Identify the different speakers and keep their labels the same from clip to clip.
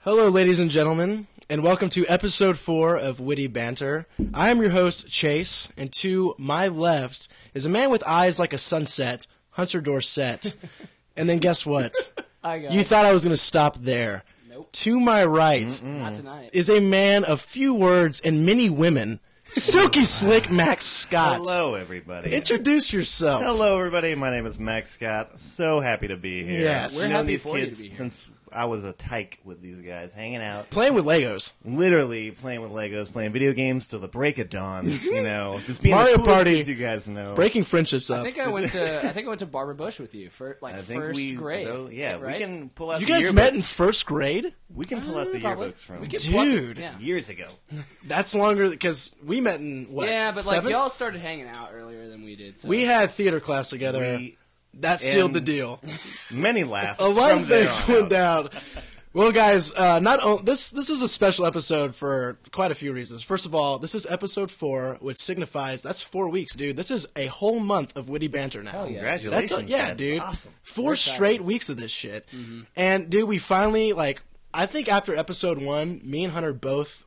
Speaker 1: Hello, ladies and gentlemen, and welcome to episode four of Witty Banter. I am your host, Chase, and to my left is a man with eyes like a sunset, Hunter Dorset. and then guess what?
Speaker 2: I got
Speaker 1: You
Speaker 2: it.
Speaker 1: thought I was going to stop there.
Speaker 2: Nope.
Speaker 1: To my right
Speaker 2: Not tonight.
Speaker 1: is a man of few words and many women, Silky Slick Max Scott.
Speaker 3: Hello, everybody.
Speaker 1: Introduce yourself.
Speaker 3: Hello, everybody. My name is Max Scott. So happy to be here.
Speaker 1: Yes. We're
Speaker 3: Known
Speaker 2: happy
Speaker 3: these
Speaker 2: for you
Speaker 3: kids
Speaker 2: to be here.
Speaker 3: Since I was a tyke with these guys, hanging out,
Speaker 1: Playing with Legos.
Speaker 3: literally playing with Legos, playing video games till the break of dawn. You know, just being
Speaker 1: Mario
Speaker 3: the coolest
Speaker 1: Party.
Speaker 3: kids you guys know.
Speaker 1: Breaking friendships up.
Speaker 2: I think I went to I think I went to Barbara Bush with you for like
Speaker 3: I think
Speaker 2: first
Speaker 3: we,
Speaker 2: grade.
Speaker 3: though- yeah,
Speaker 2: right? Uh,
Speaker 3: we can pull out.
Speaker 1: you
Speaker 3: the
Speaker 1: guys
Speaker 3: yearbooks.
Speaker 1: met in first grade?
Speaker 3: We can pull out the
Speaker 2: Mm, Probably.
Speaker 3: yearbooks from
Speaker 2: We can pluck-
Speaker 1: Dude.
Speaker 2: yeah.
Speaker 3: years ago.
Speaker 1: That's longer because we met in what?
Speaker 2: yeah, but like
Speaker 1: seventh?
Speaker 2: y'all started hanging out earlier than we did. So
Speaker 1: we had theater class together.
Speaker 3: We,
Speaker 1: that sealed
Speaker 3: and-
Speaker 1: the deal.
Speaker 3: many laughs.
Speaker 1: A lot
Speaker 3: from
Speaker 1: of
Speaker 3: there
Speaker 1: things
Speaker 3: on
Speaker 1: went
Speaker 3: out.
Speaker 1: down. Well, guys, uh, not o- this. This is a special episode for quite a few reasons. First of all, this is episode four, which signifies that's four weeks, dude. This is a whole month of witty banter now.
Speaker 2: Hell yeah.
Speaker 3: Congratulations.
Speaker 1: That's a, yeah,
Speaker 3: guys.
Speaker 1: dude.
Speaker 3: Awesome.
Speaker 1: 4
Speaker 2: excited.
Speaker 1: straight weeks of this shit,
Speaker 2: Mm-hmm.
Speaker 1: and dude, we finally like. I think after episode one, me and Hunter both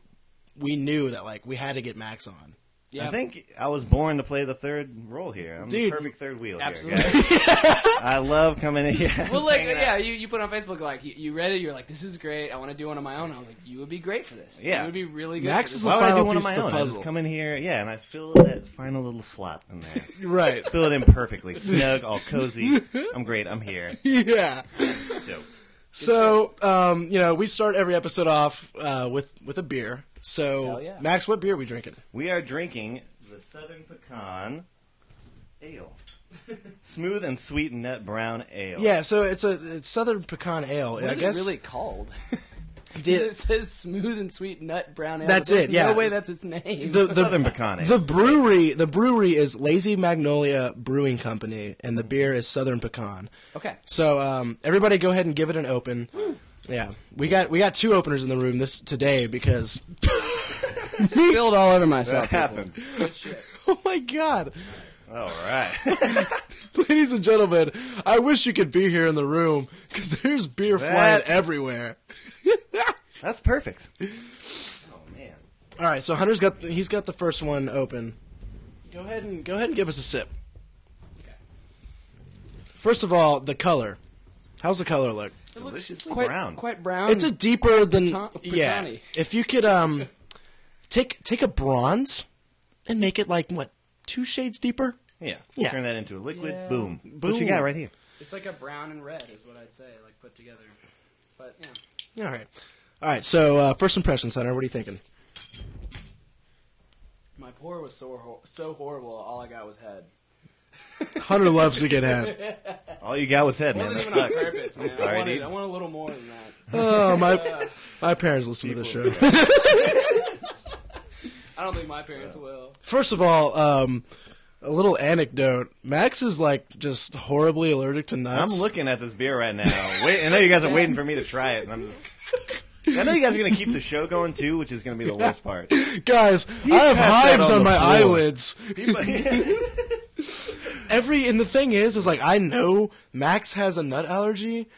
Speaker 1: we knew that like we had to get Max on.
Speaker 2: yeah,
Speaker 3: I think I was born to play the third role here. I'm
Speaker 1: Dude.
Speaker 3: the perfect third wheel
Speaker 2: Absolutely.
Speaker 3: here, guys. I love coming in here.
Speaker 2: Well, like yeah, you, you put on Facebook like you, you read it. You're like, this is great. I want to do one on my own. I was like, you would be great for this.
Speaker 3: Yeah.
Speaker 2: you would be really good.
Speaker 1: Max
Speaker 2: for
Speaker 1: is
Speaker 2: this.
Speaker 1: the
Speaker 3: Why would I
Speaker 1: final
Speaker 3: do one
Speaker 1: piece
Speaker 3: of my
Speaker 1: of the
Speaker 3: own? I
Speaker 1: puzzle.
Speaker 3: just come in here, yeah, and I fill that final little slot in there.
Speaker 1: Right.
Speaker 3: fill it in perfectly, snug, all cozy. I'm great. I'm here.
Speaker 1: yeah.
Speaker 3: Dope.
Speaker 1: So, um, you know, we start every episode off uh, with with a beer. So,
Speaker 2: Hell yeah.
Speaker 1: Max, what beer are we drinking?
Speaker 3: We are drinking the Southern Pecan Ale, smooth and sweet nut brown ale.
Speaker 1: Yeah, so it's a it's Southern Pecan Ale.
Speaker 2: What
Speaker 1: I
Speaker 2: is
Speaker 1: guess
Speaker 2: Oh. it really called.
Speaker 1: the,
Speaker 2: it says smooth and sweet nut brown ale.
Speaker 1: That's
Speaker 2: but
Speaker 1: it,
Speaker 2: there's
Speaker 1: yeah.
Speaker 2: No way that's its name.
Speaker 1: the
Speaker 3: The
Speaker 1: the
Speaker 3: Southern Pecan Ale.
Speaker 1: the brewery the brewery is Lazy Magnolia Brewing Company, and the beer is Southern Pecan.
Speaker 2: okay.
Speaker 1: So, um, everybody, go ahead and give it an open.
Speaker 2: Hmm.
Speaker 1: Yeah, we got we got two openers in the room this today because
Speaker 2: Spilled all over myself.
Speaker 3: that happened.
Speaker 2: Good shit.
Speaker 1: oh my god.
Speaker 3: All right.
Speaker 1: Ladies and gentlemen, I wish you could be here in the room because there's beer flying
Speaker 3: That-
Speaker 1: everywhere.
Speaker 3: That's perfect. Oh man.
Speaker 1: All right, so Hunter's got he's got the first one open. Go ahead and go ahead and give us a sip. First of all, the color. How's the color look?
Speaker 2: It looks
Speaker 3: Deliciously
Speaker 2: quite
Speaker 3: brown.
Speaker 2: Quite brown.
Speaker 1: It's a deeper than
Speaker 2: Pecan-
Speaker 1: yeah.
Speaker 2: pecani.
Speaker 1: If you could um take take a bronze and make it like what two shades deeper.
Speaker 3: Yeah.
Speaker 1: Yeah.
Speaker 3: Turn that into a liquid.
Speaker 2: Yeah.
Speaker 3: Boom. What
Speaker 1: Boom.
Speaker 3: you got right here?
Speaker 2: It's like a brown and red is what I'd say, like put together. But yeah,
Speaker 1: All right, all right. So uh, first impressions, Hunter. What are you thinking?
Speaker 2: my pour was so hor- so horrible. All I got was head.
Speaker 1: Hunter loves to get head.
Speaker 3: All you got was head,
Speaker 2: It
Speaker 3: man.
Speaker 2: wasn't
Speaker 3: That
Speaker 2: even on
Speaker 3: sucks.
Speaker 2: purpose, man.
Speaker 3: sorry,
Speaker 2: I, wanted,
Speaker 3: dude.
Speaker 2: I want a little more than that.
Speaker 1: Oh my! My parents listen to the show.
Speaker 2: I don't think my parents will.
Speaker 1: First of all, um, a little anecdote. Max is like just horribly allergic to
Speaker 3: I'm
Speaker 1: nuts.
Speaker 3: looking at this beer right now. Wait, I know you guys are waiting for me to try it, and I'm just. I know you guys are gonna keep the show going too, which is gonna be the worst part.
Speaker 1: guys. I have
Speaker 3: passed out
Speaker 1: hives
Speaker 3: on
Speaker 1: on,
Speaker 3: the
Speaker 1: my
Speaker 3: floor.
Speaker 1: eyelids.
Speaker 3: People-
Speaker 1: Every and the thing is, is like I know Max has a nut allergy,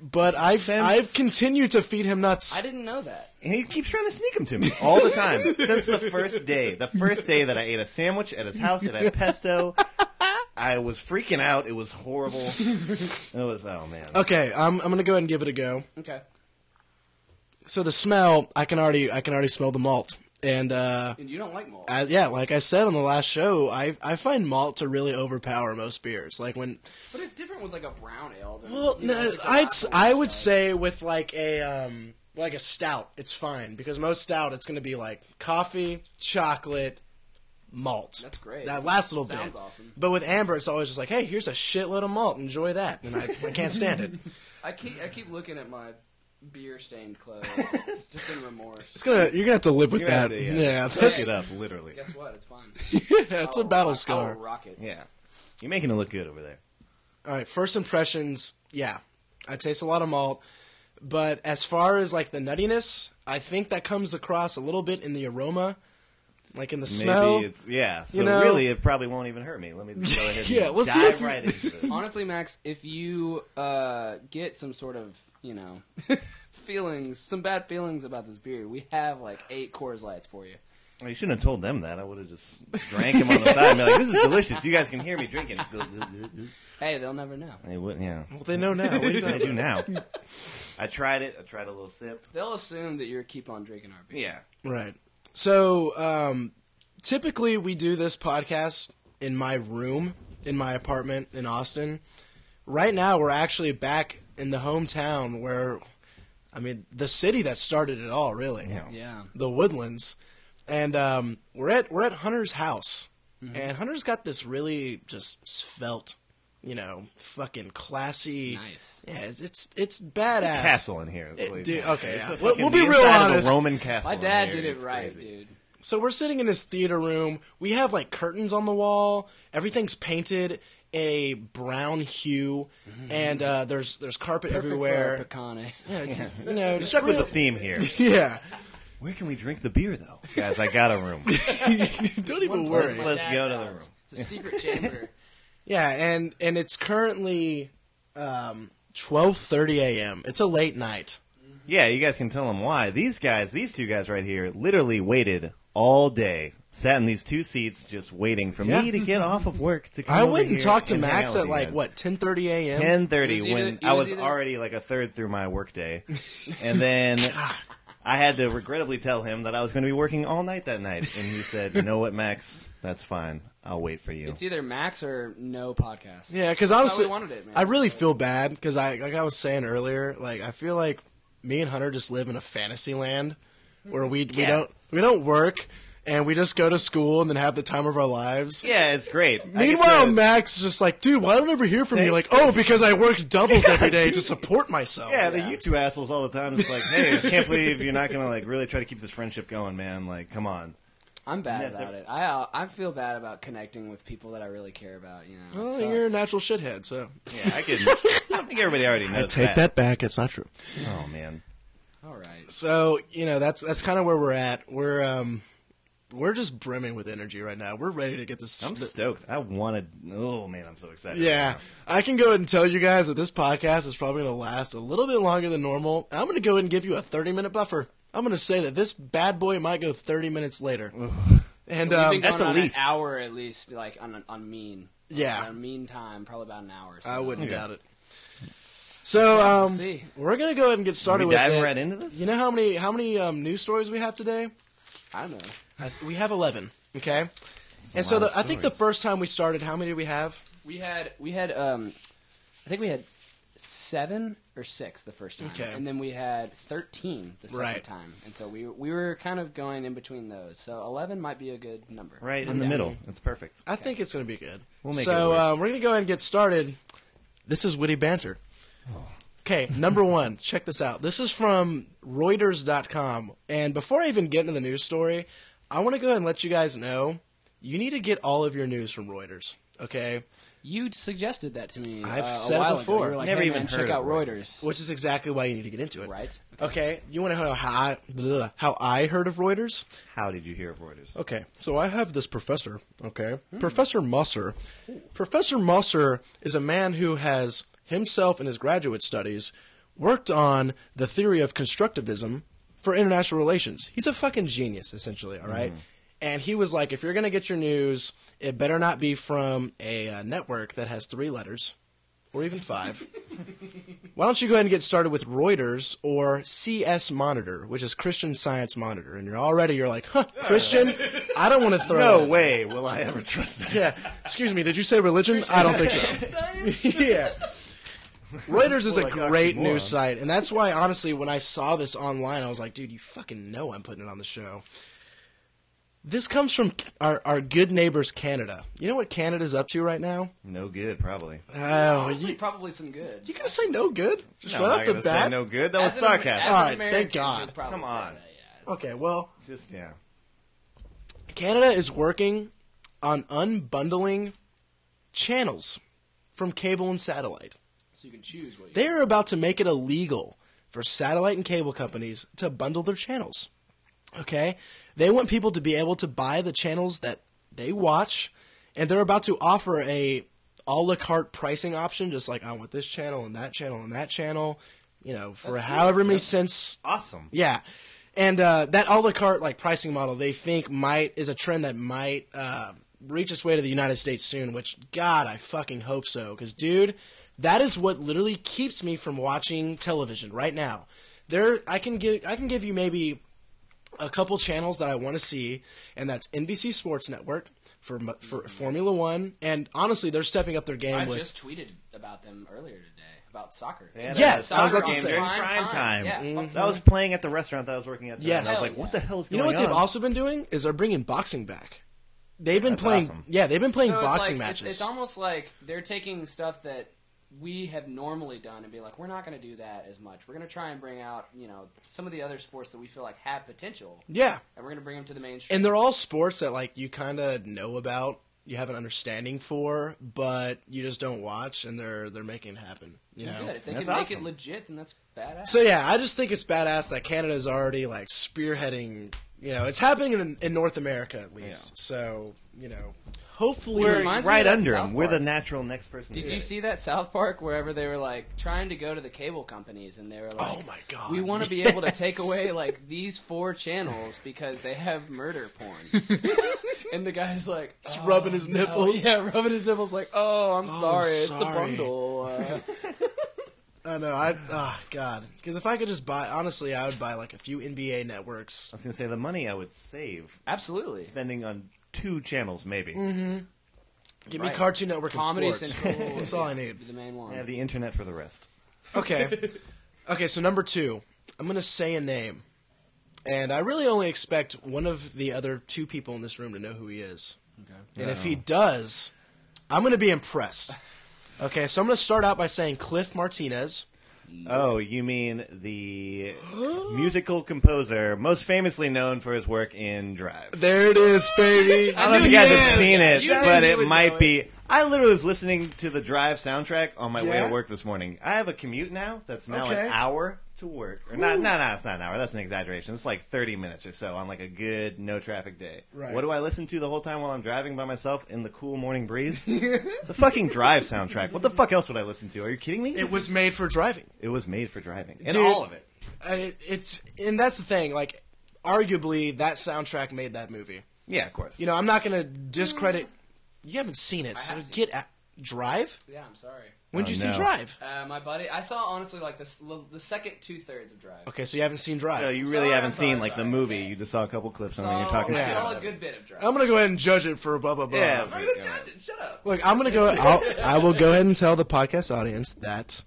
Speaker 1: but I've
Speaker 3: Since-
Speaker 1: I've continued to feed him nuts.
Speaker 2: I didn't know that.
Speaker 3: and he keeps trying to sneak them to me all the time since the first day. The first day that I ate a sandwich at his house that I had pesto, I was freaking out. It was horrible. It was oh man.
Speaker 1: Okay, I'm I'm gonna go ahead and give it a go.
Speaker 2: Okay.
Speaker 1: So the smell, I can already I can already smell the malt, and uh,
Speaker 2: And you don't like malt.
Speaker 1: I, yeah, like I said on the last show, I I find malt to really overpower most beers. Like when
Speaker 2: But it's different with like a brown ale. Than,
Speaker 1: Well,
Speaker 2: you know,
Speaker 1: no,
Speaker 2: like a
Speaker 1: I'd
Speaker 2: lager
Speaker 1: I
Speaker 2: and
Speaker 1: would
Speaker 2: stuff.
Speaker 1: say with like a um like a stout, it's fine because most stout it's going to be like coffee, chocolate, malt.
Speaker 2: That's great.
Speaker 1: That last little
Speaker 2: Sounds
Speaker 1: bit.
Speaker 2: awesome.
Speaker 1: But with amber, it's always just like, hey, here's a shitload of malt. Enjoy that, and I, I can't stand it.
Speaker 2: I keep I keep looking at my beer stained clothes just in remorse.
Speaker 1: It's gonna you're gonna have to live with
Speaker 3: You're
Speaker 1: that.
Speaker 3: gonna
Speaker 1: yeah,
Speaker 3: have to, yeah. Pick
Speaker 1: that's
Speaker 3: it up, literally.
Speaker 2: Guess what? It's fine.
Speaker 1: yeah, it's
Speaker 2: I'll
Speaker 1: a battle
Speaker 2: rock-
Speaker 1: scar.
Speaker 2: I'll rock it.
Speaker 3: Yeah, you're making it look good over there.
Speaker 1: All right, first impressions. Yeah, I taste a lot of malt, but as far as like the nuttiness, I think that comes across a little bit in the aroma, like in the smell.
Speaker 3: Maybe it's yeah. So
Speaker 1: You know-
Speaker 3: really, it probably won't even hurt me. Let me just go ahead. And
Speaker 1: Yeah, let's see
Speaker 3: dive
Speaker 1: if you-
Speaker 3: right into this.
Speaker 2: Honestly, Max, if you uh, get some sort of you know, feelings, some bad feelings about this beer, we have like eight Coors Lights for you.
Speaker 3: Well, you shouldn't have told them that. I would have just drank him on the side and be like, this is delicious. You guys can hear me drinking.
Speaker 2: Hey, they'll never know.
Speaker 3: They wouldn't, yeah. Oh,
Speaker 1: Well, they know now. What are you
Speaker 3: I
Speaker 1: talking
Speaker 3: do now. I tried it. I tried a little sip.
Speaker 2: They'll assume that you're keep on drinking our beer.
Speaker 3: Yeah.
Speaker 1: Right. So um, typically we do this podcast in my room, in my apartment in Austin. Right now we're actually back in the hometown where, I mean, the city that started it all, really.
Speaker 3: Yeah.
Speaker 2: Yeah.
Speaker 1: The Woodlands, and um, we're at we're at Hunter's house, and Hunter's got this really just svelte. You know, fucking classy.
Speaker 2: Nice.
Speaker 1: Yeah, it's it's, it's badass.
Speaker 3: Castle in here. is what
Speaker 1: It-
Speaker 3: he's
Speaker 1: Eh, dude,
Speaker 3: got.
Speaker 1: okay,
Speaker 3: It's
Speaker 1: yeah.
Speaker 3: a
Speaker 1: We'll-
Speaker 3: fucking-
Speaker 1: we'll be
Speaker 3: the
Speaker 1: real
Speaker 3: inside of
Speaker 1: honest.
Speaker 3: A Roman castle.
Speaker 2: My
Speaker 3: in
Speaker 2: dad
Speaker 3: here.
Speaker 2: did it
Speaker 3: It's
Speaker 2: right,
Speaker 3: crazy.
Speaker 2: dude.
Speaker 1: So we're sitting in his theater room. We have like curtains on the wall. Everything's painted a brown hue,
Speaker 3: Mm-hmm.
Speaker 1: and uh, there's there's carpet everywhere.
Speaker 2: Perfect for a pecane.
Speaker 1: Yeah, it's- you know, just
Speaker 3: Stuck with the
Speaker 1: real-
Speaker 3: theme here.
Speaker 1: yeah.
Speaker 3: Where can we drink the beer, though? Guys, I got a room.
Speaker 1: Don't even
Speaker 2: One
Speaker 1: worry.
Speaker 2: place at my
Speaker 3: Let's
Speaker 2: dad's
Speaker 3: go to the
Speaker 2: house.
Speaker 3: room.
Speaker 2: It's a secret chamber.
Speaker 1: Yeah, and and it's currently um, twelve thirty a.m. It's a late night.
Speaker 3: Yeah, you guys can tell them why. These guys, these two guys right here, literally waited all day, sat in these two seats, just waiting for
Speaker 1: Yeah.
Speaker 3: me to get off of work to come
Speaker 1: I
Speaker 3: over
Speaker 1: went and
Speaker 3: here
Speaker 1: talked to
Speaker 3: and hang
Speaker 1: Max at
Speaker 3: out with you
Speaker 1: like
Speaker 3: guys.
Speaker 1: what ten thirty a.m.
Speaker 3: ten
Speaker 2: It was
Speaker 3: thirty
Speaker 2: either-
Speaker 3: when
Speaker 2: it
Speaker 3: I
Speaker 2: was
Speaker 3: was
Speaker 2: either-
Speaker 3: already like a third through my workday, and then I had to regrettably tell him that I was going to be working all night that night, and he said, "You know what, Max? That's fine. I'll wait for you."
Speaker 2: It's either Max or no podcast.
Speaker 1: Yeah, because
Speaker 2: how
Speaker 1: honestly,
Speaker 2: we wanted it, man.
Speaker 1: I really feel bad because I like I was saying earlier, like I feel like me and Hunter just live in a fantasy land where we we
Speaker 3: Yeah.
Speaker 1: don't we don't work and we just go to school and then have the time of our lives.
Speaker 3: yeah, it's great. I get
Speaker 1: Meanwhile,
Speaker 3: to-
Speaker 1: Max is just like, dude, why don't I ever hear from you? Like,
Speaker 3: Thanks.
Speaker 1: oh, because I work doubles every day to support myself.
Speaker 3: Yeah, the you two assholes all the time. It's like, hey, I can't believe you're not gonna like really try to keep this friendship going, man. Like, come on.
Speaker 2: I'm bad
Speaker 3: Yeah,
Speaker 2: about
Speaker 3: they're-
Speaker 2: it. I uh, I feel bad about connecting with people that I really care about. You know, It
Speaker 1: Well,
Speaker 2: sucks.
Speaker 1: Oh, you're a natural shithead, so
Speaker 3: Yeah, I could. I think everybody already knows.
Speaker 1: I take that back. It's not true.
Speaker 3: Oh man.
Speaker 2: all right.
Speaker 1: So you know that's that's kind of where we're at. We're um we're just brimming with energy right now. We're ready to get this.
Speaker 3: I'm
Speaker 1: th-
Speaker 3: stoked. I wanted. Oh man, I'm so excited.
Speaker 1: Yeah,
Speaker 3: right
Speaker 1: I can go ahead and tell you guys that this podcast is probably going to last a little bit longer than normal. I'm going to go ahead and give you a 30 minute buffer. I'm going to say that this bad boy might go 30 minutes later. and
Speaker 2: We've
Speaker 1: um,
Speaker 2: been going
Speaker 3: at the
Speaker 2: on
Speaker 3: least.
Speaker 2: an hour at least, like on on mean. Like,
Speaker 1: Yeah.
Speaker 2: on mean time, probably about an hour. So.
Speaker 1: I wouldn't
Speaker 3: Okay.
Speaker 1: doubt it. So um,
Speaker 2: see.
Speaker 1: we're going to go ahead and get started
Speaker 3: Now. Are we
Speaker 1: with
Speaker 3: diving
Speaker 1: it.
Speaker 3: right into this?
Speaker 1: You know how many how many um, news stories we have today?
Speaker 2: I don't know.
Speaker 1: I, we have 11. Okay. And
Speaker 3: a
Speaker 1: so
Speaker 3: lot
Speaker 1: the,
Speaker 3: of
Speaker 1: I think the
Speaker 3: stories.
Speaker 1: first time we started, how many did we have?
Speaker 2: We had we had um, I think we had seven or six the first time,
Speaker 1: Okay.
Speaker 2: and then we had thirteen the second
Speaker 1: Right.
Speaker 2: time, and so we we were kind of going in between those. So eleven might be a good number.
Speaker 3: right
Speaker 2: I'm
Speaker 3: in the
Speaker 2: down.
Speaker 3: middle. It's perfect.
Speaker 1: I think it's going to be good.
Speaker 3: We'll make
Speaker 1: so
Speaker 3: it work.
Speaker 1: um, we're going to go ahead and get started. This is witty banter. Okay,
Speaker 3: Oh.
Speaker 1: number one, check this out. This is from Reuters.com. And before I even get into the news story, I want to go ahead and let you guys know you need to get all of your news from Reuters. Okay,
Speaker 2: You suggested that to me.
Speaker 1: I've
Speaker 2: uh, a
Speaker 1: said it
Speaker 2: while
Speaker 1: before.
Speaker 2: Ago. You were like,
Speaker 3: Never
Speaker 2: hey,
Speaker 3: even
Speaker 2: man,
Speaker 3: heard
Speaker 2: check
Speaker 3: of
Speaker 2: out Reuters.
Speaker 1: which is exactly why you need to get into it.
Speaker 2: Right.
Speaker 1: Okay, you want to know how I, bleh, how I heard of Reuters?
Speaker 3: How did you hear of Reuters?
Speaker 1: Okay, so I have this professor, okay? Professor Musser. Professor Musser is a man who has himself in his graduate studies worked on the theory of constructivism for international relations. He's a fucking genius, essentially, all right? And he was like, if you're going to get your news, it better not be from a uh, network that has three letters or even five. Why don't you go ahead and get started with Reuters or CS Monitor, which is Christian Science Monitor, and you're already you're like, huh, Christian? I don't want to throw.
Speaker 3: No
Speaker 1: it.
Speaker 3: way will I ever trust that.
Speaker 1: Yeah. Excuse me. Did you say religion? I don't think so. yeah. Reuters is a
Speaker 3: Like
Speaker 1: great
Speaker 3: oxymoron.
Speaker 1: news site, and that's why honestly, when I saw this online, I was like, dude, you fucking know I'm putting it on the show. This comes from our, our good neighbors, Canada. You know what Canada's up to right now?
Speaker 3: No good, probably.
Speaker 1: Oh,
Speaker 2: Honestly,
Speaker 1: you,
Speaker 2: probably some good.
Speaker 1: you gonna say no good? Just
Speaker 3: No, I'm
Speaker 1: right
Speaker 3: not
Speaker 1: off the
Speaker 3: gonna
Speaker 1: bat?
Speaker 3: Say no good. That was
Speaker 2: As an Amer- as an
Speaker 3: sarcasm.
Speaker 1: All right,
Speaker 2: American,
Speaker 1: thank God.
Speaker 2: you'd probably
Speaker 3: Come
Speaker 2: say
Speaker 3: on.
Speaker 2: that, yeah.
Speaker 1: Okay, well,
Speaker 3: Just yeah.
Speaker 1: Canada is working on unbundling channels from cable and satellite.
Speaker 2: So you can choose what you
Speaker 1: They are about to make it illegal for satellite and cable companies to bundle their channels. Okay? They want people to be able to buy the channels that they watch, and they're about to offer a a la carte pricing option, just like I want this channel and that channel and that channel. you know, for however many cents
Speaker 3: Awesome.
Speaker 1: yeah, and uh, that a la carte like pricing model they think might is a trend that might uh, reach its way to the United States soon. Which God, I fucking hope so, because dude, that is what literally keeps me from watching television right now. There, I can give I can give you maybe a couple channels that I want to see, and that's NBC Sports Network. For, mo- for Formula One, and honestly, they're stepping up their game.
Speaker 2: I
Speaker 1: with,
Speaker 2: just tweeted about them earlier today about soccer.
Speaker 3: Yeah,
Speaker 1: Yes,
Speaker 3: that was
Speaker 1: I
Speaker 3: a
Speaker 1: was about Mm-hmm. to
Speaker 3: soccer game
Speaker 1: say.
Speaker 3: during
Speaker 2: Prime
Speaker 3: prime
Speaker 2: time.
Speaker 3: time.
Speaker 2: Yeah.
Speaker 3: That was playing at the restaurant that I was working at.
Speaker 1: Yes.
Speaker 3: Yes. I was like, what the hell is
Speaker 1: you
Speaker 3: going
Speaker 1: know
Speaker 3: on?
Speaker 1: what they've also been doing is they're bringing boxing back. They've been
Speaker 3: That's
Speaker 1: playing,
Speaker 3: awesome.
Speaker 1: yeah, they've been playing
Speaker 2: So it's
Speaker 1: boxing
Speaker 2: like- it's-
Speaker 1: matches.
Speaker 2: It's, almost like they're taking stuff that we have normally done and be like, we're not going to do that as much. We're going to try and bring out, you know, some of the other sports that we feel like have potential,
Speaker 1: yeah,
Speaker 2: and we're going to bring them to the mainstream.
Speaker 1: and they're all sports that like you kind of know about, you have an understanding for, but you just don't watch, and they're they're making it happen. You know.
Speaker 2: good. If they
Speaker 3: That's
Speaker 2: can make it
Speaker 3: awesome.
Speaker 2: legit, then that's badass.
Speaker 1: So yeah, I just think it's badass that Canada's already like spearheading. You know, it's happening in, in North America at least.
Speaker 3: Yeah.
Speaker 1: So you know, hopefully,
Speaker 2: We're-
Speaker 3: We're
Speaker 2: reminds me
Speaker 3: right
Speaker 2: of that
Speaker 3: under
Speaker 2: South
Speaker 3: them. We're the
Speaker 2: Park.
Speaker 3: natural next person. to
Speaker 2: Did
Speaker 3: do
Speaker 2: you
Speaker 3: it.
Speaker 2: see that South Park wherever they were like trying to go to the cable companies and they were like,
Speaker 1: Oh my God,
Speaker 2: we want to be able to take away like these four channels because they have murder porn." and the guy's like,
Speaker 1: Just
Speaker 2: "Oh,
Speaker 1: rubbing his
Speaker 2: no."
Speaker 1: nipples.
Speaker 2: yeah, rubbing his nipples like, "Oh, I'm
Speaker 1: Oh,
Speaker 2: sorry, it's the
Speaker 1: sorry."
Speaker 2: bundle." Uh,
Speaker 1: I know. I oh god, because if I could just buy, honestly, I would buy like a few NBA networks.
Speaker 3: I was going to say the money I would save
Speaker 2: absolutely.
Speaker 3: spending on two channels, maybe.
Speaker 1: Mm-hmm. Give me
Speaker 2: Right.
Speaker 1: Cartoon Network and
Speaker 2: Comedy
Speaker 1: sports.
Speaker 2: Central.
Speaker 1: That's all I
Speaker 2: yeah,
Speaker 1: need.
Speaker 2: The main one.
Speaker 3: I have the internet for the rest.
Speaker 1: Okay. Okay, so number two. I'm going to say a name. And I really only expect one of the other two people in this room to know who he is. And if he does, I'm going to be impressed. Okay, so I'm going to start out by saying Cliff Martinez.
Speaker 3: Oh, you mean the musical composer, most famously known for his work in Drive.
Speaker 1: There it is, baby.
Speaker 3: I don't know if you guys
Speaker 1: Yes!
Speaker 3: have seen it,
Speaker 2: You
Speaker 3: but
Speaker 2: knew you
Speaker 3: it
Speaker 2: would know
Speaker 3: might
Speaker 2: it.
Speaker 3: be. I literally was listening to the Drive soundtrack on my way
Speaker 1: Yeah?
Speaker 3: to work this morning. I have a commute now that's now
Speaker 1: Okay.
Speaker 3: an hour to work. Or not, no, no, it's not an hour. That's an exaggeration. It's like 30 minutes or so on like a good no traffic day.
Speaker 1: Right.
Speaker 3: What do I listen to the whole time while I'm driving by myself in the cool morning breeze? the fucking Drive soundtrack. What the fuck else would I listen to? Are you kidding me?
Speaker 1: It was made for driving.
Speaker 3: It was made for driving. And
Speaker 1: Dude.
Speaker 3: all of it.
Speaker 1: I, it's and that's the thing. Like, arguably, that soundtrack made that movie.
Speaker 3: Yeah, of course.
Speaker 1: You know, I'm not going to discredit. You haven't seen it, so
Speaker 2: have seen
Speaker 1: get at, drive.
Speaker 2: Yeah, I'm sorry.
Speaker 1: When
Speaker 3: Oh,
Speaker 1: did you
Speaker 3: no.
Speaker 1: see Drive?
Speaker 2: Uh, my buddy, I saw honestly like this, the second two thirds of Drive.
Speaker 1: Okay, so you haven't seen Drive.
Speaker 3: No, you
Speaker 2: Sorry,
Speaker 3: really haven't
Speaker 2: I'm sorry,
Speaker 3: seen like the
Speaker 2: sorry.
Speaker 3: movie.
Speaker 2: Okay.
Speaker 3: You just saw a couple clips on
Speaker 2: So,
Speaker 3: it. You're talking
Speaker 2: I
Speaker 1: Yeah.
Speaker 2: saw
Speaker 3: about
Speaker 2: a
Speaker 3: it.
Speaker 2: good bit of Drive.
Speaker 1: I'm gonna go ahead and judge it for blah blah blah.
Speaker 3: Yeah.
Speaker 2: I'm gonna judge it. Shut up.
Speaker 1: Look, I'm gonna go. I'll, I will go ahead and tell the podcast audience that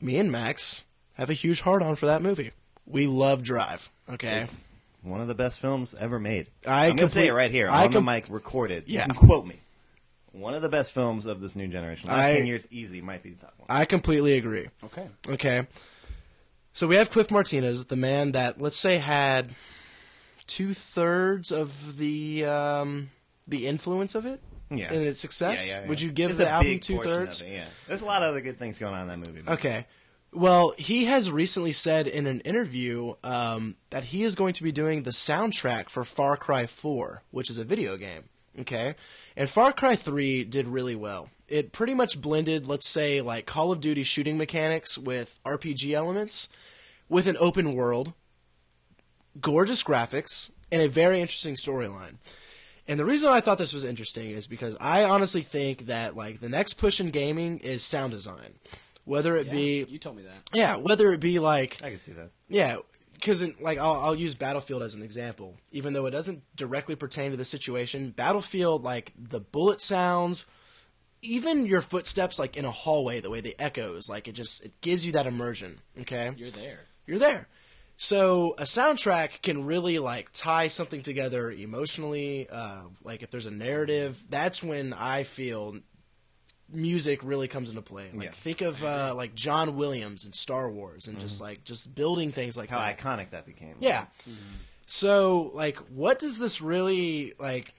Speaker 1: me and Max have a huge heart on for that movie. We love Drive. Okay.
Speaker 3: It's one of the best films ever made.
Speaker 1: I
Speaker 3: am gonna say
Speaker 1: complete-
Speaker 3: it right here
Speaker 1: I
Speaker 3: on
Speaker 1: com-
Speaker 3: the mic, recorded.
Speaker 1: Yeah.
Speaker 3: You can quote me. One of the best films of this new generation. Last
Speaker 1: I-
Speaker 3: ten years, easy might be the top one.
Speaker 1: I completely agree.
Speaker 2: Okay.
Speaker 1: Okay. So we have Cliff Martinez, the man that let's say had two thirds of the um, the influence of it
Speaker 3: Yeah.
Speaker 1: in its success.
Speaker 3: Yeah, yeah, yeah.
Speaker 1: Would you give
Speaker 3: It's
Speaker 1: the
Speaker 3: a
Speaker 1: album
Speaker 3: big
Speaker 1: two
Speaker 3: portion
Speaker 1: thirds?
Speaker 3: of it, Yeah. There's a lot of other good things going on in that movie. but-
Speaker 1: Okay. Well, he has recently said in an interview um, that he is going to be doing the soundtrack for Far Cry 4, which is a video game. Okay. And Far Cry 3 did really well. It pretty much blended, let's say, like Call of Duty shooting mechanics with RPG elements, with an open world, gorgeous graphics, and a very interesting storyline. And the reason I thought this was interesting is because I honestly think that like the next push in gaming is sound design, whether it be
Speaker 2: you told me that.
Speaker 1: yeah, whether it be like
Speaker 3: I can see that.
Speaker 1: yeah, because like I'll, I'll use Battlefield as an example, even though it doesn't directly pertain to the situation. Battlefield, like the bullet sounds, even your footsteps, like in a hallway, the way they echoes, like it just it gives you that immersion. Okay,
Speaker 2: You're there.
Speaker 1: you're there. So a soundtrack can really like tie something together emotionally. Uh, like if there's a narrative, that's when I feel music really comes into play. Like
Speaker 3: Yeah.
Speaker 1: think of uh, like John Williams and Star Wars, and just like just building things like
Speaker 3: How
Speaker 1: that.
Speaker 3: iconic that became.
Speaker 1: Yeah. So, like, what does this really like?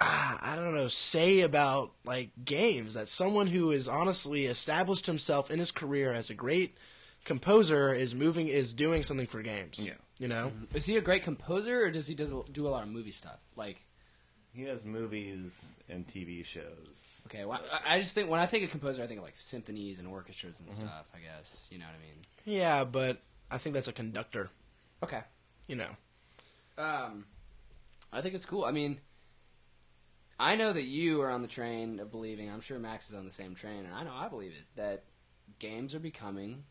Speaker 1: ah, I don't know. Say about like games that someone who has honestly established himself in his career as a great composer is moving is doing something for games.
Speaker 3: Yeah.
Speaker 2: Mm-hmm.
Speaker 1: You know.
Speaker 2: Is he a great composer, or does he does do a lot of movie stuff? Like,
Speaker 3: He has movies and TV shows.
Speaker 2: Okay, well, I- I just think when I think of composer, I think of like symphonies and orchestras and stuff. I guess you know what I mean.
Speaker 1: Yeah, but I think that's a conductor.
Speaker 2: Okay,
Speaker 1: You know,
Speaker 2: um, I think it's cool. I mean, I know that you are on the train of believing. I'm sure Max is on the same train, and I know I believe it that games are becoming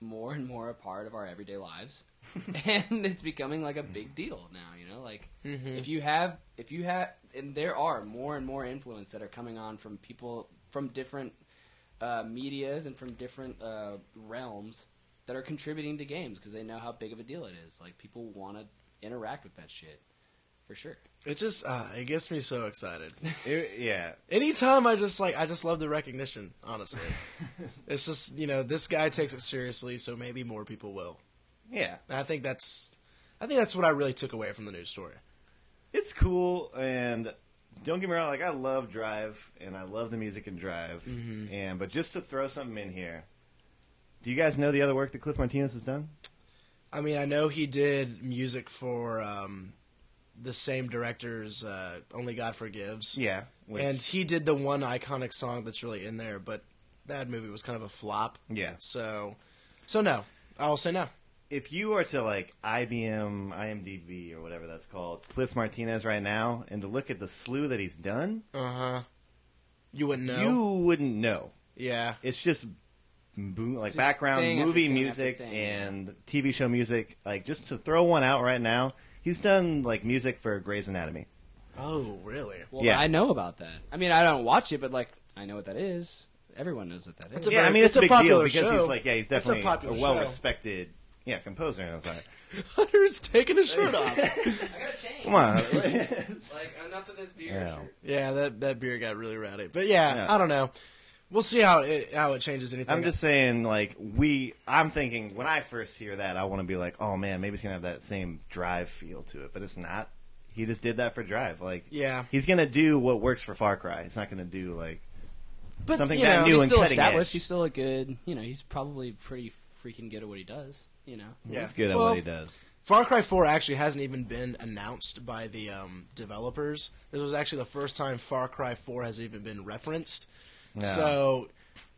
Speaker 2: more and more a part of our everyday lives, and it's becoming like a big deal now. You know, like if you have if you have and there are more and more influence that are coming on from people from different uh, medias and from different uh, realms that are contributing to games because they know how big of a deal it is like people want to interact with that shit for sure
Speaker 1: it just uh, it gets me so excited.
Speaker 3: It- yeah,
Speaker 1: Anytime I just like I just love the recognition. Honestly, it's just you know this guy takes it seriously, so maybe more people will.
Speaker 3: yeah.
Speaker 1: And I think that's I think that's what I really took away from the news story.
Speaker 3: It's cool, and don't get me wrong. Like I love Drive, and I love the music in Drive.
Speaker 2: Mm-hmm.
Speaker 3: And but just to throw something in here, do you guys know the other work that Cliff Martinez has done?
Speaker 1: I mean, I know he did music for um, the same director's uh, "Only God Forgives."
Speaker 3: Yeah, which-
Speaker 1: and he did the one iconic song that's really in there, but that movie was kind of a flop.
Speaker 3: yeah.
Speaker 1: So, so no, I'll say no.
Speaker 3: if you are to like IBM, IMDb, or whatever that's called, Cliff Martinez right now, and to look at the slew that he's done,
Speaker 1: Uh huh. You wouldn't know.
Speaker 3: Uh-huh. you wouldn't know.
Speaker 1: Yeah.
Speaker 3: It's just boom, like
Speaker 2: Just
Speaker 3: background
Speaker 2: thing after
Speaker 3: movie
Speaker 2: thing after
Speaker 3: music
Speaker 2: thing,
Speaker 3: and TV show music. Like just to throw one out right now, he's done like music for Grey's Anatomy.
Speaker 1: Oh, really?
Speaker 2: well
Speaker 3: Yeah.
Speaker 2: i know about that i mean i don't watch it but like i know what that is everyone knows what that is
Speaker 1: It's a
Speaker 3: yeah,
Speaker 1: very-
Speaker 3: I mean
Speaker 1: it's
Speaker 3: it's,
Speaker 1: a
Speaker 3: a big deal
Speaker 1: popular
Speaker 3: because
Speaker 1: show.
Speaker 3: he's like yeah, he's
Speaker 1: It's a
Speaker 3: definitely a,
Speaker 1: popular show.
Speaker 3: well-respected yeah composer. And I was like,
Speaker 1: Hunter's taking his shirt off.
Speaker 2: i gotta change
Speaker 3: come on,
Speaker 2: like enough of this beer
Speaker 3: Yeah.
Speaker 2: shirt.
Speaker 1: yeah, that that beer got really rowdy. But yeah,
Speaker 3: Yeah.
Speaker 1: I don't know. We'll see how it how it changes anything.
Speaker 3: I'm just saying, like we. I'm thinking when I first hear that, I want to be like, oh man, maybe it's gonna have that same drive feel to it, but it's not. He just did that for Drive. Like,
Speaker 1: Yeah.
Speaker 3: he's gonna do what works for Far Cry. He's not gonna do like
Speaker 1: but,
Speaker 3: something
Speaker 1: you
Speaker 3: that
Speaker 1: know,
Speaker 3: new
Speaker 2: he's
Speaker 3: and
Speaker 2: still
Speaker 3: cutting
Speaker 2: established
Speaker 3: edge.
Speaker 2: he's still a good you know he's probably pretty freaking good at what he does you know
Speaker 1: Yeah.
Speaker 3: He's good at
Speaker 1: Well,
Speaker 3: what he does.
Speaker 1: Far Cry 4 actually hasn't even been announced by the um, developers. This was actually the first time Far Cry 4 has even been referenced.
Speaker 3: Yeah.
Speaker 1: So,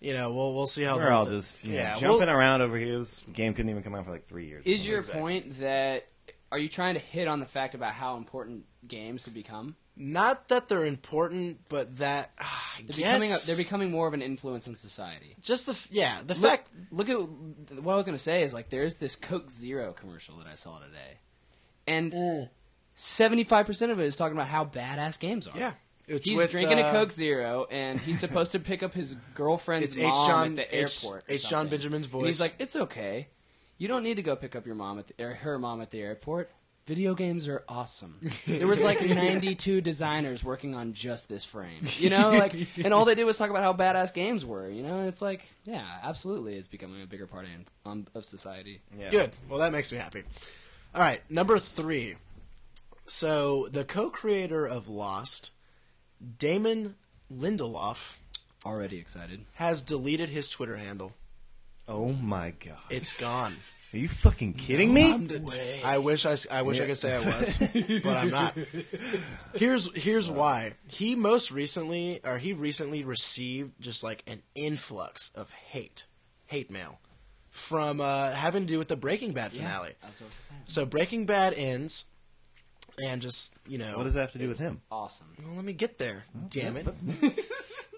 Speaker 1: you know, we'll we'll see how
Speaker 3: we're
Speaker 1: the-
Speaker 3: all just you know,
Speaker 1: we'll-
Speaker 3: jumping around over here. This game couldn't even come out for like three years.
Speaker 2: Is your
Speaker 1: Exactly.
Speaker 2: point that are you trying to hit on the fact about how important games have become?
Speaker 1: Not that they're important, but that ah, I
Speaker 2: They're becoming
Speaker 1: guess
Speaker 2: a, they're becoming more of an influence in society.
Speaker 1: just the f- yeah the
Speaker 2: Look,
Speaker 1: fact
Speaker 2: look at what I was going to say is like there's this Coke Zero commercial that I saw today, and
Speaker 1: Mm.
Speaker 2: seventy five percent of it is talking about how badass games are.
Speaker 1: yeah it's
Speaker 2: He's
Speaker 1: with,
Speaker 2: drinking
Speaker 1: uh,
Speaker 2: a Coke Zero, and he's supposed to pick up his girlfriend's
Speaker 1: It's H.
Speaker 2: mom
Speaker 1: John-
Speaker 2: at the
Speaker 1: H-
Speaker 2: airport. or
Speaker 1: H. John
Speaker 2: something.
Speaker 1: Benjamin's
Speaker 2: And he's
Speaker 1: voice.
Speaker 2: like, "It's okay. You don't need to go pick up your mom at the, or her mom at the airport. Video games are awesome. There was like 92 designers working on just this frame, you know, like, and all they did was talk about how badass games were, you know. And it's like, yeah, absolutely, it's becoming a bigger part of, um, of society.
Speaker 3: Yeah.
Speaker 1: Good. Well, that makes me happy. All right, number three. So the co-creator of Lost, Damon Lindelof,
Speaker 2: Already excited.
Speaker 1: has deleted his Twitter handle.
Speaker 3: Oh my god!
Speaker 1: It's gone.
Speaker 3: Are you fucking kidding me?
Speaker 1: I wish I, s- I wish I could say I was, but I'm not. Here's here's why. He most recently, or he recently received just like an influx of hate, hate mail, from uh, having to do with the Breaking Bad finale.
Speaker 2: That's what I was saying.
Speaker 1: So Breaking Bad ends, and just you know,
Speaker 3: What does that have to do with him?
Speaker 2: Awesome.
Speaker 1: well, let me get there. Damn it!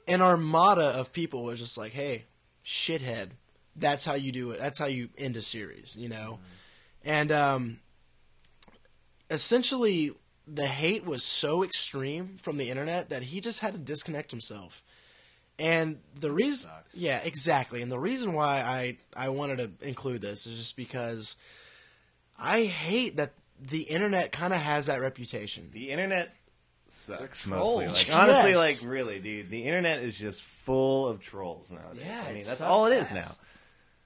Speaker 1: An armada of people was just like, "Hey, shithead, that's how you do it. That's how you end a series," you know. And um, essentially, the hate was so extreme from the internet that he just had to disconnect himself. And the reason,
Speaker 3: sucks.
Speaker 1: yeah, exactly. And the reason why I I wanted to include this is just because I hate that the internet kind of has that reputation.
Speaker 3: The internet sucks
Speaker 2: They're
Speaker 3: mostly.
Speaker 2: trolls.
Speaker 3: Like honestly,
Speaker 1: Yes.
Speaker 3: like really, dude, the internet is just full of trolls nowadays.
Speaker 2: Yeah,
Speaker 3: I mean
Speaker 2: it
Speaker 3: that's
Speaker 2: sucks
Speaker 3: all it is
Speaker 2: ass.
Speaker 3: now.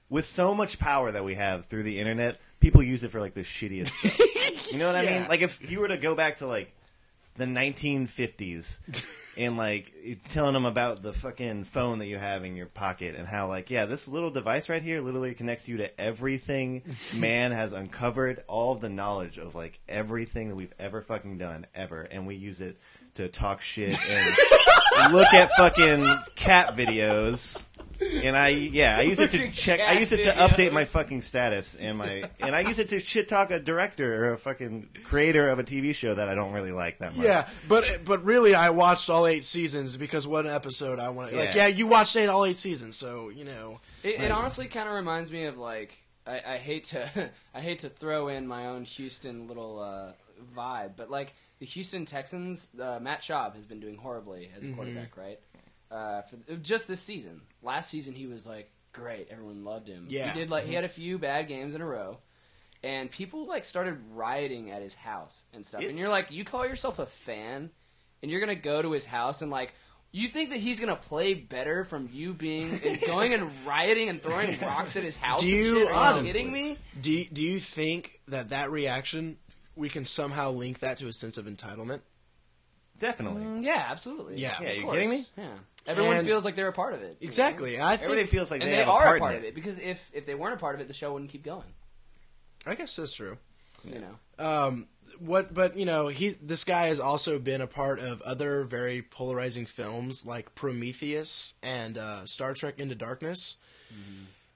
Speaker 3: With so much power that we have through the internet, people use it for like the shittiest. Stuff. you know what I
Speaker 1: Yeah.
Speaker 3: mean? Like if you were to go back to like the 1950s and like telling them about the fucking phone that you have in your pocket and how like yeah this little device right here literally connects you to everything man has uncovered all of the knowledge of like everything that we've ever fucking done ever and we use it to talk shit and look at fucking cat videos and I yeah I use it to
Speaker 2: Look at
Speaker 3: check I
Speaker 2: cat
Speaker 3: use it to
Speaker 2: videos.
Speaker 3: update my fucking status and my and I use it to shit talk a director or a fucking creator of a TV show that I don't really like that much
Speaker 1: Yeah, but but really, I watched all eight seasons because one episode I want to. Like, yeah,
Speaker 3: Yeah.
Speaker 1: you watched eight all eight seasons, so you know.
Speaker 2: It, it honestly kind of reminds me of like I, I hate to I hate to throw in my own Houston little uh, vibe, but like the Houston Texans, uh, Matt Schaub has been doing horribly as a quarterback, right? Uh, for just this season. Last season he was like great, everyone loved him.
Speaker 1: Yeah.
Speaker 2: he did like he had a few bad games in a row. And people like started rioting at his house and stuff. And
Speaker 3: It's-
Speaker 2: you're like, you call yourself a fan, and you're gonna go to his house and like, you think that he's gonna play better from you being and going and rioting and throwing rocks at his house?
Speaker 1: Do
Speaker 2: and
Speaker 1: you-
Speaker 2: shit? Are you
Speaker 1: honestly.
Speaker 2: kidding me?
Speaker 1: Do you- do you think that that reaction we can somehow link that to a sense of entitlement?
Speaker 3: definitely
Speaker 2: Mm, Yeah, absolutely.
Speaker 1: Yeah. Yeah,
Speaker 2: Of
Speaker 3: you
Speaker 2: course.
Speaker 3: kidding me?
Speaker 2: Yeah, everyone
Speaker 1: And-
Speaker 2: feels like they're a part of it. you know?
Speaker 1: Exactly. I think
Speaker 3: everybody feels like
Speaker 2: and
Speaker 3: they,
Speaker 2: they,
Speaker 3: have
Speaker 2: are
Speaker 3: a
Speaker 2: a part
Speaker 3: part
Speaker 2: of it because if if they weren't a part of it, the show wouldn't keep going.
Speaker 1: I guess that's true.
Speaker 2: You know,
Speaker 1: Um, what, but you know, he this guy has also been a part of other very polarizing films like Prometheus and uh, Star Trek Into Darkness,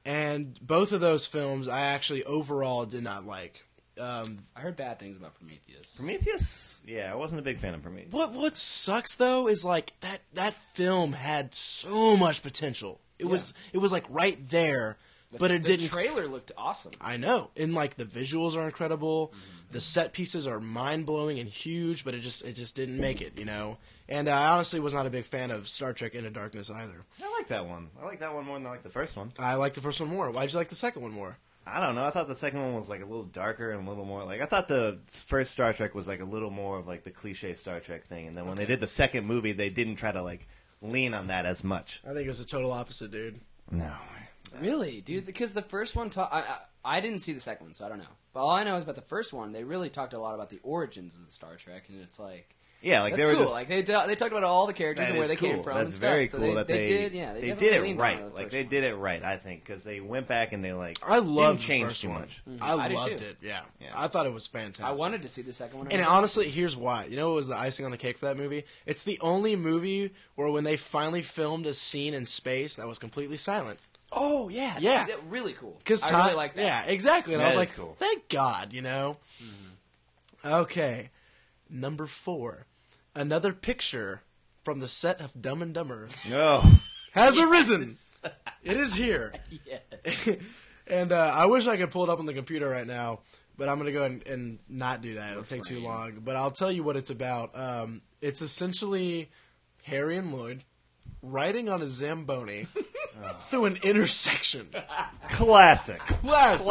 Speaker 1: and both of those films I actually overall did not like. Um,
Speaker 2: I heard bad things about Prometheus.
Speaker 3: Prometheus yeah I wasn't a big fan of Prometheus
Speaker 1: what what sucks though is like that that film had so much potential. It was it was like right there, but it
Speaker 2: the
Speaker 1: didn't.
Speaker 2: trailer looked awesome.
Speaker 1: I know, and like the visuals are incredible. The set pieces are mind blowing and huge, but it just it just didn't make it, you know. And I honestly was not a big fan of Star Trek Into Darkness either.
Speaker 3: I like that one I like that one more than I like the first one
Speaker 1: I liked the first one more. Why'd you like the second one more?
Speaker 3: I don't know. I thought the second one was like a little darker and a little more like I thought the first Star Trek was like a little more of like the cliche Star Trek thing, and then when they did the second movie, they didn't try to like lean on that as much.
Speaker 1: I think it was the total opposite, dude.
Speaker 3: No,
Speaker 2: Really, dude? Because the first one, ta- I, I I didn't see the second one, so I don't know. But all I know is about the first one. They really talked a lot about the origins of the Star Trek, and it's like
Speaker 3: yeah, like
Speaker 2: that's
Speaker 3: they were
Speaker 2: cool.
Speaker 3: just
Speaker 2: like they ta- they talked about all the characters
Speaker 3: that
Speaker 2: and where
Speaker 3: is
Speaker 2: they came
Speaker 3: cool.
Speaker 2: from.
Speaker 3: That's
Speaker 2: and stuff.
Speaker 3: very
Speaker 2: so
Speaker 3: cool
Speaker 2: they,
Speaker 3: that
Speaker 2: they,
Speaker 3: they
Speaker 2: did. Yeah, they,
Speaker 3: they did
Speaker 2: definitely
Speaker 3: it
Speaker 2: leaned on
Speaker 3: right.
Speaker 2: the
Speaker 3: Like
Speaker 2: first
Speaker 3: they
Speaker 2: one.
Speaker 3: did it right. I think because they went back and they like
Speaker 1: I loved
Speaker 3: didn't
Speaker 1: the
Speaker 3: change
Speaker 1: first
Speaker 3: too
Speaker 1: one. Mm-hmm.
Speaker 3: much.
Speaker 1: I,
Speaker 2: I did,
Speaker 1: loved
Speaker 2: too.
Speaker 1: it. Yeah.
Speaker 3: Yeah.
Speaker 1: I thought it was fantastic.
Speaker 2: I wanted to see the second one.
Speaker 1: And
Speaker 2: already.
Speaker 1: honestly, here's why. You know what was the icing on the cake for that movie? It's the only movie where when they finally filmed a scene in space that was completely silent.
Speaker 2: oh yeah,
Speaker 1: Yeah.
Speaker 2: that- really cool.
Speaker 1: Because
Speaker 2: I
Speaker 1: time,
Speaker 2: really like that.
Speaker 1: yeah, exactly. And I
Speaker 3: That
Speaker 1: was
Speaker 3: is
Speaker 1: like,
Speaker 3: cool. Mm-hmm.
Speaker 1: thank God, you know. Okay, number four, another picture from the set of Dumb and Dumber
Speaker 3: No,
Speaker 1: has arisen. It is here,
Speaker 2: yeah.
Speaker 1: and uh, I wish I could pull it up on the computer right now, but I'm gonna go and, and not do that. It'll take too
Speaker 2: frame.
Speaker 1: long. But I'll tell you what it's about. Um, it's essentially Harry and Lloyd riding on a zamboni through an intersection.
Speaker 3: classic,
Speaker 1: Classic.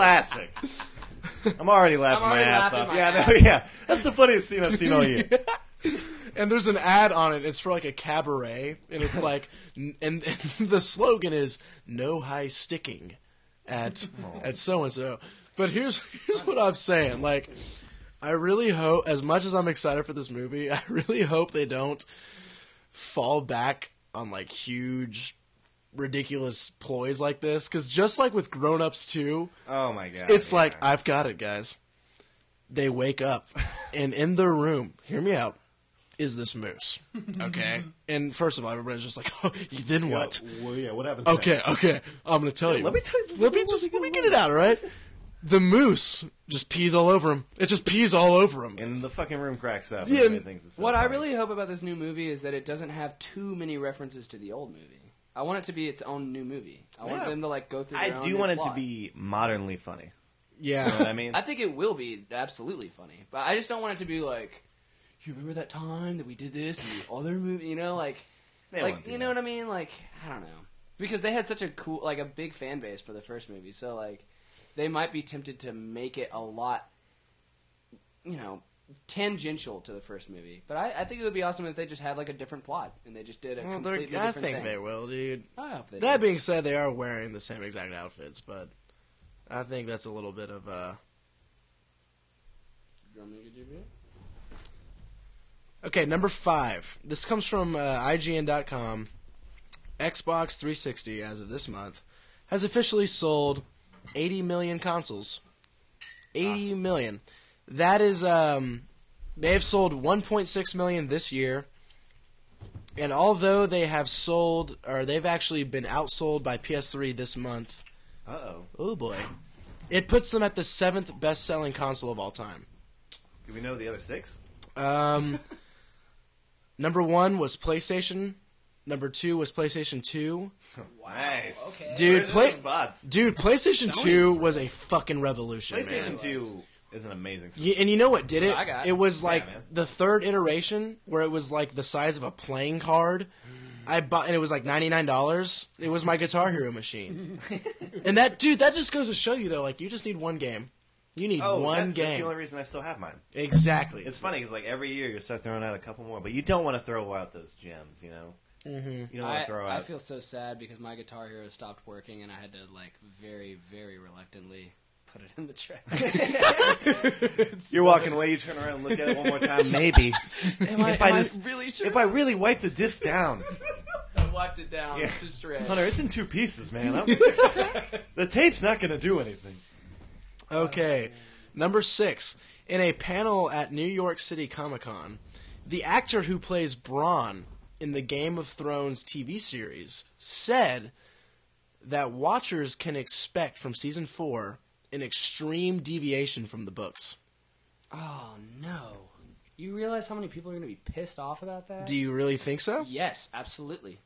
Speaker 3: classic. I'm already laughing
Speaker 2: already
Speaker 3: my ass
Speaker 2: laughing
Speaker 3: off.
Speaker 2: my
Speaker 3: yeah,
Speaker 2: ass
Speaker 3: no, yeah. That's the funniest scene I've seen all year.
Speaker 1: and there's an ad on it. It's for like a cabaret, and it's like, n- and, and the slogan is "No high sticking," at at so and so. But here's here's what I'm saying. Like, I really hope, as much as I'm excited for this movie, I really hope they don't fall back on like huge. Ridiculous ploys like this, because just like with Grown Ups too,
Speaker 3: Oh my god,
Speaker 1: it's
Speaker 3: yeah.
Speaker 1: like I've got it, guys. They wake up, and in their room, hear me out, is this moose? Okay. and first of all, everybody's just like, oh, "Then
Speaker 3: Yeah,
Speaker 1: what?"
Speaker 3: well, yeah, what happens? next?
Speaker 1: Okay, okay, I'm gonna tell you.
Speaker 3: let me tell you-
Speaker 1: Let me
Speaker 3: let
Speaker 1: just
Speaker 3: me
Speaker 1: let me get it out. All right. The moose just pees all over him. It just pees all over him.
Speaker 3: And the fucking room cracks up.
Speaker 1: Yeah,
Speaker 3: Yeah,
Speaker 1: and
Speaker 2: What I really hope about this new movie is that it doesn't have too many references to the old movie. I want it to be its own new movie. I want
Speaker 3: Yeah.
Speaker 2: them to like go through.
Speaker 3: I
Speaker 2: Their own
Speaker 3: do
Speaker 2: new
Speaker 3: want it
Speaker 2: plot.
Speaker 3: to be modernly funny. You know what
Speaker 1: Yeah.
Speaker 3: I mean?
Speaker 2: I think it will be absolutely funny, but I just don't want it to be like, you remember that time that we did this in the other movie? You know, like,
Speaker 3: They
Speaker 2: like
Speaker 3: won't do
Speaker 2: you know
Speaker 3: that.
Speaker 2: what I mean? Like, I don't know, because they had such a cool, like, a big fan base for the first movie, so like, they might be tempted to make it a lot, you know, tangential to the first movie. But I, I think it would be awesome if they just had like a different plot and they just did a
Speaker 1: well, they're,
Speaker 2: completely
Speaker 1: I
Speaker 2: different
Speaker 1: think
Speaker 2: thing.
Speaker 1: they will, dude.
Speaker 2: I hope they
Speaker 1: That
Speaker 2: do.
Speaker 1: being said, they are wearing the same exact outfits, but I think that's a little bit of uh,
Speaker 2: You want me to get you a beer?
Speaker 1: Okay, number five. This comes from uh, IGN.com. Xbox 360, as of this month, has officially sold 80 million consoles. Eighty million. That is, um, they have sold 1.6 million this year. And although they have sold, or they've actually been outsold by PS3 this month,
Speaker 3: Uh oh.
Speaker 1: oh boy, it puts them at the seventh best selling console of all time.
Speaker 3: Do we know the other six?
Speaker 1: Um, number one was PlayStation. Number two was PlayStation Two.
Speaker 2: Wow.
Speaker 3: Nice.
Speaker 2: Okay.
Speaker 1: Dude,
Speaker 3: Where's
Speaker 1: play-
Speaker 3: those spots?
Speaker 1: Dude, PlayStation
Speaker 2: Sony.
Speaker 1: Two was a fucking revolution, man.
Speaker 3: PlayStation Two is an amazing. System.
Speaker 1: Y and you know what did it?
Speaker 2: I got.
Speaker 1: It was like
Speaker 3: man.
Speaker 1: the third iteration where it was like the size of a playing card. I bought and it was like ninety nine dollars. It was my Guitar Hero machine. and that dude, that just goes to show you though, like you just need one game. You need
Speaker 3: Oh,
Speaker 1: one
Speaker 3: that's, that's
Speaker 1: game.
Speaker 3: the only reason I still have mine.
Speaker 1: exactly.
Speaker 3: It's funny because like every year you start throwing out a couple more, but you don't want to throw out those gems, you know. Mm-hmm. You don't want
Speaker 2: I,
Speaker 3: to throw
Speaker 2: I
Speaker 3: out.
Speaker 2: feel so sad because my Guitar Hero stopped working and I had to like very very reluctantly put it in the trash.
Speaker 3: You're walking away, you turn around, and look at it one more time. Maybe
Speaker 2: am I,
Speaker 3: If I
Speaker 2: am I
Speaker 3: just-
Speaker 2: really sure?
Speaker 3: if I really wipe the disc down,
Speaker 2: I walked it down
Speaker 3: Yeah.
Speaker 2: to shreds.
Speaker 3: Hunter, it's in two pieces, man. I'm- the tape's not going to do anything.
Speaker 1: Okay. Number six. In a panel at New York City Comic Con, the actor who plays Braun in the Game of Thrones TV series said that watchers can expect from season four an extreme deviation from the books.
Speaker 2: Oh no! You realize how many people are going to be pissed off about that?
Speaker 1: Do you really think so?
Speaker 2: yes, absolutely.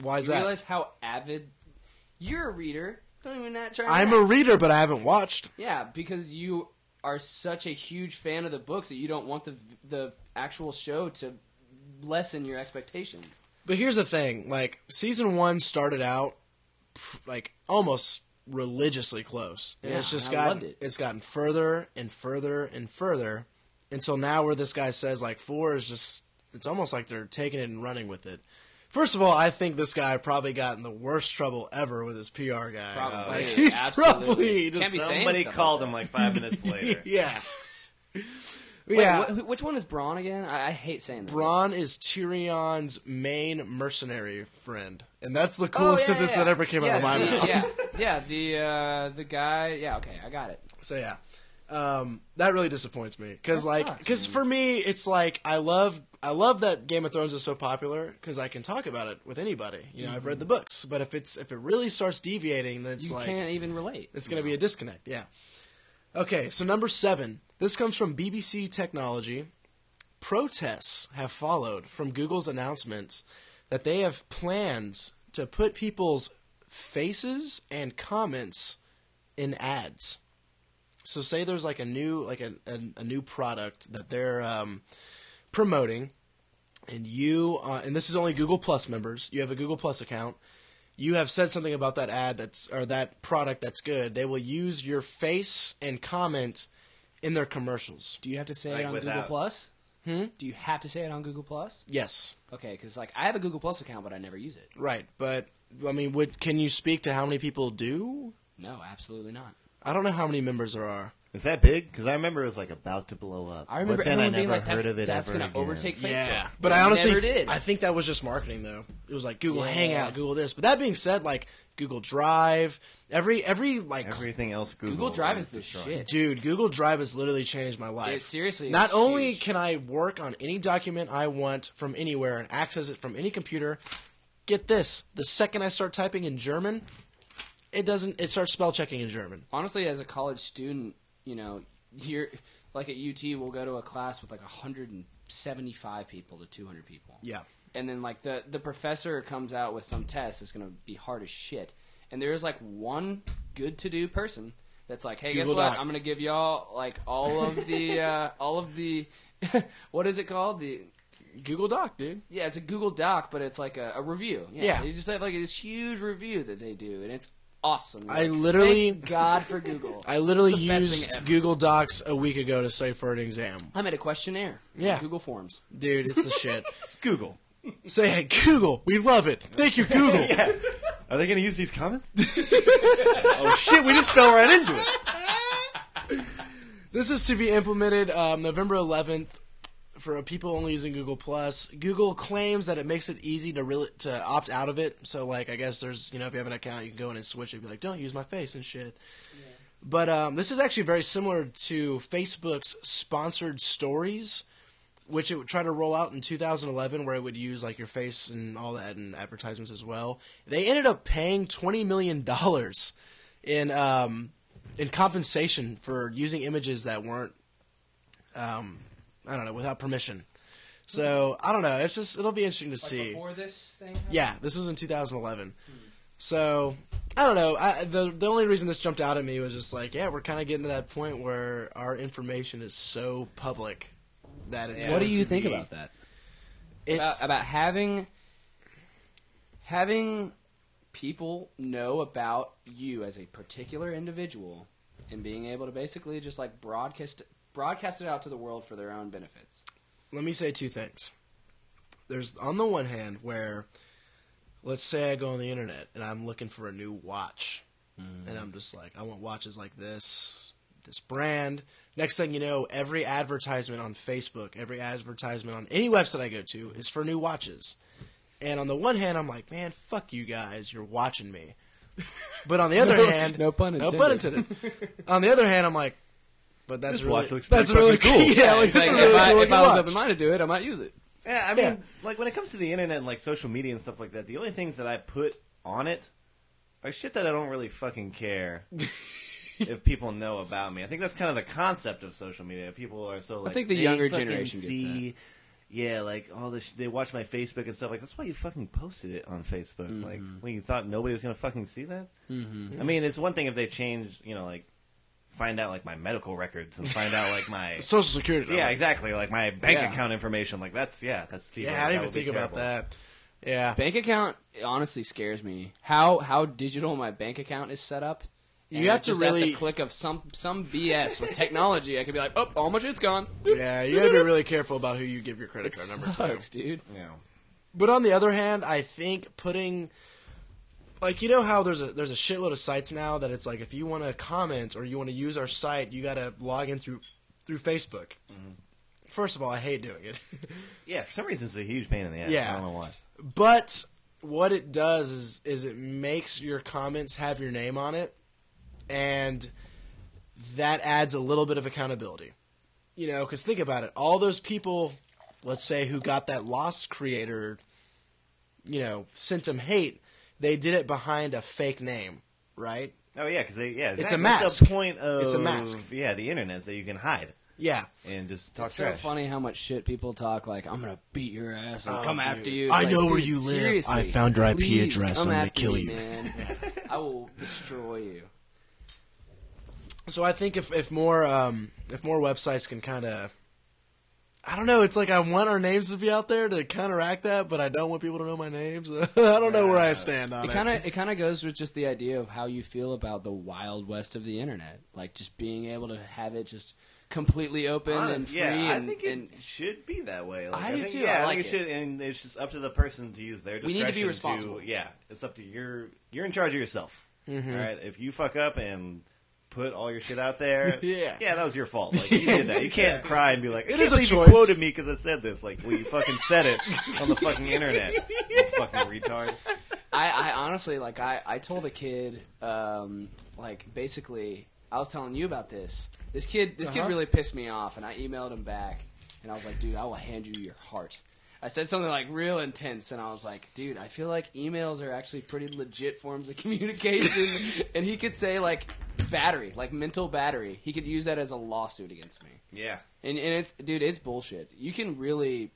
Speaker 1: Why is
Speaker 2: you
Speaker 1: that?
Speaker 2: realize how avid you're a reader. Don't even not try.
Speaker 1: I'm
Speaker 2: that.
Speaker 1: a reader, but I haven't watched.
Speaker 2: yeah, because you are such a huge fan of the books that you don't want the the actual show to lessen your expectations.
Speaker 1: But here's the thing: like season one started out pff, like almost religiously close, and
Speaker 2: Yeah,
Speaker 1: it's just
Speaker 2: and I
Speaker 1: gotten
Speaker 2: loved it.
Speaker 1: it's gotten further and further and further until now, where this guy says like four is just it's almost like they're taking it and running with it. First of all, I think this guy probably got in the worst trouble ever with his PR guy.
Speaker 2: Probably.
Speaker 1: like, he's
Speaker 2: Absolutely.
Speaker 1: probably
Speaker 2: Can't
Speaker 1: just
Speaker 2: be saying
Speaker 3: Somebody
Speaker 2: stuff
Speaker 3: called
Speaker 2: like
Speaker 3: him like five minutes later.
Speaker 1: yeah,
Speaker 2: Wait,
Speaker 1: yeah.
Speaker 2: wh- wh- which one is Braun again? I, I hate saying that.
Speaker 1: Braun is Tyrion's main mercenary friend, and that's the
Speaker 2: Oh, yeah,
Speaker 1: coolest sentence
Speaker 2: yeah, yeah.
Speaker 1: that ever came
Speaker 2: Yeah,
Speaker 1: out of my
Speaker 2: the-
Speaker 1: mouth.
Speaker 2: Yeah, yeah, the uh, the guy. Yeah, okay, I got it.
Speaker 1: So yeah, um, that really disappoints me because
Speaker 2: That
Speaker 1: like
Speaker 2: sucks,
Speaker 1: because
Speaker 2: man.
Speaker 1: for me it's like I love I love that Game of Thrones is so popular because I can talk about it with anybody. You know, I've read the books, but if it's if it really starts deviating, then it's
Speaker 2: Mm-hmm. You
Speaker 1: like
Speaker 2: can't even relate.
Speaker 1: it's going to be a disconnect. Yeah. Okay, so number seven. This comes from BBC Technology. Protests have followed from Google's announcement that they have plans to put people's faces and comments in ads. So say there's like a new like a, a, a new product that they're um, promoting, and you uh, and this is only Google Plus members. You have a Google Plus account. You have said something about that ad that's or that product that's good. They will use your face and comment in their commercials.
Speaker 2: Do you have to say
Speaker 3: Like
Speaker 2: it on Google
Speaker 3: without-
Speaker 2: Plus?
Speaker 1: Hmm?
Speaker 2: Do you have to say it on Google Plus?
Speaker 1: Yes,
Speaker 2: Okay, because like I have a Google Plus account, but I never use it.
Speaker 1: right. But I mean, would can you speak to how many people do?
Speaker 2: No, absolutely not.
Speaker 1: I don't know how many members there are.
Speaker 3: Is that big? Because I remember it was like about to blow up.
Speaker 2: I remember
Speaker 3: but then I
Speaker 2: everyone
Speaker 3: never
Speaker 2: being like,
Speaker 3: heard
Speaker 2: "That's,
Speaker 3: of it
Speaker 2: that's
Speaker 3: ever
Speaker 2: gonna
Speaker 3: again.
Speaker 2: overtake Facebook."
Speaker 1: but
Speaker 2: It
Speaker 1: I honestly,
Speaker 2: never did.
Speaker 1: I think that was just marketing though. It was like Google
Speaker 2: Yeah.
Speaker 1: Hangout, Google this. But that being said, like Google Drive, every every like
Speaker 3: Everything else Google,
Speaker 2: Google Drive
Speaker 3: has
Speaker 2: is the
Speaker 3: destroyed.
Speaker 2: shit.
Speaker 1: Dude, Google Drive has literally changed my life.
Speaker 2: It seriously is
Speaker 1: Not only
Speaker 2: huge.
Speaker 1: can I work on any document I want from anywhere and access it from any computer, get this: the second I start typing in German, it doesn't. It starts spell checking in German.
Speaker 2: honestly, as a college student, you know, you're like at UT, we'll go to a class with like 175 people to 200 people.
Speaker 1: Yeah,
Speaker 2: and then like the the professor comes out with some test that's gonna be hard as shit. And there is like one good to do person that's like, hey,
Speaker 1: Google
Speaker 2: guess what?
Speaker 1: Doc.
Speaker 2: I'm gonna give y'all like all of the uh, all of the what is it called? The
Speaker 1: Google Doc, dude.
Speaker 2: yeah, it's a Google Doc, but it's like a, a review. Yeah,
Speaker 1: Yeah.
Speaker 2: you just have like this huge review that they do, and it's awesome. You're
Speaker 1: I
Speaker 2: like,
Speaker 1: literally-
Speaker 2: thank God for Google.
Speaker 1: I literally
Speaker 2: It's the best thing
Speaker 1: used
Speaker 2: ever.
Speaker 1: Google Docs a week ago to study for an exam.
Speaker 2: I made a questionnaire.
Speaker 1: Yeah.
Speaker 2: Google Forms.
Speaker 1: Dude, it's the shit.
Speaker 3: Google.
Speaker 1: Say, hey, Google, we love it. Thank you, Google.
Speaker 3: Are they going to use these comments? oh shit! We just fell right into it.
Speaker 1: This is to be implemented um, November 11th for people only using Google Plus. Google claims that it makes it easy to really to opt out of it. So like I guess there's you know if you have an account you can go in and switch it. and Be like don't use my face and shit. But um, this is actually very similar to Facebook's sponsored stories, which it would try to roll out in 2011, where it would use like your face and all that and advertisements as well. They ended up paying 20 million dollars in um, in compensation for using images that weren't um, I don't know without permission. So I don't know. It's just it'll be interesting to
Speaker 2: Like
Speaker 1: see.
Speaker 2: before this thing. happened?
Speaker 1: Yeah, this was in 2011. So I don't know. I, the the only reason this jumped out at me was just like, yeah, we're kind of getting to that point where our information is so public that it's.
Speaker 3: Yeah.
Speaker 2: What do
Speaker 1: going
Speaker 2: you
Speaker 1: to
Speaker 2: think
Speaker 1: be-
Speaker 2: about that?
Speaker 1: It's
Speaker 2: about, about having having people know about you as a particular individual and being able to basically just like broadcast broadcast it out to the world for their own benefits.
Speaker 1: let me say two things. There's on the one hand where, let's say I go on the internet and I'm looking for a new watch,
Speaker 2: Mm-hmm.
Speaker 1: and I'm just like, I want watches like this, this brand. Next thing you know, every advertisement on Facebook, every advertisement on any website I go to is for new watches. And on the one hand, I'm like, man, fuck you guys, you're watching me. But on the other
Speaker 2: No-
Speaker 1: hand,
Speaker 2: no pun
Speaker 1: No pun
Speaker 2: intended.
Speaker 1: intended. on the other hand, I'm like, but that's
Speaker 3: This
Speaker 1: really
Speaker 3: watch looks
Speaker 1: that's
Speaker 3: pretty
Speaker 1: really
Speaker 3: fucking
Speaker 1: cool.
Speaker 3: cool.
Speaker 1: yeah, like,
Speaker 2: It's
Speaker 1: that's
Speaker 2: like,
Speaker 1: a really
Speaker 2: if I,
Speaker 1: cool
Speaker 2: if
Speaker 1: looking
Speaker 2: I was
Speaker 1: watch.
Speaker 2: open minded to it, I might use it.
Speaker 3: Yeah, I mean,
Speaker 1: Yeah.
Speaker 3: like when it comes to the internet and like social media and stuff like that, the only things that I put on it are shit that I don't really fucking care if people know about me. I think that's kind of the concept of social media. People are so like
Speaker 2: think the
Speaker 3: they
Speaker 2: younger
Speaker 3: fucking
Speaker 2: generation gets
Speaker 3: see, Yeah, like all this. They watch my Facebook and stuff like that's why you fucking posted it on Facebook. Like when you thought nobody was gonna fucking see that.
Speaker 2: Mm-hmm.
Speaker 3: I mean, it's one thing if they change, you know, like find out like my medical records and find out like my
Speaker 1: Social Security.
Speaker 3: yeah,
Speaker 1: number.
Speaker 3: exactly. Like my bank
Speaker 2: Yeah.
Speaker 3: account information. Like that's yeah, that's the
Speaker 1: Yeah, I didn't even
Speaker 3: would be
Speaker 1: think about
Speaker 3: terrible.
Speaker 1: that. Yeah,
Speaker 2: Bank account honestly scares me. How how digital my bank account is set up.
Speaker 1: You
Speaker 2: And
Speaker 1: have
Speaker 2: it's
Speaker 1: to
Speaker 2: just at
Speaker 1: really-
Speaker 2: the click of some some BS with technology. I could be like, oh, all my shit's gone.
Speaker 1: yeah, you gotta be really careful about who you give your credit
Speaker 2: It
Speaker 1: card number
Speaker 2: sucks,
Speaker 1: to.
Speaker 2: dude.
Speaker 3: Yeah.
Speaker 1: But on the other hand, I think putting, like, you know how there's a there's a shitload of sites now that it's like if you want to comment or you want to use our site, you gotta log in through through Facebook.
Speaker 3: Mm-hmm.
Speaker 1: First of all, I hate doing it.
Speaker 3: Yeah, for some reason it's a huge pain in the ass.
Speaker 1: Yeah.
Speaker 3: I don't know why.
Speaker 1: But what it does is is it makes your comments have your name on it, and that adds a little bit of accountability. You know, because think about it, all those people, let's say, who got that Lost creator, you know, sent them hate. They did it behind a fake name, right?
Speaker 3: Oh yeah, because they yeah,
Speaker 1: It's a
Speaker 3: exactly. That's
Speaker 1: mask.
Speaker 3: The point of
Speaker 1: It's a mask.
Speaker 3: Yeah, the internet is that you can hide
Speaker 1: Yeah.
Speaker 3: and just talk
Speaker 2: it's
Speaker 3: trash.
Speaker 2: so funny how much shit people talk. Like, I'm gonna beat your ass and
Speaker 1: Oh,
Speaker 2: come
Speaker 1: dude.
Speaker 2: after you.
Speaker 1: I
Speaker 2: Like,
Speaker 1: know where
Speaker 2: dude,
Speaker 1: you live.
Speaker 2: seriously,
Speaker 1: I found your IP
Speaker 2: please
Speaker 1: address.
Speaker 2: come
Speaker 1: I'm gonna
Speaker 2: after
Speaker 1: kill
Speaker 2: me,
Speaker 1: you.
Speaker 2: Man. I will destroy you.
Speaker 1: So I think if if more um, if more websites can kind of, I don't know. It's like I want our names to be out there to counteract that, but I don't want people to know my names. I don't know where I stand on
Speaker 2: It
Speaker 1: it.
Speaker 2: kind of it kind of goes with just the idea of how you feel about the wild west of the internet, like just being able to have it just completely open and
Speaker 3: Honest-
Speaker 2: free.
Speaker 3: yeah,
Speaker 2: and,
Speaker 3: I think it
Speaker 2: and
Speaker 3: should be that way. Like,
Speaker 2: I do
Speaker 3: think,
Speaker 2: too,
Speaker 3: Yeah,
Speaker 2: I
Speaker 3: think
Speaker 2: like
Speaker 3: it
Speaker 2: it.
Speaker 3: should, and it's just up to the person to use their.
Speaker 2: We need to be
Speaker 3: discretion
Speaker 2: responsible. Mm-hmm.
Speaker 3: yeah, it's up to your. You're in charge of yourself. All right, if you fuck up and put all your shit out there,
Speaker 1: Yeah.
Speaker 3: yeah, that was your fault. Like you did that. You can't cry and be like, I
Speaker 1: It
Speaker 3: can't
Speaker 1: is a
Speaker 3: believe
Speaker 1: choice.
Speaker 3: You quoted me because I said this. Like, well, you fucking said it on the fucking internet. You fucking retard.
Speaker 2: I, I honestly like I, I told a kid um, like basically I was telling you about this. This kid this
Speaker 1: Uh-huh.
Speaker 2: kid really pissed me off and I emailed him back and I was like, dude, I will hand you your heart. I said something like real intense and I was like, dude, I feel like emails are actually pretty legit forms of communication and he could say like battery, like mental battery. He could use that as a lawsuit against me.
Speaker 3: Yeah.
Speaker 2: And and it's dude, it's bullshit. You can really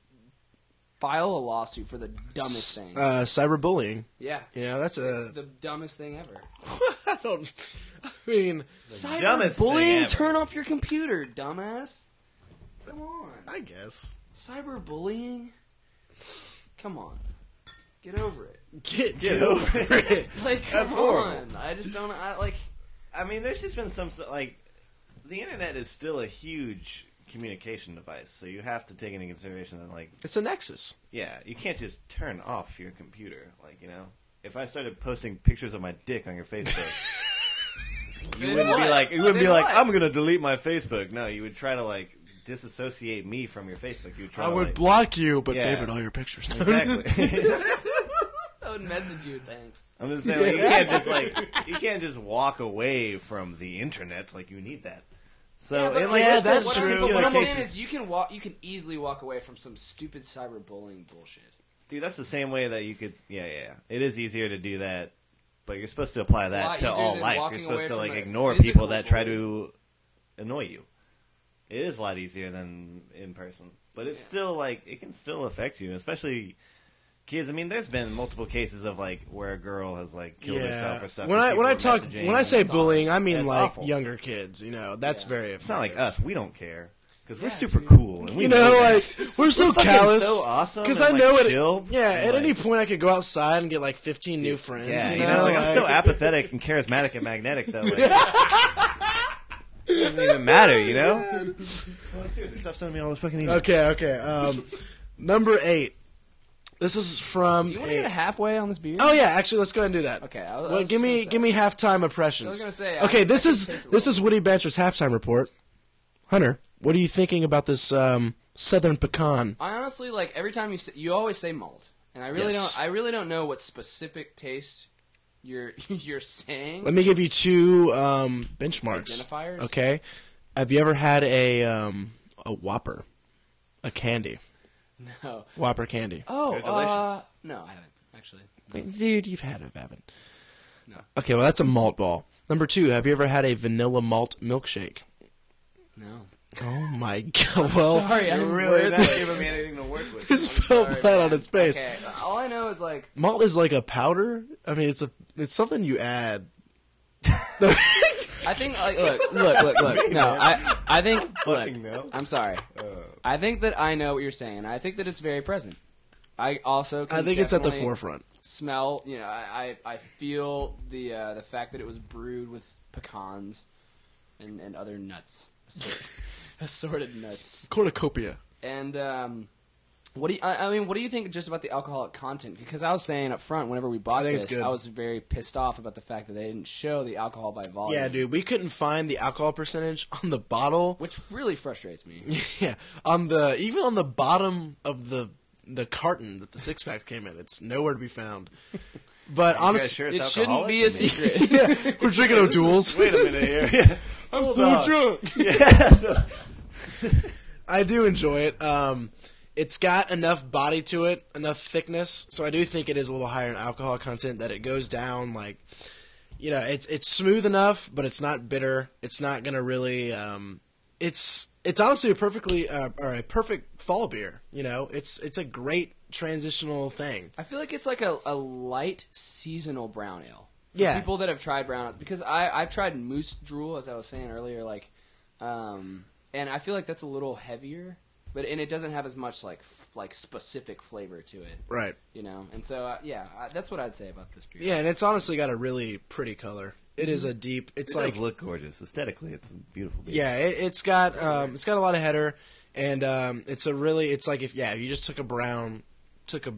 Speaker 2: file a lawsuit for the dumbest thing.
Speaker 1: Uh, cyberbullying.
Speaker 2: yeah.
Speaker 1: You know, that's
Speaker 2: It's
Speaker 1: a.
Speaker 2: the dumbest thing ever.
Speaker 1: I don't. I mean,
Speaker 3: dumbest thing
Speaker 2: Bullying,
Speaker 3: ever.
Speaker 2: turn off your computer, dumbass. Come on.
Speaker 1: I guess
Speaker 2: Cyberbullying? Come on. Get over it.
Speaker 1: get
Speaker 3: Get over it.
Speaker 2: It's like, come
Speaker 3: That's
Speaker 2: on.
Speaker 3: horrible.
Speaker 2: I just don't, I like,
Speaker 3: I mean, there's just been some st- like the internet is still a huge communication device, so you have to take into consideration that like
Speaker 1: It's a nexus.
Speaker 3: yeah, you can't just turn off your computer. Like you know, if I started posting pictures of my dick on your Facebook, you
Speaker 2: Then
Speaker 3: wouldn't be
Speaker 2: what?
Speaker 3: like you wouldn't be
Speaker 2: Then
Speaker 3: like
Speaker 2: what?
Speaker 3: I'm gonna delete my Facebook. No, you would try to like disassociate me from your Facebook. You try
Speaker 1: I
Speaker 3: to,
Speaker 1: would
Speaker 3: like-
Speaker 1: block you, but
Speaker 3: Yeah.
Speaker 1: favorite all your pictures.
Speaker 3: exactly.
Speaker 2: I would message you, thanks.
Speaker 3: I'm just saying, like, you can't just like you can't just walk away from the internet. Like you need that. So
Speaker 2: Yeah, but
Speaker 3: in,
Speaker 2: like,
Speaker 3: like,
Speaker 1: yeah,
Speaker 3: this
Speaker 1: that's
Speaker 2: what
Speaker 1: true.
Speaker 2: I'm, but
Speaker 3: particular
Speaker 2: what I'm
Speaker 1: almost-
Speaker 2: saying is, you can walk, you can easily walk away from some stupid cyberbullying bullshit.
Speaker 3: Dude, that's the same way that you could. Yeah, yeah. yeah. It is easier to do that, but you're supposed to apply
Speaker 2: It's a lot
Speaker 3: that to
Speaker 2: easier
Speaker 3: all
Speaker 2: than
Speaker 3: life.
Speaker 2: walking
Speaker 3: You're
Speaker 2: away
Speaker 3: supposed to
Speaker 2: from
Speaker 3: like
Speaker 2: a
Speaker 3: ignore
Speaker 2: physical
Speaker 3: people that try
Speaker 2: bully.
Speaker 3: to annoy you. It is a lot easier than in person, but it's
Speaker 2: Yeah.
Speaker 3: still like it can still affect you, especially kids. I mean, there's been multiple cases of like where a girl has like killed herself or something.
Speaker 1: When I
Speaker 3: People
Speaker 1: when I
Speaker 3: were
Speaker 1: talk
Speaker 3: messaging
Speaker 1: when I
Speaker 3: and-
Speaker 1: say
Speaker 2: That's
Speaker 1: bullying, I mean
Speaker 3: That's
Speaker 1: like
Speaker 3: awful.
Speaker 1: younger kids. You know, that's
Speaker 2: Yeah.
Speaker 1: very.
Speaker 3: it's not like us. We don't care because we're
Speaker 2: Yeah,
Speaker 3: super
Speaker 2: dude.
Speaker 3: cool. And we
Speaker 1: You know,
Speaker 3: that.
Speaker 1: like we're so
Speaker 3: fucking
Speaker 1: callous.
Speaker 3: so awesome
Speaker 1: Because
Speaker 3: and,
Speaker 1: I know
Speaker 3: like,
Speaker 1: it.
Speaker 3: chill
Speaker 1: Yeah,
Speaker 3: and,
Speaker 1: at any
Speaker 3: like-
Speaker 1: point I could go outside and get like 15 new friends.
Speaker 3: Yeah,
Speaker 1: you, know,
Speaker 3: like, I'm so
Speaker 1: like-
Speaker 3: apathetic and charismatic and magnetic though. Like, it doesn't even matter, you know. Well, seriously, stop sending me all the fucking emails.
Speaker 1: Okay, okay. Um, number eight. This is from.
Speaker 2: Do you want
Speaker 1: a-
Speaker 2: to get halfway on this beer?
Speaker 1: Oh yeah, actually, let's go ahead and do that.
Speaker 2: Okay, I was- I
Speaker 1: well,
Speaker 2: was
Speaker 1: give me
Speaker 2: gonna say-
Speaker 1: give me halftime impressions.
Speaker 2: I was gonna say, I-
Speaker 1: Okay,
Speaker 2: I
Speaker 1: this
Speaker 2: can
Speaker 1: is
Speaker 2: taste a
Speaker 1: this
Speaker 2: little.
Speaker 1: is Woody Banter's halftime report. Hunter, what are you thinking about this um, southern pecan?
Speaker 2: I honestly like every time you say, you always say malt, and I really
Speaker 1: Yes.
Speaker 2: don't. I really don't know what specific taste you're you're saying.
Speaker 1: Let me give you two um, benchmarks.
Speaker 2: Identifiers?
Speaker 1: Okay, have you ever had a um, a Whopper, a candy
Speaker 2: No.
Speaker 1: Whopper candy?
Speaker 2: Oh,
Speaker 3: They're delicious.
Speaker 2: uh, no, I haven't actually.
Speaker 1: Dude, you've had it, haven't?
Speaker 2: No.
Speaker 1: Okay, well that's a malt ball. Number two, have you ever had a vanilla malt milkshake?
Speaker 2: No.
Speaker 1: Oh my god! Well,
Speaker 2: sorry, I'm
Speaker 3: You're really not
Speaker 2: weirdly-
Speaker 3: giving me anything to work with.
Speaker 1: It's fell
Speaker 2: Sorry,
Speaker 1: flat on
Speaker 2: man.
Speaker 1: its face.
Speaker 2: Okay, all I know is like
Speaker 1: Malt is like a powder. I mean, it's a it's something you add.
Speaker 2: I think like look look look look. No, I I think
Speaker 3: Fucking
Speaker 2: look.
Speaker 3: no.
Speaker 2: I'm sorry.
Speaker 3: Uh,
Speaker 2: I think that I know what you're saying. I think that it's very present. I also can
Speaker 1: I think it's at the
Speaker 2: definitely
Speaker 1: forefront.
Speaker 2: Smell, you know, I I, I feel the uh, the fact that it was brewed with pecans and and other nuts, assorted, assorted nuts.
Speaker 1: Cornucopia.
Speaker 2: And um, what do you, I, I mean? What do you think just about the alcoholic content? Because I was saying up front, whenever we bought
Speaker 1: I think it's
Speaker 2: this,
Speaker 1: good.
Speaker 2: I was very pissed off about the fact that they didn't show the alcohol by volume.
Speaker 1: Yeah, dude, we couldn't find the alcohol percentage on the bottle.
Speaker 2: Which really frustrates me.
Speaker 1: Yeah, on the even on the bottom of the the carton that the six pack came in, it's nowhere to be found. But
Speaker 3: you guys sure
Speaker 1: honestly,
Speaker 3: it's
Speaker 2: it shouldn't
Speaker 3: alcoholic?
Speaker 2: be a
Speaker 3: I mean,
Speaker 2: secret.
Speaker 1: yeah, we're drinking O'Doul's.
Speaker 3: Wait a minute here.
Speaker 1: I'm
Speaker 3: Hold
Speaker 1: so
Speaker 3: on.
Speaker 1: drunk.
Speaker 3: yeah, so,
Speaker 1: I do enjoy it. Um, it's got enough body to it, enough thickness, so I do think it is a little higher in alcohol content that it goes down like you know, it's it's smooth enough, but it's not bitter. It's not gonna really um it's it's honestly a perfectly uh, or a perfect fall beer, you know. It's it's a great transitional thing.
Speaker 2: I feel like it's like a, a light seasonal brown ale. For
Speaker 1: Yeah.
Speaker 2: People that have tried brown ale because I I've tried moose drool as I was saying earlier, like, um, and I feel like that's a little heavier, but and it doesn't have as much like f- like specific flavor to it,
Speaker 1: Right.
Speaker 2: you know. And so uh, yeah, I, that's what I'd say about this beer.
Speaker 1: Yeah, and it's honestly got a really pretty color. It is a deep it's
Speaker 3: Mm-hmm. it
Speaker 1: like
Speaker 3: does look gorgeous aesthetically. It's a beautiful. Beer.
Speaker 1: Yeah, it, it's got um, it's got a lot of header, and um, it's a really it's like if yeah if you just took a brown, took a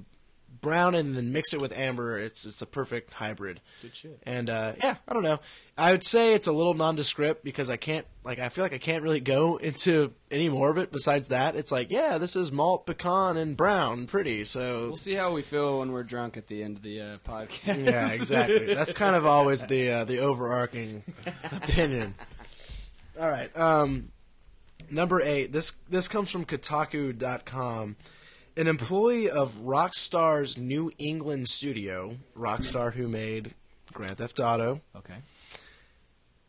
Speaker 1: brown and then mix it with amber, it's it's a perfect hybrid.
Speaker 2: Good shit.
Speaker 1: And uh, yeah, I don't know. I would say it's a little nondescript because I can't like I feel like I can't really go into any more of it besides that. It's like yeah, this is malt pecan and brown, pretty. So
Speaker 2: We'll see how we feel when we're drunk at the end of the uh, podcast.
Speaker 1: yeah, exactly. That's kind of always the uh, the overarching opinion. All right. Um, number eight. This this comes from Kotaku.com. An employee of Rockstar's New England studio, Rockstar who made Grand Theft Auto,
Speaker 2: okay.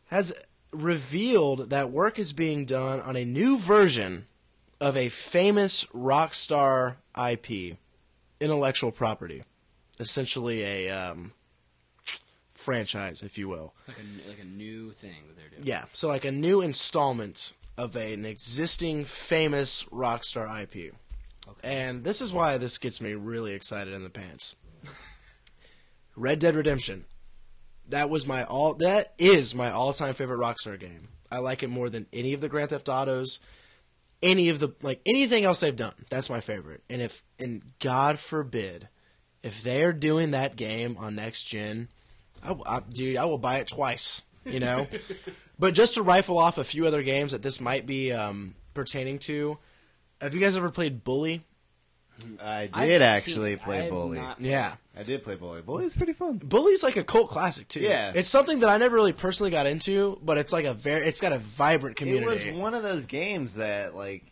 Speaker 1: has revealed that work is being done on a new version of a famous Rockstar IP, intellectual property, essentially a um, franchise, if you will.
Speaker 2: Like a like a new thing that they're doing.
Speaker 1: Yeah, so like a new installment of an existing famous Rockstar IP.
Speaker 2: Okay.
Speaker 1: And this is why this gets me really excited in the pants. Red Dead Redemption. That was my all that is my all-time favorite Rockstar game. I like it more than any of the Grand Theft Autos, any of the like anything else they've done. That's my favorite. And if and God forbid if they're doing that game on next gen, I, w- I- dude, I will buy it twice, you know? but just to rifle off a few other games that this might be um, pertaining to. Have you guys ever played Bully?
Speaker 3: I did
Speaker 2: I've seen
Speaker 3: actually
Speaker 2: it. I
Speaker 3: play
Speaker 2: have
Speaker 3: Bully.
Speaker 2: not-
Speaker 1: Yeah.
Speaker 3: I did play Bully. Bully's pretty fun.
Speaker 1: Bully's like a cult classic too.
Speaker 3: Yeah.
Speaker 1: It's something that I never really personally got into, but it's like a very it's got a vibrant
Speaker 3: It was
Speaker 1: community.
Speaker 3: one of those games that, like,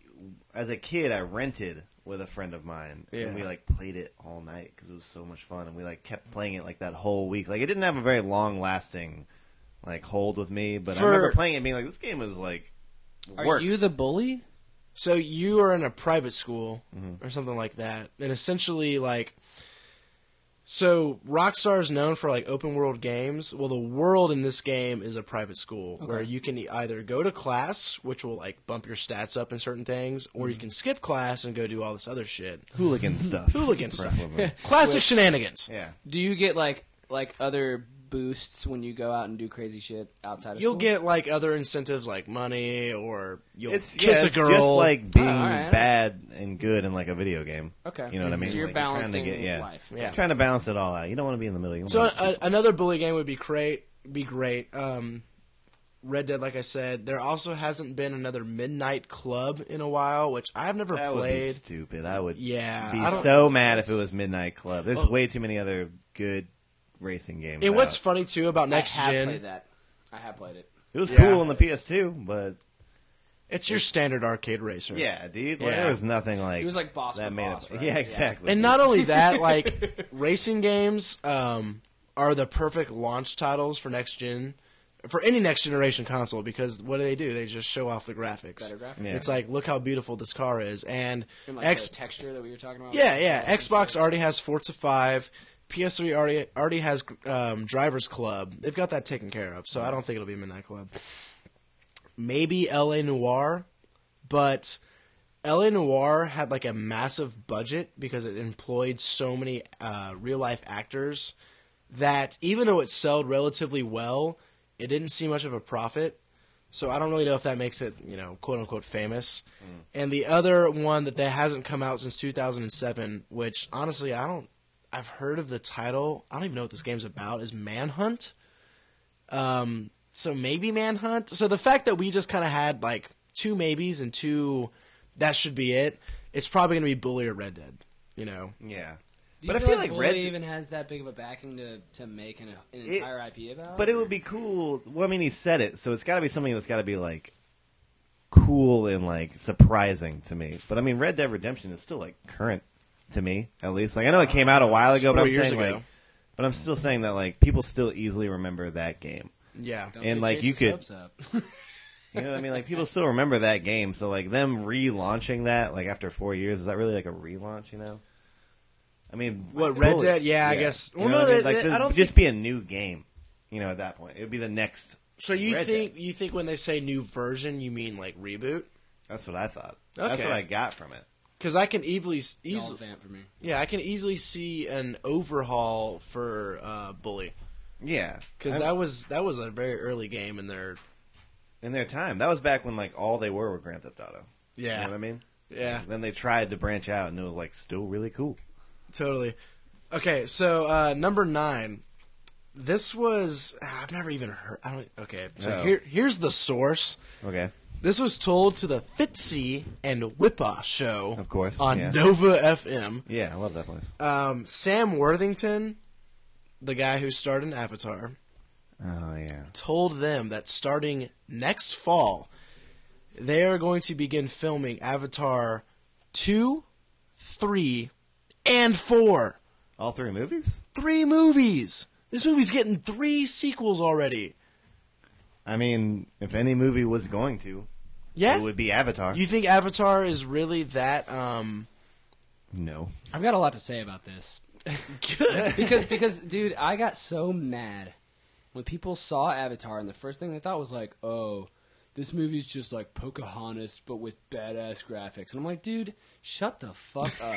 Speaker 3: as a kid, I rented with a friend of mine,
Speaker 1: Yeah.
Speaker 3: and we like played it all night because it was so much fun, and we like kept playing it like that whole week. Like, it didn't have a very long lasting like hold with me, but
Speaker 1: For-
Speaker 3: I remember playing it, and being like, this game is like.
Speaker 2: Are
Speaker 3: works.
Speaker 2: you the bully?
Speaker 1: so you are in a private school
Speaker 3: Mm-hmm.
Speaker 1: or something like that. And essentially like so Rockstar is known for like open world games. Well, the world in this game is a private school where you can e, either go to class, which will like bump your stats up in certain things, or
Speaker 3: Mm-hmm.
Speaker 1: you can skip class and go do all this other shit.
Speaker 3: hooligan stuff?
Speaker 1: Hooligan stuff.
Speaker 3: Preferably.
Speaker 1: Classic shenanigans.
Speaker 3: yeah.
Speaker 2: Do you get like like other boosts when you go out and do crazy shit outside of
Speaker 1: You'll
Speaker 2: school?
Speaker 1: get like other incentives like money or you'll
Speaker 3: It's
Speaker 1: kiss
Speaker 3: yeah,
Speaker 1: a
Speaker 3: it's
Speaker 1: girl.
Speaker 3: just like being
Speaker 2: Oh, all right.
Speaker 3: bad and good in like a video game.
Speaker 2: Okay.
Speaker 3: You know what I mean?
Speaker 2: So you're
Speaker 3: Like, you're trying to
Speaker 2: balancing
Speaker 3: get- yeah.
Speaker 2: life.
Speaker 1: yeah.
Speaker 3: Trying to balance it all out. You don't want to be in the middle. You
Speaker 1: So uh,
Speaker 3: wanna-
Speaker 1: a, another bully game would be great. Be great. Um, Red Dead, like I said, there also hasn't been another Midnight Club in a while, which I've never
Speaker 3: that would be
Speaker 1: played.
Speaker 3: stupid. I would
Speaker 1: Yeah, I
Speaker 3: be
Speaker 1: don't-
Speaker 3: so mad if it was Midnight Club. There's
Speaker 1: Oh.
Speaker 3: way too many other good racing games.
Speaker 1: and what's
Speaker 3: out.
Speaker 1: funny too about next
Speaker 2: I have
Speaker 1: gen,
Speaker 2: played that. I have played it.
Speaker 3: it was
Speaker 1: yeah.
Speaker 3: cool on the PS2, but
Speaker 1: it's your standard arcade racer.
Speaker 3: yeah, dude, like,
Speaker 1: Yeah.
Speaker 3: there was nothing like
Speaker 2: He was like boss
Speaker 3: that
Speaker 2: for
Speaker 3: made
Speaker 2: boss,
Speaker 3: it.
Speaker 2: right?
Speaker 3: Yeah,
Speaker 2: Yeah.
Speaker 3: exactly.
Speaker 1: And not only that, like racing games um, are the perfect launch titles for next gen, for any next generation console because what do they do? They just show off the graphics.
Speaker 2: Better graphics.
Speaker 3: Yeah.
Speaker 1: It's like look how beautiful this car is, and
Speaker 2: And like
Speaker 1: X.
Speaker 2: the texture that we were talking about.
Speaker 1: yeah, yeah. Xbox already has Forza Five. PS3 already already has um, Drivers Club. They've got that taken care of, so I don't think it'll be Midnight Club. Maybe L.A. Noir, but L.A. Noir had like a massive budget because it employed so many uh, real life actors that even though it sold relatively well, it didn't see much of a profit. So I don't really know if that makes it, you know, quote unquote famous. And the other one that that hasn't come out since 2007, which honestly I don't, I've heard of the title. I don't even know what this game's about. Is Manhunt? Um, so maybe Manhunt. So the fact that we just kind of had like two maybes and two that should be it. It's probably gonna be Bully or Red Dead. You know,
Speaker 3: yeah.
Speaker 2: Do you
Speaker 3: But I
Speaker 2: feel
Speaker 3: feel
Speaker 2: like,
Speaker 3: like
Speaker 2: Bully
Speaker 3: Red-
Speaker 2: even has that big of a backing to, to make an, an
Speaker 3: It-
Speaker 2: entire IP about?
Speaker 3: But it would be cool. Well, I mean, he said it, so it's got to be something that's got to be like cool and like surprising to me. But I mean, Red Dead Redemption is still like current to me, at least. Like I know it came out a while
Speaker 1: It's
Speaker 3: ago, but
Speaker 1: four
Speaker 3: I'm
Speaker 1: years
Speaker 3: saying
Speaker 1: ago.
Speaker 3: like, but I'm still saying that like people still easily remember that game.
Speaker 1: yeah.
Speaker 2: Don't
Speaker 3: and,
Speaker 2: get
Speaker 3: like,
Speaker 2: Jason's
Speaker 3: you could-
Speaker 2: hopes up.
Speaker 3: You know what I mean? Like people still remember that game, so like them relaunching that like after four years is that really like a relaunch? You know? I mean,
Speaker 1: What,
Speaker 3: Bullet-
Speaker 1: Red Dead? Yeah, I guess-
Speaker 3: You
Speaker 1: well,
Speaker 3: know
Speaker 1: no,
Speaker 3: what I mean?
Speaker 1: that- that-
Speaker 3: like, this
Speaker 1: I
Speaker 3: would
Speaker 1: don't
Speaker 3: just be a new game. You know, at that point, it would be the next.
Speaker 1: So you
Speaker 3: Red
Speaker 1: think you think when they say new version, you mean like reboot?
Speaker 3: That's what I thought. That's
Speaker 1: Okay.
Speaker 3: what I got from it.
Speaker 1: Because I can easily,
Speaker 2: Don't
Speaker 1: easily,
Speaker 2: vamp for me.
Speaker 1: yeah, I can easily see an overhaul for uh, Bully
Speaker 3: Yeah,
Speaker 1: because
Speaker 3: I-
Speaker 1: that was that was a very early game in their
Speaker 3: in their time, that was back when like all they were were Grand Theft Auto. you
Speaker 1: yeah
Speaker 3: know what I mean.
Speaker 1: yeah
Speaker 3: Then they tried to branch out, and it was like still really cool.
Speaker 1: totally. Okay, so uh, number nine. This was I've never even heard. I don't okay. So
Speaker 3: No.
Speaker 1: here here's the source.
Speaker 3: Okay,
Speaker 1: This was told to the Fitzy and Whippa show,
Speaker 3: Of course,
Speaker 1: on
Speaker 3: yeah.
Speaker 1: Nova FM.
Speaker 3: yeah, I love that place.
Speaker 1: um, Sam Worthington, the guy who starred in Avatar,
Speaker 3: Oh yeah,
Speaker 1: told them that starting next fall, they are going to begin filming Avatar 2, 3, and 4.
Speaker 3: all three movies.
Speaker 1: Three movies! This movie's getting three sequels already.
Speaker 3: I mean, if any movie was going to,
Speaker 1: Yeah?
Speaker 3: it would be Avatar.
Speaker 1: You think Avatar is really that, um,
Speaker 3: no,
Speaker 2: I've got a lot to say about this
Speaker 1: good?
Speaker 2: because because dude, I got so mad when people saw Avatar and the first thing they thought was like, "Oh, this movie's just like Pocahontas but with badass graphics." And I'm like, "Dude, shut the fuck up."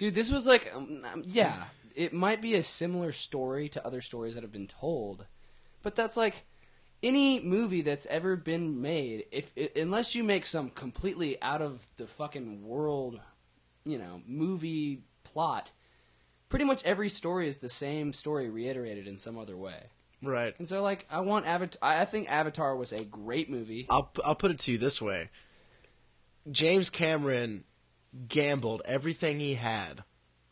Speaker 2: dude, this was like um, um, yeah, it might be a similar story to other stories that have been told, but that's like any movie that's ever been made, if i unless you make some completely out of the fucking world, you know, movie plot, pretty much every story is the same story reiterated in some other way.
Speaker 1: right.
Speaker 2: And so, like, I want Avatar. I I think Avatar was a great movie.
Speaker 1: I'll, I'll put it to you this way. James Cameron gambled everything he had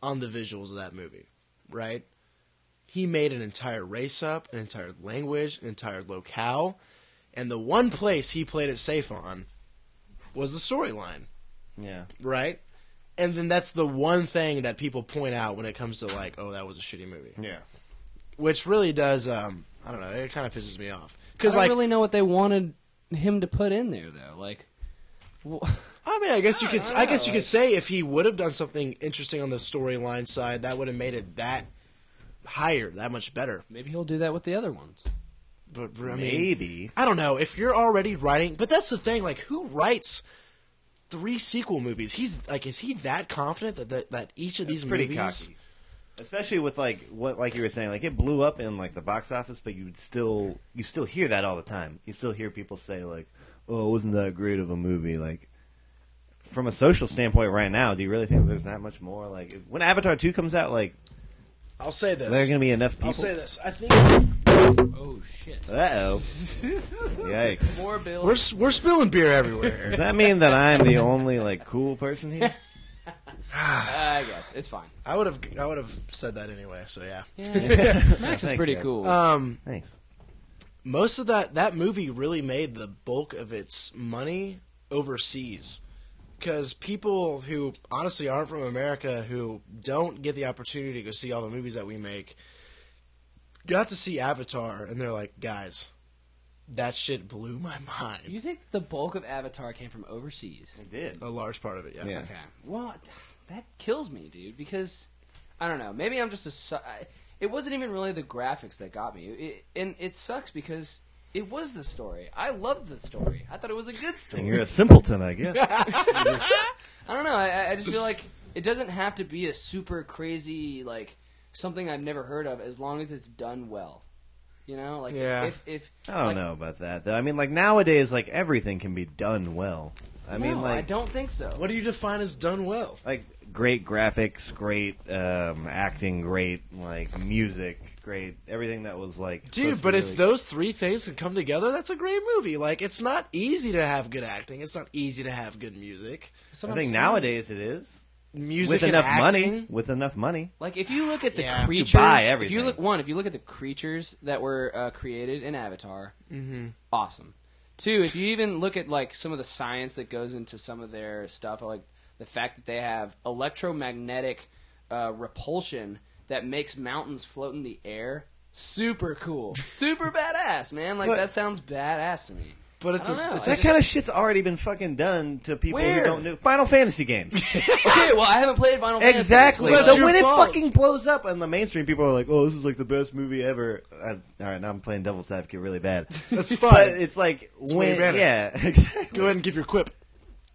Speaker 1: on the visuals of that movie, right? He made an entire race up, an entire language, an entire locale, and the one place he played it safe on was the storyline,
Speaker 3: Yeah.
Speaker 1: right? And then that's the one thing that people point out when it comes to like, oh, that was a shitty movie,
Speaker 3: Yeah.
Speaker 1: which really does, um, I don't know, it kind of pisses me off because
Speaker 2: I
Speaker 1: like,
Speaker 2: don't really know what they wanted him to put in there though. Like, wh-
Speaker 1: I mean, I guess you
Speaker 3: I
Speaker 1: could.
Speaker 3: don't
Speaker 1: I, guess you
Speaker 3: know,
Speaker 1: could
Speaker 3: like-
Speaker 1: say if he would have done something interesting on the storyline side, that would have made it that higher, that much better.
Speaker 2: maybe he'll do that with the other ones.
Speaker 1: But I mean,
Speaker 3: Maybe.
Speaker 1: I don't know if you're already writing. But that's the thing. Like, who writes three sequel movies? He's like, is he that confident that that, that each of these
Speaker 3: pretty
Speaker 1: movies?
Speaker 3: cocky. Especially with like what like you were saying, like it blew up in like the box office, but you'd still you still hear that all the time. You still hear people say like, "Oh, it wasn't that great of a movie?" Like from a social standpoint, right now, do you really think there's that much more? Like if- when Avatar two comes out, like
Speaker 1: I'll say
Speaker 3: are there
Speaker 1: this.
Speaker 3: gonna be enough people?
Speaker 1: I'll say this. I think
Speaker 2: Oh shit!
Speaker 3: Uh oh, yikes!
Speaker 2: More bills.
Speaker 1: we're s- we're spilling beer everywhere.
Speaker 3: Does that mean that I'm the only like cool person here?
Speaker 2: I guess it's fine.
Speaker 1: I would have I would have said that anyway. So yeah.
Speaker 2: Yeah, Max is
Speaker 3: Thank
Speaker 2: pretty
Speaker 3: you.
Speaker 2: cool.
Speaker 1: Um.
Speaker 3: Thanks.
Speaker 1: most of that that movie really made the bulk of its money overseas because people who honestly aren't from america who don't get the opportunity to go see all the movies that we make got to see avatar and they're like guys that shit blew my mind
Speaker 2: you think the bulk of Avatar came from overseas?
Speaker 3: I did.
Speaker 1: a large part of it yeah,
Speaker 3: Yeah.
Speaker 2: Okay. Well, that kills me, dude. Because I don't know. Maybe I'm just a. Su- I, it wasn't even really the graphics that got me, it, and it sucks because it was the story. I loved the story. I thought it was a good story.
Speaker 3: You're a simpleton, I guess.
Speaker 2: I don't know. I, I just feel like it doesn't have to be a super crazy like something I've never heard of, as long as it's done well. You know, like
Speaker 1: Yeah.
Speaker 2: if if
Speaker 3: I don't
Speaker 2: like,
Speaker 3: know about that though. I mean, like nowadays, like everything can be done well. I mean,
Speaker 2: no,
Speaker 3: like
Speaker 2: I don't think so.
Speaker 1: what do you define as done well
Speaker 3: like great graphics, great um, acting, great like music, great everything that was like.
Speaker 1: Dude,
Speaker 3: supposed to
Speaker 1: but
Speaker 3: be
Speaker 1: if
Speaker 3: really-
Speaker 1: those three things could come together, that's a great movie. Like, it's not easy to have good acting. It's not easy to have good music.
Speaker 2: That's what
Speaker 3: I
Speaker 2: I'm
Speaker 3: think
Speaker 2: saying.
Speaker 3: nowadays it is
Speaker 1: Music
Speaker 3: with
Speaker 1: and
Speaker 3: enough
Speaker 1: acting.
Speaker 3: money. With enough money,
Speaker 2: Like if you look at the
Speaker 1: Yeah. You
Speaker 2: creatures,
Speaker 3: buy
Speaker 2: If you
Speaker 3: everything.
Speaker 2: look one, if you look at the creatures that were uh, created in Avatar,
Speaker 1: Mm-hmm.
Speaker 2: awesome. Two, if you even look at like some of the science that goes into some of their stuff, like the fact that they have electromagnetic uh, repulsion that makes mountains float in the air, super cool, super badass, man. Like
Speaker 3: But-
Speaker 2: that sounds badass to me.
Speaker 1: But it's
Speaker 2: I don't
Speaker 1: a,
Speaker 2: know.
Speaker 1: it's
Speaker 2: I
Speaker 1: a
Speaker 3: that
Speaker 2: just-
Speaker 3: kind of shit's already been fucking done to people
Speaker 2: Where?
Speaker 3: who don't know Final Fantasy games.
Speaker 2: Okay, well I haven't played Final Fantasy.
Speaker 3: exactly.
Speaker 1: Well, that's
Speaker 3: so
Speaker 1: your
Speaker 3: when
Speaker 1: fault.
Speaker 3: it fucking blows up on the mainstream, people are like, "Oh, this is like the best movie ever." I, all right, now I'm playing Devil's Advocate really bad.
Speaker 1: That's
Speaker 3: But
Speaker 1: fine.
Speaker 3: it's like
Speaker 1: way
Speaker 3: when,
Speaker 1: better.
Speaker 3: yeah, exactly.
Speaker 1: Go ahead and give your quip.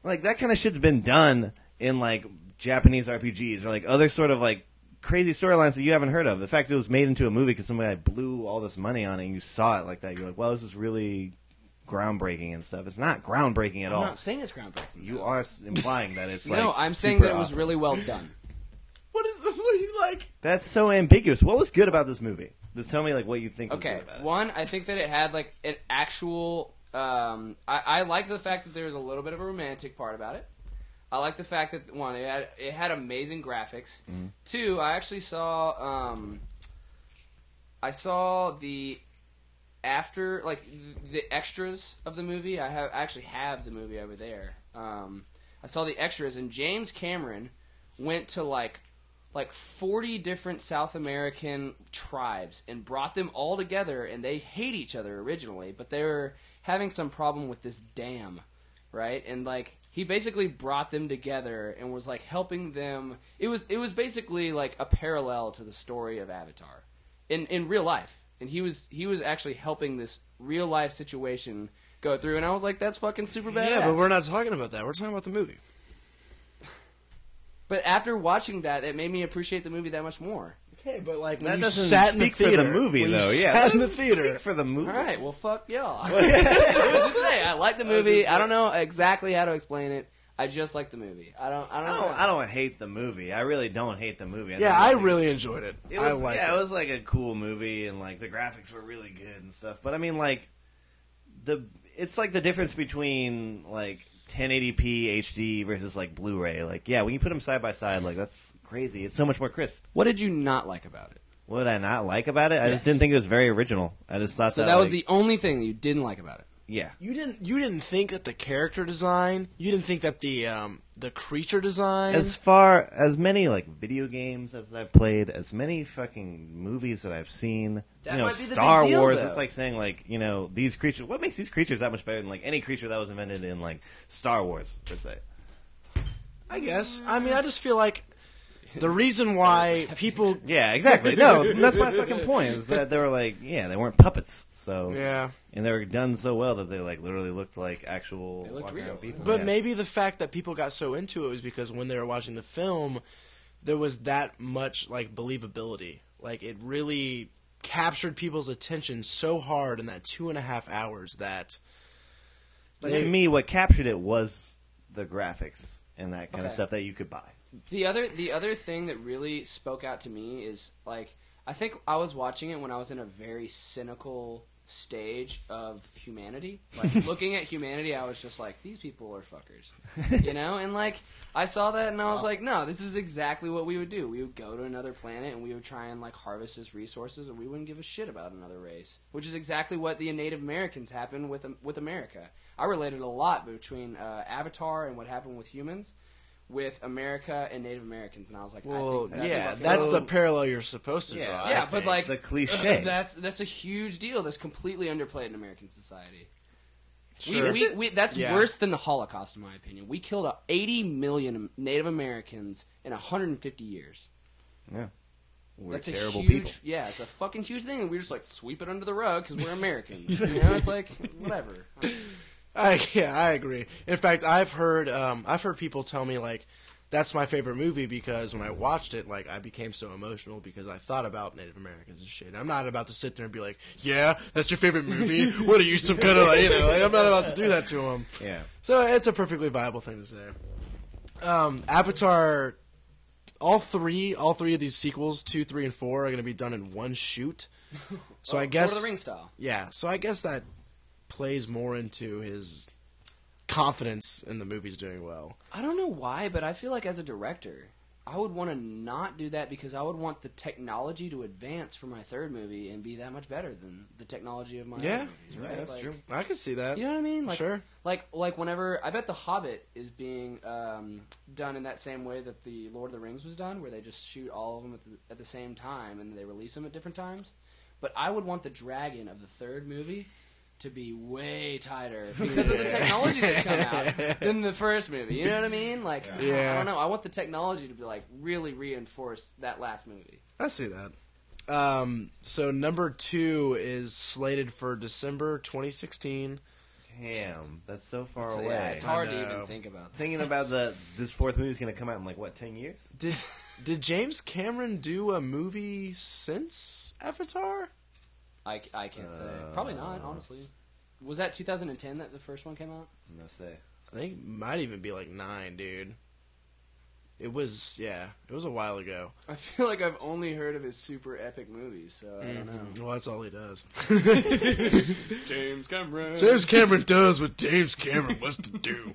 Speaker 3: like that kind of shit's been done in like Japanese RPGs or like other sort of like crazy storylines that you haven't heard of. The fact it was made into a movie because somebody blew all this money on it and you saw it like that, you're like, "Wow, this is really groundbreaking and stuff." It's not groundbreaking at
Speaker 2: I'm
Speaker 3: all.
Speaker 2: not saying it's groundbreaking.
Speaker 3: you are s- implying that it's like
Speaker 2: no, I'm saying
Speaker 3: super
Speaker 2: that it was
Speaker 3: awesome.
Speaker 2: really well done.
Speaker 1: What is what are you like?
Speaker 3: That's so ambiguous. What was good about this movie? Just tell me like what you think.
Speaker 2: Okay,
Speaker 3: was good about it.
Speaker 2: one, I think that it had like an actual. Um, I, I like the fact that there's a little bit of a romantic part about it. I like the fact that one, it had, it had amazing graphics. Two, I actually saw. Um, I saw the after like th- the extras of the movie. I have I actually have the movie over there. Um, I saw the extras, and James Cameron went to like like 40 different South American tribes and brought them all together and they hate each other originally, but they were having some problem with this dam, right? And like he basically brought them together and was like helping them. It was it was basically like a parallel to the story of Avatar in in real life. And he was he was actually helping this real life situation go through and I was like that's fucking super badass.
Speaker 1: Yeah, but we're not talking about that. We're talking about the movie.
Speaker 2: But after watching that, it made me appreciate the movie that much more.
Speaker 1: Okay, but like
Speaker 3: That doesn't speak for the movie,
Speaker 1: when you
Speaker 3: though, yeah.
Speaker 1: sat in the theater.
Speaker 3: for the movie.
Speaker 2: All right, well, fuck y'all. What did you say? I like the movie. I don't know exactly how to explain it. I just like the movie. I don't. I don't.
Speaker 3: I
Speaker 2: know.
Speaker 3: don't. I don't hate the movie. I really don't hate the movie.
Speaker 1: Yeah,
Speaker 3: think
Speaker 1: I
Speaker 3: it's-
Speaker 1: really enjoyed it.
Speaker 3: It
Speaker 1: I
Speaker 3: was,
Speaker 1: like
Speaker 3: yeah,
Speaker 1: it.
Speaker 3: it was like a cool movie, and like the graphics were really good and stuff. But I mean, like the it's like the difference between like 1080p HD versus like Blu-ray. Like, yeah, when you put them side by side, like that's crazy. It's so much more crisp.
Speaker 2: What did you not like about it?
Speaker 3: What did I not like about it? I
Speaker 2: Yeah.
Speaker 3: just didn't think it was very original. I just thought
Speaker 2: So
Speaker 3: that,
Speaker 2: that was
Speaker 3: like-
Speaker 2: the only thing that you didn't like about it.
Speaker 3: yeah.
Speaker 1: You didn't. You didn't think that the character design. You didn't think that the um, the creature design.
Speaker 3: As far as many like video games as I've played, as many fucking movies that I've seen,
Speaker 2: That
Speaker 3: you know,
Speaker 2: might be the
Speaker 3: Star
Speaker 2: big deal,
Speaker 3: Wars.
Speaker 2: though.
Speaker 3: It's like saying like you know these creatures. What makes these creatures that much better than like any creature that was invented in like Star Wars per se?
Speaker 1: I guess. I mean, I just feel like the reason why people.
Speaker 3: Yeah, exactly. No, that's my fucking point. Is that they were like, yeah, they weren't puppets. So
Speaker 1: Yeah,
Speaker 3: and they were done so well that they like literally looked like actual
Speaker 2: They looked
Speaker 3: walking around
Speaker 2: real.
Speaker 3: people.
Speaker 1: but
Speaker 3: Yeah.
Speaker 1: maybe the fact that people got so into it was because when they were watching the film, there was that much like believability. Like it really captured people's attention so hard in that two and a half hours that.
Speaker 3: But
Speaker 1: they-
Speaker 3: to me, what captured it was the graphics and that kind of
Speaker 2: Okay.
Speaker 3: stuff that you could buy.
Speaker 2: The other the other thing that really spoke out to me is like I think I was watching it when I was in a very cynical stage of humanity. Like looking at humanity, I was just like, these people are fuckers, you know. And like I saw that and I was like, no, this is exactly what we would do. We would go to another planet and we would try and like harvest its resources, and we wouldn't give a shit about another race, which is exactly what the Native Americans happened with um, with America. I related a lot between uh, Avatar and what happened with humans with America and Native Americans, and I was like,
Speaker 1: Well,
Speaker 2: I think that's
Speaker 1: yeah,
Speaker 2: fucking
Speaker 1: that's the
Speaker 2: dope.
Speaker 1: parallel you're supposed to
Speaker 3: Yeah.
Speaker 1: draw. I
Speaker 2: yeah,
Speaker 1: think.
Speaker 2: but like
Speaker 3: the cliche.
Speaker 2: that's that's a huge deal. That's completely underplayed in American society.
Speaker 1: Sure.
Speaker 2: We, we, we, that's
Speaker 1: Yeah.
Speaker 2: worse than the Holocaust, in my opinion. We killed uh, 80 million Native Americans in 150 years.
Speaker 3: We're
Speaker 2: That's
Speaker 3: terrible
Speaker 2: a huge,
Speaker 3: people.
Speaker 2: yeah, it's a fucking huge thing, and we just like sweep it under the rug because we're Americans. you know, it's like whatever.
Speaker 1: I, yeah, I agree. In fact, I've heard um, I've heard people tell me like that's my favorite movie because when I watched it, like I became so emotional because I thought about Native Americans and shit. I'm not about to sit there and be like, "Yeah, that's your favorite movie." what are you some kind of like, you know? Like, I'm not about to do that to them.
Speaker 3: Yeah.
Speaker 1: So it's a perfectly viable thing to say. Um, Avatar, all three, all three of these sequels, two, three, and four, are going to be done in one shoot. So I guess
Speaker 2: Lord of the Ring style.
Speaker 1: yeah, so I guess that plays more into his confidence in the movie's doing well.
Speaker 2: I don't know why, but I feel like as a director, I would want to not do that because I would want the technology to advance for my third movie and be that much better than the technology of my other
Speaker 1: Yeah.
Speaker 2: movies,
Speaker 3: Yeah,
Speaker 2: right?
Speaker 3: that's
Speaker 2: like,
Speaker 3: true.
Speaker 1: I can see that.
Speaker 2: You know what I mean? Like,
Speaker 1: sure.
Speaker 2: Like, like whenever I bet the Hobbit is being um, done in that same way that the Lord of the Rings was done, where they just shoot all of them at the, at the same time and they release them at different times. But I would want the dragon of the third movie to be way tighter because of the technology that's come out than the first movie. You know what I mean? Like, I- I,
Speaker 1: Yeah.
Speaker 2: don't know. I want the technology to be like really reinforce that last movie.
Speaker 1: I see that. Um, so number two is slated for December 2016.
Speaker 3: Damn, that's so far
Speaker 2: So,
Speaker 3: away.
Speaker 2: yeah, it's hard to even
Speaker 1: know.
Speaker 2: think about. That.
Speaker 3: Thinking about the this fourth movie's going to come out in like what ten years?
Speaker 1: Did did James Cameron do a movie since Avatar?
Speaker 2: I, c- I can't say.
Speaker 3: Uh,
Speaker 2: Probably not. Honestly, was that 2010 that the first one came out?
Speaker 3: No say.
Speaker 1: I think it might even be like nine, dude. It was yeah, it was a while ago.
Speaker 2: I feel like I've only heard of his super epic movies, so I don't know.
Speaker 1: Well, that's all he does. Mm-hmm.
Speaker 2: James Cameron.
Speaker 1: James Cameron does what James Cameron wants to do.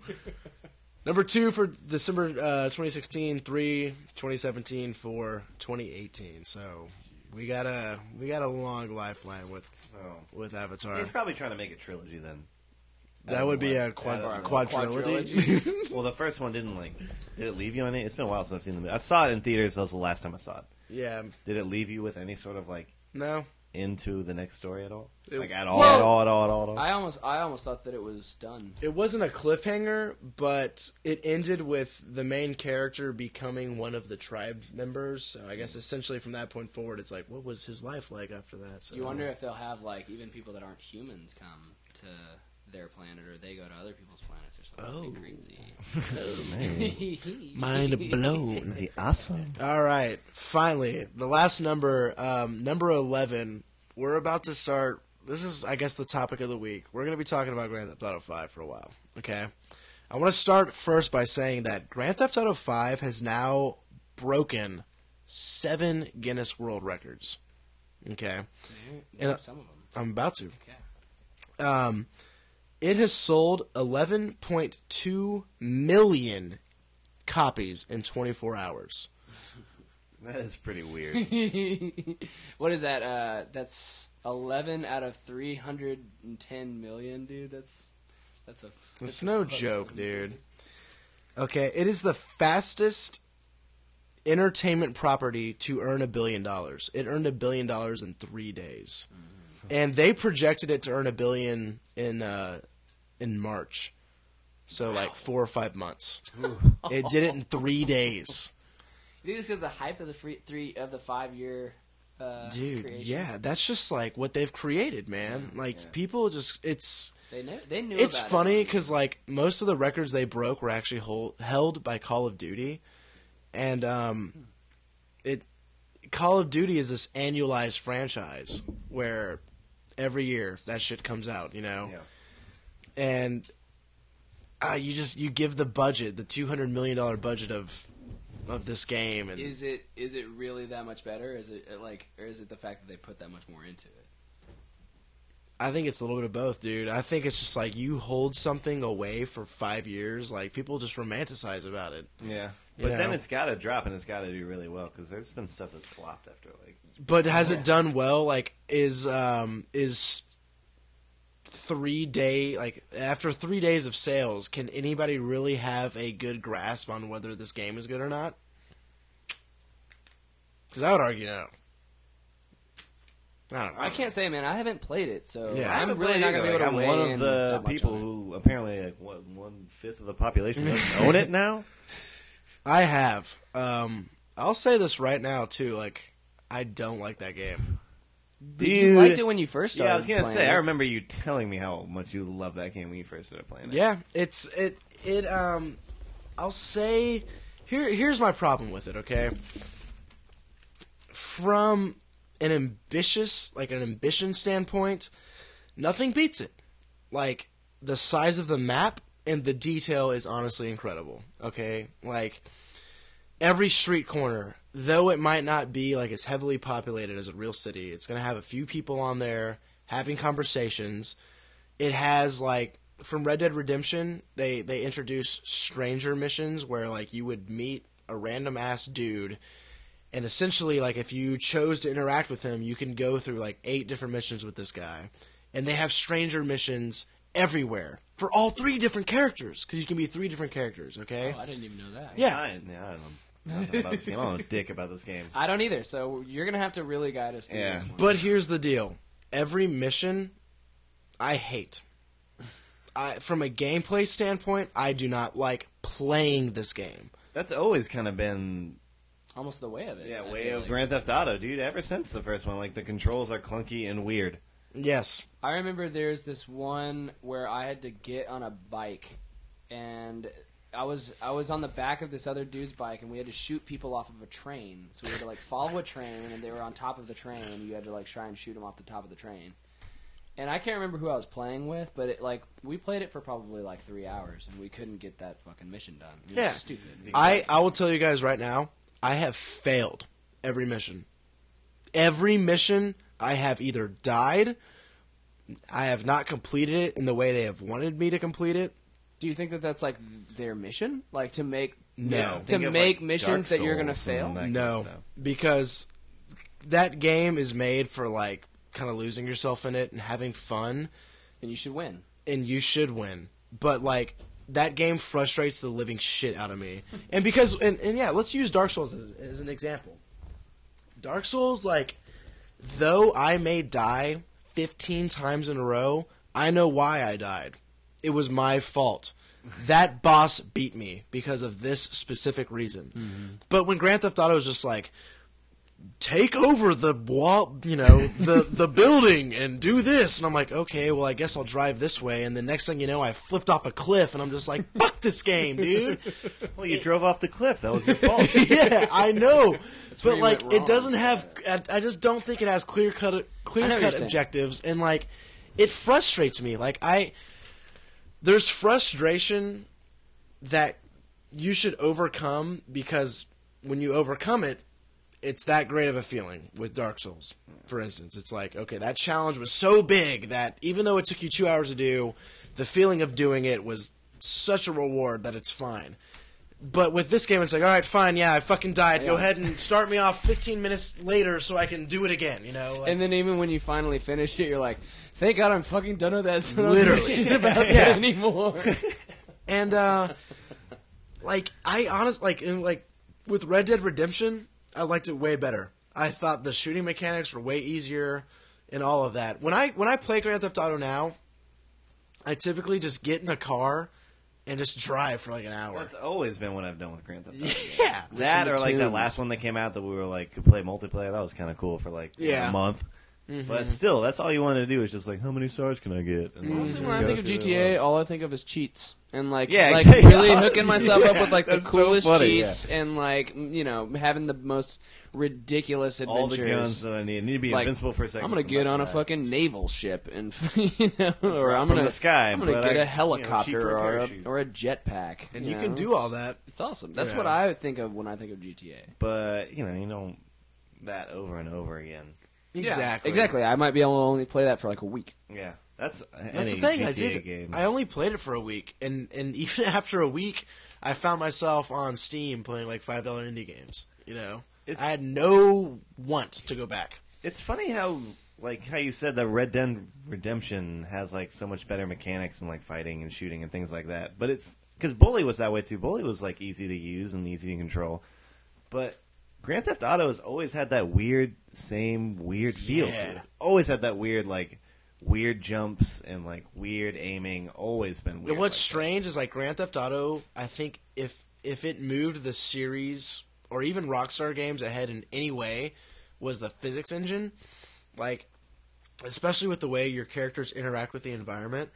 Speaker 1: Number two for December uh, 2016, three 2017, four 2018. So we got a we got a long lifeline with
Speaker 3: Oh,
Speaker 1: with Avatar.
Speaker 3: he's probably trying to make a trilogy then.
Speaker 1: That would be a
Speaker 3: Out
Speaker 1: quad
Speaker 3: of-
Speaker 1: quadrilogy.
Speaker 3: Well, the first one didn't like. Did it leave you on it? It's been a while since I've seen the movie. I saw it in theaters. That was the last time I saw it.
Speaker 1: yeah,
Speaker 3: Did it leave you with any sort of like
Speaker 1: no,
Speaker 3: into the next story at all?
Speaker 1: It-
Speaker 3: like at all,
Speaker 2: Well,
Speaker 3: at all, at all, at all, at all?
Speaker 2: I almost, I almost thought that it was done.
Speaker 1: it wasn't a cliffhanger, but it ended with the main character becoming one of the tribe members. So I guess essentially from that point forward, it's like, what was his life like after that? So
Speaker 2: You wonder if they'll have like even people that aren't humans come to their planet, or they go to other people's planets, or something
Speaker 1: Oh.
Speaker 2: That'd
Speaker 3: Man,
Speaker 2: be crazy.
Speaker 1: mind blown.
Speaker 3: that'd be awesome.
Speaker 1: All right, finally, the last number, um, number 11. We're about to start. This is, I guess, the topic of the week. We're going to be talking about Grand Theft Auto 5 for a while, okay? I want to start first by saying that Grand Theft Auto 5 has now broken seven Guinness World Records, okay?
Speaker 2: Yeah,
Speaker 1: And-
Speaker 2: Some of them.
Speaker 1: I'm about to.
Speaker 2: Okay.
Speaker 1: Um, It has sold 11.2 million copies in 24 hours.
Speaker 3: That is pretty weird.
Speaker 2: what is that? Uh, that's eleven out of three hundred and ten million, dude. That's that's a.
Speaker 1: It's
Speaker 2: a-
Speaker 1: no
Speaker 2: that's a-
Speaker 1: joke, dude. Okay, it is the fastest entertainment property to earn a billion dollars. It earned a billion dollars in three days, and they projected it to earn a billion in uh, in March. So like four or five months. It did it in three days,
Speaker 2: You think it's because the hype of the free, three of the five year. Uh,
Speaker 1: dude.
Speaker 2: creation?
Speaker 1: Yeah, that's just like what they've created, man. Like people just it's
Speaker 2: they knew. They knew.
Speaker 1: it's
Speaker 2: about it.
Speaker 1: funny because like most of the records they broke were actually hold, held by Call of Duty, and um, it Call of Duty is this annualized franchise where every year that shit comes out, you know,
Speaker 3: Yeah.
Speaker 1: and uh, you just you give the budget the two hundred million dollar budget of of this game and
Speaker 2: Is it is it really that much better? Is it uh, like, or is it the fact that they put that much more into it?
Speaker 1: I think it's a little bit of both, dude. I think it's just like you hold something away for five years, like people just romanticize about it.
Speaker 3: Yeah.
Speaker 1: You
Speaker 3: But then
Speaker 1: know?
Speaker 3: it's got to drop and it's got to do really well because there's been stuff that's flopped after like
Speaker 1: But has it done well? Like, is um is three day like after three days of sales, can anybody really have a good grasp on whether this game is good or not? Because I would argue no. I don't know.
Speaker 2: I can't say, man. I haven't played it, so
Speaker 1: Yeah. I
Speaker 2: I'm
Speaker 3: haven't
Speaker 2: really
Speaker 3: played
Speaker 2: not
Speaker 3: it
Speaker 2: gonna be
Speaker 3: either.
Speaker 2: able to
Speaker 3: Like,
Speaker 2: weigh
Speaker 3: I'm one
Speaker 2: in
Speaker 3: of the
Speaker 2: that much
Speaker 3: people
Speaker 2: on it.
Speaker 3: who apparently like one one fifth of the population doesn't own it now.
Speaker 1: I have. Um, I'll say this right now too. Like, I don't like that game.
Speaker 3: Dude,
Speaker 2: You liked it when you first started.
Speaker 3: yeah, I was gonna
Speaker 2: playing
Speaker 3: say.
Speaker 2: it.
Speaker 3: I remember you telling me how much you loved that game when you first started playing it.
Speaker 1: Yeah, it's it it um I'll say here here's my problem with it, okay? From an ambitious like an ambition standpoint, nothing beats it. Like the size of the map and the detail is honestly incredible, okay? Like every street corner, though it might not be like as heavily populated as a real city, it's going to have a few people on there having conversations. It has like from Red Dead Redemption, they they introduce stranger missions where like you would meet a random ass dude and essentially like if you chose to interact with him, you can go through like eight different missions with this guy. And they have stranger missions everywhere for all three different characters cuz you can be three different characters, okay?
Speaker 2: Oh, I didn't even know that.
Speaker 1: Yeah.
Speaker 3: I, I don't know nothing about this game. I don't know dick about this game.
Speaker 2: I don't either. So you're gonna have to really guide us through
Speaker 3: Yeah.
Speaker 2: this one.
Speaker 1: But here's the deal: every mission, I hate. I, from a gameplay standpoint, I do not like playing this game.
Speaker 3: That's always kind of been
Speaker 2: almost the way of it.
Speaker 3: yeah
Speaker 2: I
Speaker 3: way
Speaker 2: feel
Speaker 3: of
Speaker 2: like.
Speaker 3: Grand Theft Auto, dude. Ever since the first one, like the controls are clunky and weird.
Speaker 1: Yes,
Speaker 2: I remember there's this one where I had to get on a bike, and I was I was on the back of this other dude's bike, and we had to shoot people off of a train. So we had to like follow a train, and they were on top of the train, and you had to like try and shoot them off the top of the train. And I can't remember who I was playing with, but it, like we played it for probably like three hours, and we couldn't get that fucking mission done. It was
Speaker 1: Yeah.
Speaker 2: stupid.
Speaker 1: I, I will tell you guys right now, I have failed every mission. Every mission, I have either died, I have not completed it in the way they have wanted me to complete it.
Speaker 2: Do you think that that's like their mission, like to make
Speaker 1: No.
Speaker 2: to
Speaker 3: Think of,
Speaker 2: make
Speaker 3: like,
Speaker 2: missions
Speaker 3: Dark
Speaker 2: that you're gonna
Speaker 3: Souls and
Speaker 2: fail?
Speaker 3: all that kind
Speaker 1: no,
Speaker 3: of stuff.
Speaker 1: because that game is made for like kind of losing yourself in it and having fun.
Speaker 2: and you should win.
Speaker 1: and you should win. But like that game frustrates the living shit out of me. And because and, and yeah, let's use Dark Souls as, as an example. Dark Souls, like though I may die fifteen times in a row, I know why I died. It was my fault. That boss beat me because of this specific reason. But when Grand Theft Auto is just like, take over the wall, you know, the the building and do this. And I'm like, okay, well, I guess I'll drive this way. And the next thing you know, I flipped off a cliff, and I'm just like, fuck this game, dude.
Speaker 3: Well, you drove off the cliff. That was your fault.
Speaker 1: yeah, I know,
Speaker 2: where
Speaker 1: but
Speaker 2: you
Speaker 1: like,
Speaker 2: went
Speaker 1: it
Speaker 2: wrong.
Speaker 1: doesn't have. I, I just don't think it has clear cut
Speaker 2: I know
Speaker 1: clear
Speaker 2: what you're
Speaker 1: cut
Speaker 2: saying.
Speaker 1: objectives, and like, it frustrates me. Like I, there's frustration that you should overcome because when you overcome it, it's that great of a feeling with Dark Souls, for instance. It's like, okay, that challenge was so big that even though it took you two hours to do, the feeling of doing it was such a reward that it's fine. But with this game, it's like, all right, fine, yeah, I fucking died. Go
Speaker 2: Yeah.
Speaker 1: ahead and start me off 15 minutes later so I can do it again. You know, like,
Speaker 2: And then even when you finally finish it, you're like, "Thank God I'm fucking done with that. So I don't give a
Speaker 1: Literally.
Speaker 2: shit about
Speaker 1: Yeah.
Speaker 2: that anymore."
Speaker 1: and uh, like I honest like in, like with Red Dead Redemption, I liked it way better. I thought the shooting mechanics were way easier and all of that. When I when I play Grand Theft Auto now, I typically just get in a car and just drive for like an hour.
Speaker 3: That's always been what I've done with Grand Theft Auto.
Speaker 1: Yeah.
Speaker 3: That
Speaker 2: to
Speaker 3: or like that
Speaker 2: tunes.
Speaker 3: last one that came out that we were like could play multiplayer. That was kind of cool for like
Speaker 1: Yeah.
Speaker 3: a month.
Speaker 2: Mm-hmm.
Speaker 3: But still, that's all you wanted to do is just like, how many stars can I get? And
Speaker 2: Honestly,
Speaker 3: like,
Speaker 2: when Mm-hmm. I
Speaker 3: go
Speaker 2: think of
Speaker 3: through
Speaker 2: GTA,
Speaker 3: it.
Speaker 2: all I think of is cheats and like
Speaker 3: Yeah,
Speaker 2: like
Speaker 3: exactly.
Speaker 2: really hooking myself up with like the
Speaker 3: That's so
Speaker 2: coolest
Speaker 3: funny,
Speaker 2: cheats and like m- you know having the most ridiculous adventures.
Speaker 3: all the guns that I need. I need to be
Speaker 2: Like,
Speaker 3: invincible for a second.
Speaker 2: I'm gonna
Speaker 3: or
Speaker 2: get
Speaker 3: something
Speaker 2: on a
Speaker 3: like that.
Speaker 2: fucking naval ship and you know, or
Speaker 3: Drop
Speaker 2: I'm
Speaker 3: from
Speaker 2: gonna
Speaker 3: the sky,
Speaker 2: I'm gonna
Speaker 3: but
Speaker 2: get
Speaker 3: I-
Speaker 2: a
Speaker 3: you know,
Speaker 2: helicopter
Speaker 3: cheap little
Speaker 2: or a,
Speaker 3: parachute.
Speaker 2: or a jetpack.
Speaker 1: And you can do all that.
Speaker 2: It's awesome. That's
Speaker 1: Yeah.
Speaker 2: what I think of when I think of GTA.
Speaker 3: But you know, you know that over and over again.
Speaker 1: Exactly.
Speaker 2: Exactly. I might be able to only play that for like a week.
Speaker 3: Yeah, that's
Speaker 1: That's
Speaker 3: any
Speaker 1: the thing.
Speaker 3: GTA
Speaker 1: I did.
Speaker 3: game.
Speaker 1: I only played it for a week, and and even after a week, I found myself on Steam playing like five dollar indie games. You know,
Speaker 3: It's-
Speaker 1: I had no want to go back.
Speaker 3: It's funny how like how you said that Red Dead Redemption has like so much better mechanics and like fighting and shooting and things like that. But it's because Bully was that way too. Bully was like easy to use and easy to control. But Grand Theft Auto has always had that weird, same weird feel. To
Speaker 1: Yeah.
Speaker 3: it. Always had that weird like weird jumps and like weird aiming. Always been weird.
Speaker 1: And what's
Speaker 3: like
Speaker 1: strange is like Grand Theft Auto. I think if if it moved the series or even Rockstar games ahead in any way, was the physics engine, like especially with the way your characters interact with the environment.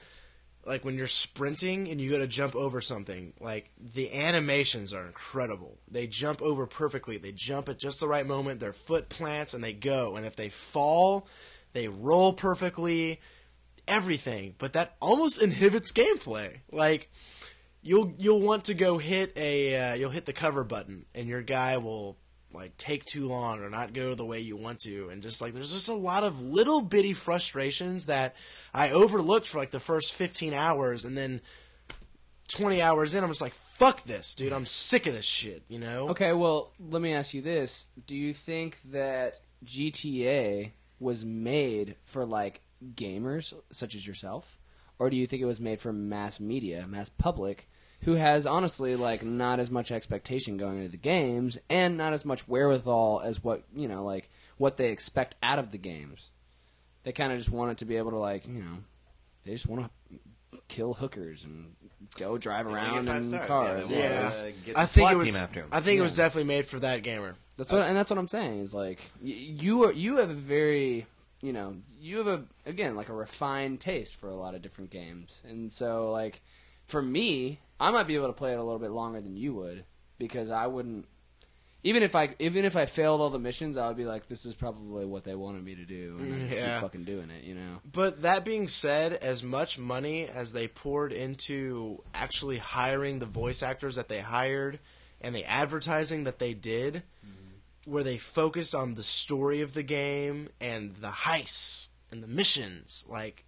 Speaker 1: Like when you're sprinting and you go to jump over something, like the animations are incredible. They jump over perfectly. They jump at just the right moment. Their foot plants and they go. And if they fall, they roll perfectly everything, but that almost inhibits gameplay. Like you'll you'll want to go hit a uh, you'll hit the cover button, and your guy will like take too long or not go the way you want to, and just like there's just a lot of little bitty frustrations that I overlooked for like the first 15 hours, and then 20 hours in, I'm just like, fuck this, dude, I'm sick of this shit, you know?
Speaker 2: Okay, well, let me ask you this. Do you think that GTA was made for like gamers such as yourself? Or do you think it was made for mass media, mass public, who has honestly like not as much expectation going into the games and not as much wherewithal as what you know, like what they expect out of the games? They kinda just want it to be able to like, you know they just wanna kill hookers and go drive
Speaker 3: wanna
Speaker 2: around
Speaker 3: get five
Speaker 2: in
Speaker 3: stars.
Speaker 2: cars.
Speaker 3: Yeah, they wanna-
Speaker 2: Yeah.
Speaker 3: Uh, get
Speaker 1: I
Speaker 3: the
Speaker 1: think
Speaker 3: SWAT
Speaker 1: it was.
Speaker 3: team after him.
Speaker 1: I think it was
Speaker 2: Yeah.
Speaker 1: definitely made for that gamer.
Speaker 2: That's what, and that's what I'm saying is like y- you are you have a very you know you have a again like a refined taste for a lot of different games, and so like for me, I might be able to play it a little bit longer than you would because I wouldn't even if I even if I failed all the missions, I would be like, this is probably what they wanted me to do, and I just
Speaker 1: Yeah.
Speaker 2: keep fucking doing it, you know.
Speaker 1: But that being said, as much money as they poured into actually hiring the voice actors that they hired and the advertising that they did,
Speaker 2: Mm-hmm.
Speaker 1: where they focused on the story of the game and the heists and the missions, like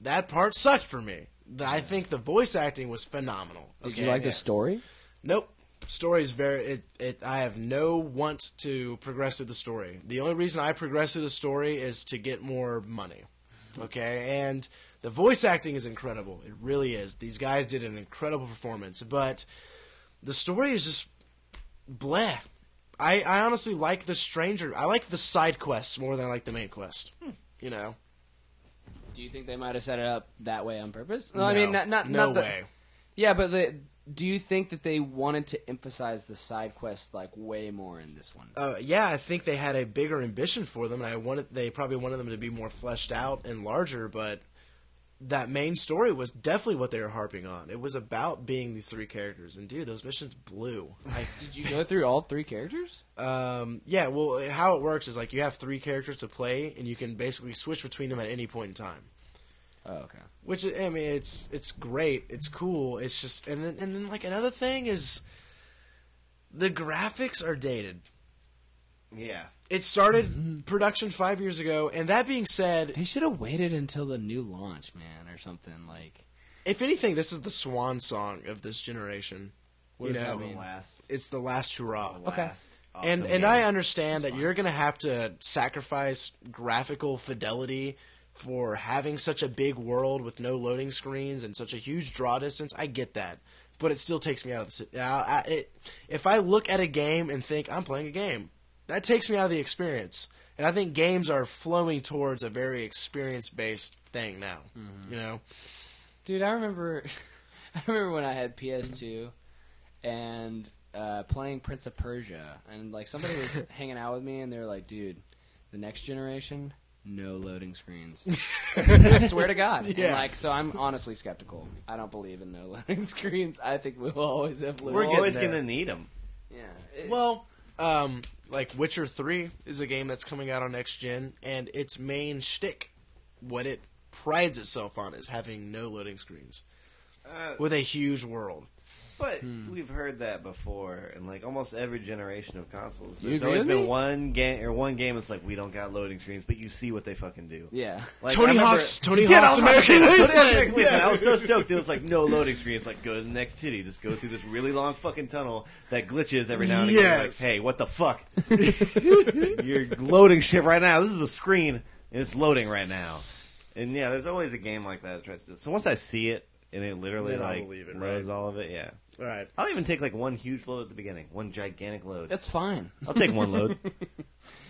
Speaker 1: that part sucked for me. The, I think the voice acting was phenomenal.
Speaker 2: Did
Speaker 1: okay?
Speaker 2: you like
Speaker 1: Yeah.
Speaker 2: the story?
Speaker 1: Nope. Story's very. It, it. I have no want to progress through the story. The only reason I progress through the story is to get more money. Okay, and the voice acting is incredible. It really is. These guys did an incredible performance, but the story is just bleh. I, I honestly like the stranger. I like the side quests more than I like the main quest.
Speaker 2: Hmm.
Speaker 1: You know,
Speaker 2: Do you think they might have set it up that way on purpose? No, I mean not not
Speaker 1: no
Speaker 2: not the,
Speaker 1: way.
Speaker 2: Yeah, but the, do you think that they wanted to emphasize the side quest like way more in this one?
Speaker 1: uh, yeah, I think they had a bigger ambition for them, and I wanted they probably wanted them to be more fleshed out and larger. But that main story was definitely what they were harping on. It was about being these three characters, and dude, those missions blew. I,
Speaker 2: Did you go through all three characters?
Speaker 1: um, yeah, well, how it works is like you have three characters to play, and you can basically switch between them at any point in time.
Speaker 2: Oh, okay.
Speaker 1: Which I mean, it's it's great, it's cool, it's just and then and then like another thing is the graphics are dated.
Speaker 3: Yeah.
Speaker 1: It started production five years ago, and that being said,
Speaker 2: They should have waited until the new launch, man, or something like.
Speaker 1: if anything, this is the swan song of this generation.
Speaker 2: What
Speaker 1: You
Speaker 2: does
Speaker 1: know,
Speaker 2: that
Speaker 3: The
Speaker 2: mean?
Speaker 3: last.
Speaker 1: It's the last hurrah.
Speaker 3: the
Speaker 2: Okay.
Speaker 3: last
Speaker 1: and
Speaker 3: awesome
Speaker 1: and
Speaker 3: game.
Speaker 1: I understand that
Speaker 2: fine.
Speaker 1: you're gonna have to sacrifice graphical fidelity for having such a big world with no loading screens and such a huge draw distance. I get that, but it still takes me out of the. si- I, I, it, if I look at a game and think I'm playing a game, that takes me out of the experience. And I think games are flowing towards a very experience based thing now.
Speaker 2: Mm-hmm.
Speaker 1: You know,
Speaker 2: Dude, I remember, I remember when I had PS2, and uh, playing Prince of Persia, and like somebody was hanging out with me, and they were like, "Dude, the next generation, no loading screens." I swear to God. And,
Speaker 1: Yeah.
Speaker 2: like, so I'm honestly skeptical. I don't believe in no loading screens. I think we'll always have loading.
Speaker 1: We're
Speaker 3: We're
Speaker 1: getting
Speaker 3: always
Speaker 1: there.
Speaker 3: going to need them.
Speaker 2: Yeah. It-
Speaker 1: Well, um, like Witcher Three is a game that's coming out on next gen, and its main shtick, what it prides itself on, is having no loading screens
Speaker 3: Uh,
Speaker 1: with a huge world.
Speaker 3: but
Speaker 2: hmm.
Speaker 3: we've heard that before, and like almost every generation of consoles,
Speaker 2: You
Speaker 3: there's
Speaker 2: agree
Speaker 3: always
Speaker 2: with
Speaker 3: been
Speaker 2: me?
Speaker 3: one game or one game that's like we don't got loading screens, but you see what they fucking do.
Speaker 2: yeah.
Speaker 3: Like,
Speaker 1: Tony
Speaker 3: I remember-
Speaker 1: Hawk's Tony
Speaker 3: Yeah,
Speaker 1: Hawk's
Speaker 3: I was about to
Speaker 1: American
Speaker 3: say, Tony Hawk's
Speaker 1: Wasteland.
Speaker 3: American Wasteland.
Speaker 1: Yeah.
Speaker 3: I was so stoked. It was like no loading screen. It's like go to the next city. Just go through this really long fucking tunnel that glitches every now and again. Like,
Speaker 1: Yes.
Speaker 3: hey, what the fuck? You're loading shit right now. This is a screen and it's loading right now. And yeah, there's always a game like that. that tries to. So once I see it and it literally
Speaker 1: Then I'll
Speaker 3: like
Speaker 1: believe it,
Speaker 3: loads all of it, yeah.
Speaker 1: All right,
Speaker 3: I'll even take like one huge load at the beginning, one gigantic load.
Speaker 2: That's fine.
Speaker 3: I'll take one load.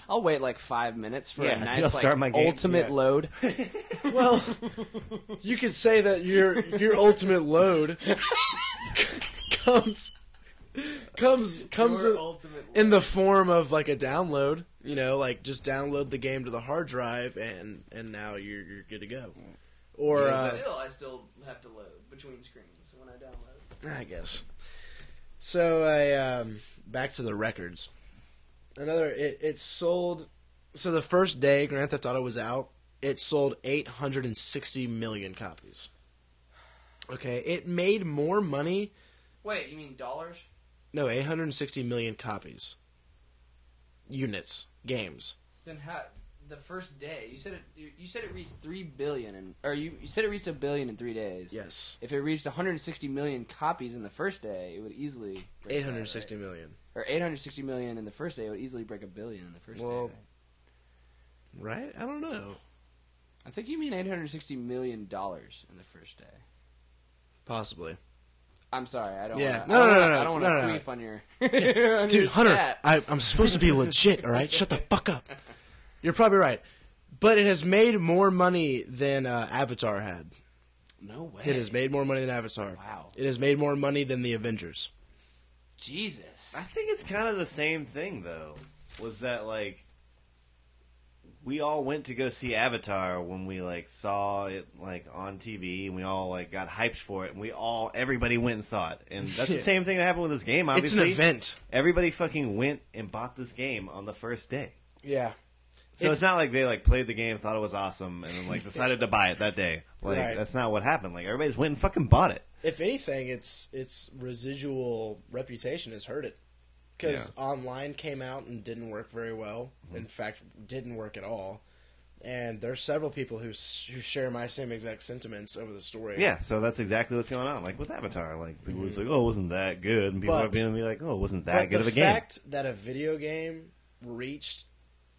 Speaker 2: I'll wait like five minutes for
Speaker 3: Yeah,
Speaker 2: a
Speaker 3: dude,
Speaker 2: nice
Speaker 3: I'll
Speaker 2: like
Speaker 3: start my game.
Speaker 2: ultimate
Speaker 1: Yeah.
Speaker 2: load.
Speaker 1: well, you could say that your your ultimate load comes comes comes in- in the form of like a download. You know, like just download the game to the hard drive, and and now you're you're good to go. Or uh,
Speaker 2: still, I still have to load between screens when I download.
Speaker 1: I guess. So I um, back to the records. Another it, it sold. So the first day Grand Theft Auto was out, it sold 860 million copies. Okay, it made more money.
Speaker 2: Wait, you mean dollars?
Speaker 1: No, 860 million copies. Units, games.
Speaker 2: Then how? The first day, you said it. You you said it reached three billion, and or you, you said it reached a billion in three days.
Speaker 1: Yes,
Speaker 2: If it reached 160 million copies in the first day, it would easily break that,
Speaker 1: 860 million.
Speaker 2: right? or 860 million in the first day. It would easily break a billion in the first
Speaker 1: Well-
Speaker 2: day. right?
Speaker 1: Right? I don't know.
Speaker 2: I think you mean 860 million dollars in the first day.
Speaker 1: Possibly,
Speaker 2: I'm sorry, I don't.
Speaker 1: Yeah.
Speaker 2: Wanna,
Speaker 1: No,
Speaker 2: I don't
Speaker 1: no, no,
Speaker 2: wanna-
Speaker 1: no,
Speaker 2: I don't want
Speaker 1: no,
Speaker 2: to
Speaker 1: no, no.
Speaker 2: queef on your. on your
Speaker 1: dude. Hunter,
Speaker 2: stat.
Speaker 1: I, I'm supposed to be legit. All right, shut the fuck up. You're probably right, but it has made more money than uh, Avatar had.
Speaker 2: no way.
Speaker 1: It has made more money than Avatar.
Speaker 2: Wow.
Speaker 1: It has made more money than the Avengers.
Speaker 2: Jesus.
Speaker 3: I think it's kind of the same thing, though. Was that like we all went to go see Avatar when we like saw it like on TV, and we all like got hyped for it, and we all everybody went and saw it, and that's
Speaker 1: Yeah.
Speaker 3: the same thing that happened with this game. Obviously,
Speaker 1: It's an event.
Speaker 3: everybody fucking went and bought this game on the first day.
Speaker 1: Yeah.
Speaker 3: So
Speaker 1: It's-
Speaker 3: it's, not like they like played the game, thought it was awesome, and then like decided to buy it that day. Like
Speaker 1: Right.
Speaker 3: that's not what happened. Like everybody's went and fucking bought it.
Speaker 1: If anything, its its residual reputation has hurt it because online came out and didn't work very well.
Speaker 3: Mm-hmm.
Speaker 1: In fact, didn't work at all. And there's several people who s- who share my same exact sentiments over the story.
Speaker 3: Yeah, so that's exactly what's going on. Like with Avatar, like people was like, "Oh, it wasn't that good?" and people
Speaker 1: Mm-hmm. But-
Speaker 3: are being be like, "Oh, it wasn't
Speaker 1: But
Speaker 3: that good
Speaker 1: the
Speaker 3: of a game?"
Speaker 1: fact that a video game reached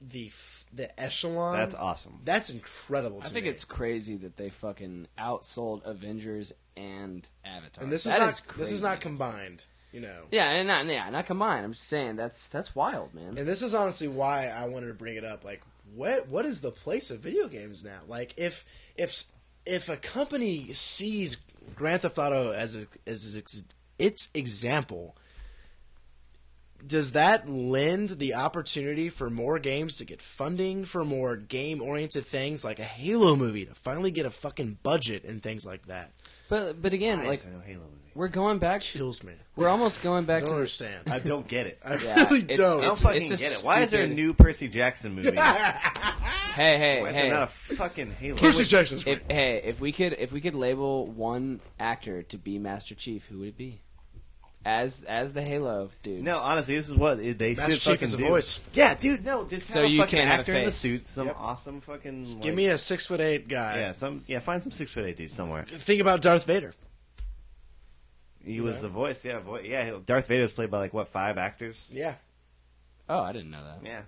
Speaker 1: the f- the echelon
Speaker 3: That's awesome.
Speaker 1: that's incredible. To
Speaker 2: I think
Speaker 1: me.
Speaker 2: it's crazy that they fucking outsold Avengers and Avatar.
Speaker 1: and this is
Speaker 2: That
Speaker 1: not this
Speaker 2: crazy.
Speaker 1: is not combined. You know,
Speaker 2: yeah, and not yeah, not combined. I'm just saying that's that's wild, man.
Speaker 1: And this is honestly why I wanted to bring it up. Like, what what is the place of video games now? Like, if if if a company sees Grand Theft Auto as a, as its- its example, does that lend the opportunity for more games to get funding for more game oriented things like a Halo movie to finally get a fucking budget and things like that?
Speaker 2: but but again,
Speaker 3: Nice,
Speaker 2: like
Speaker 3: I know Halo movie.
Speaker 2: we're going back to
Speaker 1: Chills me.
Speaker 2: we're almost going
Speaker 1: I
Speaker 2: back
Speaker 1: don't
Speaker 2: to
Speaker 1: understand. I,
Speaker 3: I don't get it. I
Speaker 1: I
Speaker 2: Yeah,
Speaker 1: really
Speaker 2: it's-
Speaker 1: don't.
Speaker 3: don't
Speaker 2: it's-
Speaker 3: fucking
Speaker 2: a
Speaker 3: get it. Why is there a
Speaker 2: stupid-
Speaker 3: new Percy Jackson movie? Why
Speaker 2: hey hey
Speaker 3: is
Speaker 2: hey.
Speaker 3: there not a fucking Halo?
Speaker 1: Percy
Speaker 3: movie?
Speaker 1: Jackson's
Speaker 2: if, hey, if we could if we could label one actor to be Master Chief, who would it be? as as the Halo dude.
Speaker 3: No, honestly, this is what it, they
Speaker 1: Master
Speaker 3: should
Speaker 1: Chief
Speaker 3: fucking
Speaker 1: is a
Speaker 3: do.
Speaker 1: voice.
Speaker 3: Yeah, dude, no, just
Speaker 2: So
Speaker 3: have a
Speaker 2: you
Speaker 3: fucking
Speaker 2: can't have a
Speaker 3: actor in the
Speaker 2: face.
Speaker 3: suit, some
Speaker 1: Yep.
Speaker 3: awesome fucking. Like,
Speaker 1: Give me a six foot eight guy.
Speaker 3: yeah, some yeah, find some six foot eight dude somewhere.
Speaker 1: Think about Darth Vader.
Speaker 3: He
Speaker 1: You
Speaker 3: was
Speaker 1: know?
Speaker 3: the voice, yeah, voice, yeah. he'll- Darth Vader was played by like what five actors?
Speaker 1: Yeah,
Speaker 2: Oh, I didn't know that.
Speaker 3: Yeah,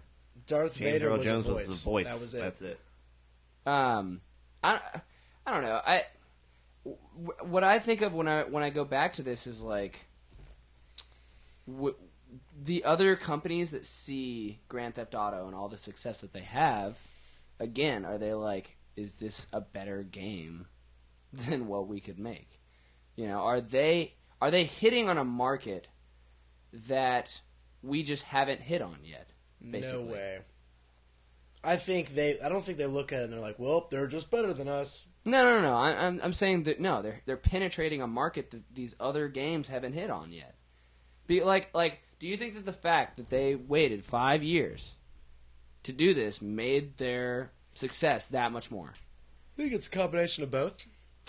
Speaker 1: Darth
Speaker 3: James
Speaker 1: Vader
Speaker 3: Earl
Speaker 1: was,
Speaker 3: Jones
Speaker 1: a voice.
Speaker 3: was the voice.
Speaker 1: That was it.
Speaker 3: That's it.
Speaker 2: Um, I I don't know. I wh- what I think of when I when I go back to this is like w- the other companies that see Grand Theft Auto and all the success that they have. Again, are they like, is this a better game than what we could make? You know, are they are they hitting on a market that we just haven't hit on yet? basically.
Speaker 1: No way. I think they. I don't think they look at it and they're like, "Well, they're just better than us."
Speaker 2: No, no, no. I, I'm I'm saying that no, they're they're penetrating a market that these other games haven't hit on yet. Be like like, do you think that the fact that they waited five years to do this made their success that much more?
Speaker 1: I think it's a combination of both.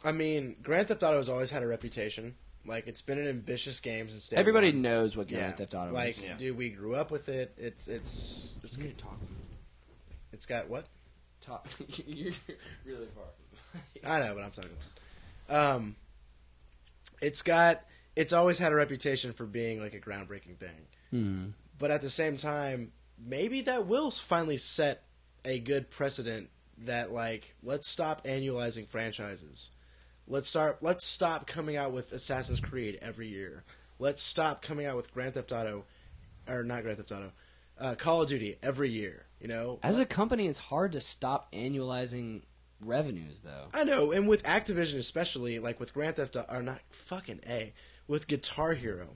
Speaker 1: I mean, Grand Theft Auto has always had a reputation. Like it's been an ambitious game since day
Speaker 2: Everybody
Speaker 1: one.
Speaker 2: knows what Grand
Speaker 1: Yeah.
Speaker 2: Theft Auto
Speaker 1: like,
Speaker 2: is.
Speaker 3: Yeah.
Speaker 1: dude, we grew up with it. It's it's it's
Speaker 2: You're
Speaker 1: good.
Speaker 2: talking,
Speaker 1: It's got what?
Speaker 2: talk, you're really far.
Speaker 1: I know what I'm talking about. Um, it's got it's always had a reputation for being like a groundbreaking thing,
Speaker 2: Hmm.
Speaker 1: but at the same time, maybe that will finally set a good precedent that like let's stop annualizing franchises. Let's start. Let's stop coming out with Assassin's Creed every year. Let's stop coming out with Grand Theft Auto, or not Grand Theft Auto, uh, Call of Duty every year. You know,
Speaker 2: As a company, it's hard to stop annualizing revenues, though.
Speaker 1: I know, and with Activision especially, like with Grand Theft Auto, or not fucking a, with Guitar Hero,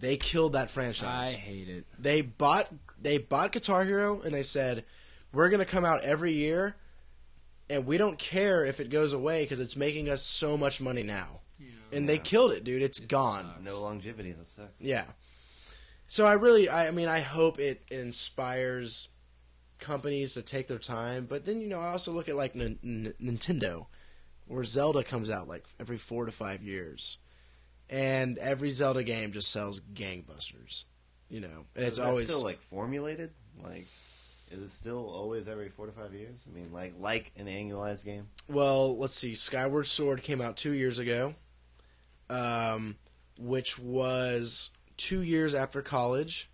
Speaker 1: they killed that
Speaker 2: I
Speaker 1: franchise.
Speaker 2: hate it.
Speaker 1: They bought they bought Guitar Hero and they said, "We're gonna come out every year, and we don't care if it goes away because it's making us so much money now." And they
Speaker 3: Yeah.
Speaker 1: killed it, dude. It's
Speaker 2: It
Speaker 1: gone.
Speaker 2: sucks.
Speaker 3: No longevity. That sucks.
Speaker 1: Yeah. So I really, I, I mean, I hope it inspires companies to take their time. But then, you know, I also look at like N- N- Nintendo, where Zelda comes out like every four to five years, and every Zelda game just sells gangbusters. You know, and
Speaker 3: So
Speaker 1: it's
Speaker 3: is that
Speaker 1: always
Speaker 3: still like formulated. Like, is it still always every four to five years? I mean, like like an annualized game.
Speaker 1: well. Let's see, Skyward Sword came out two years ago, um, which was two years after college.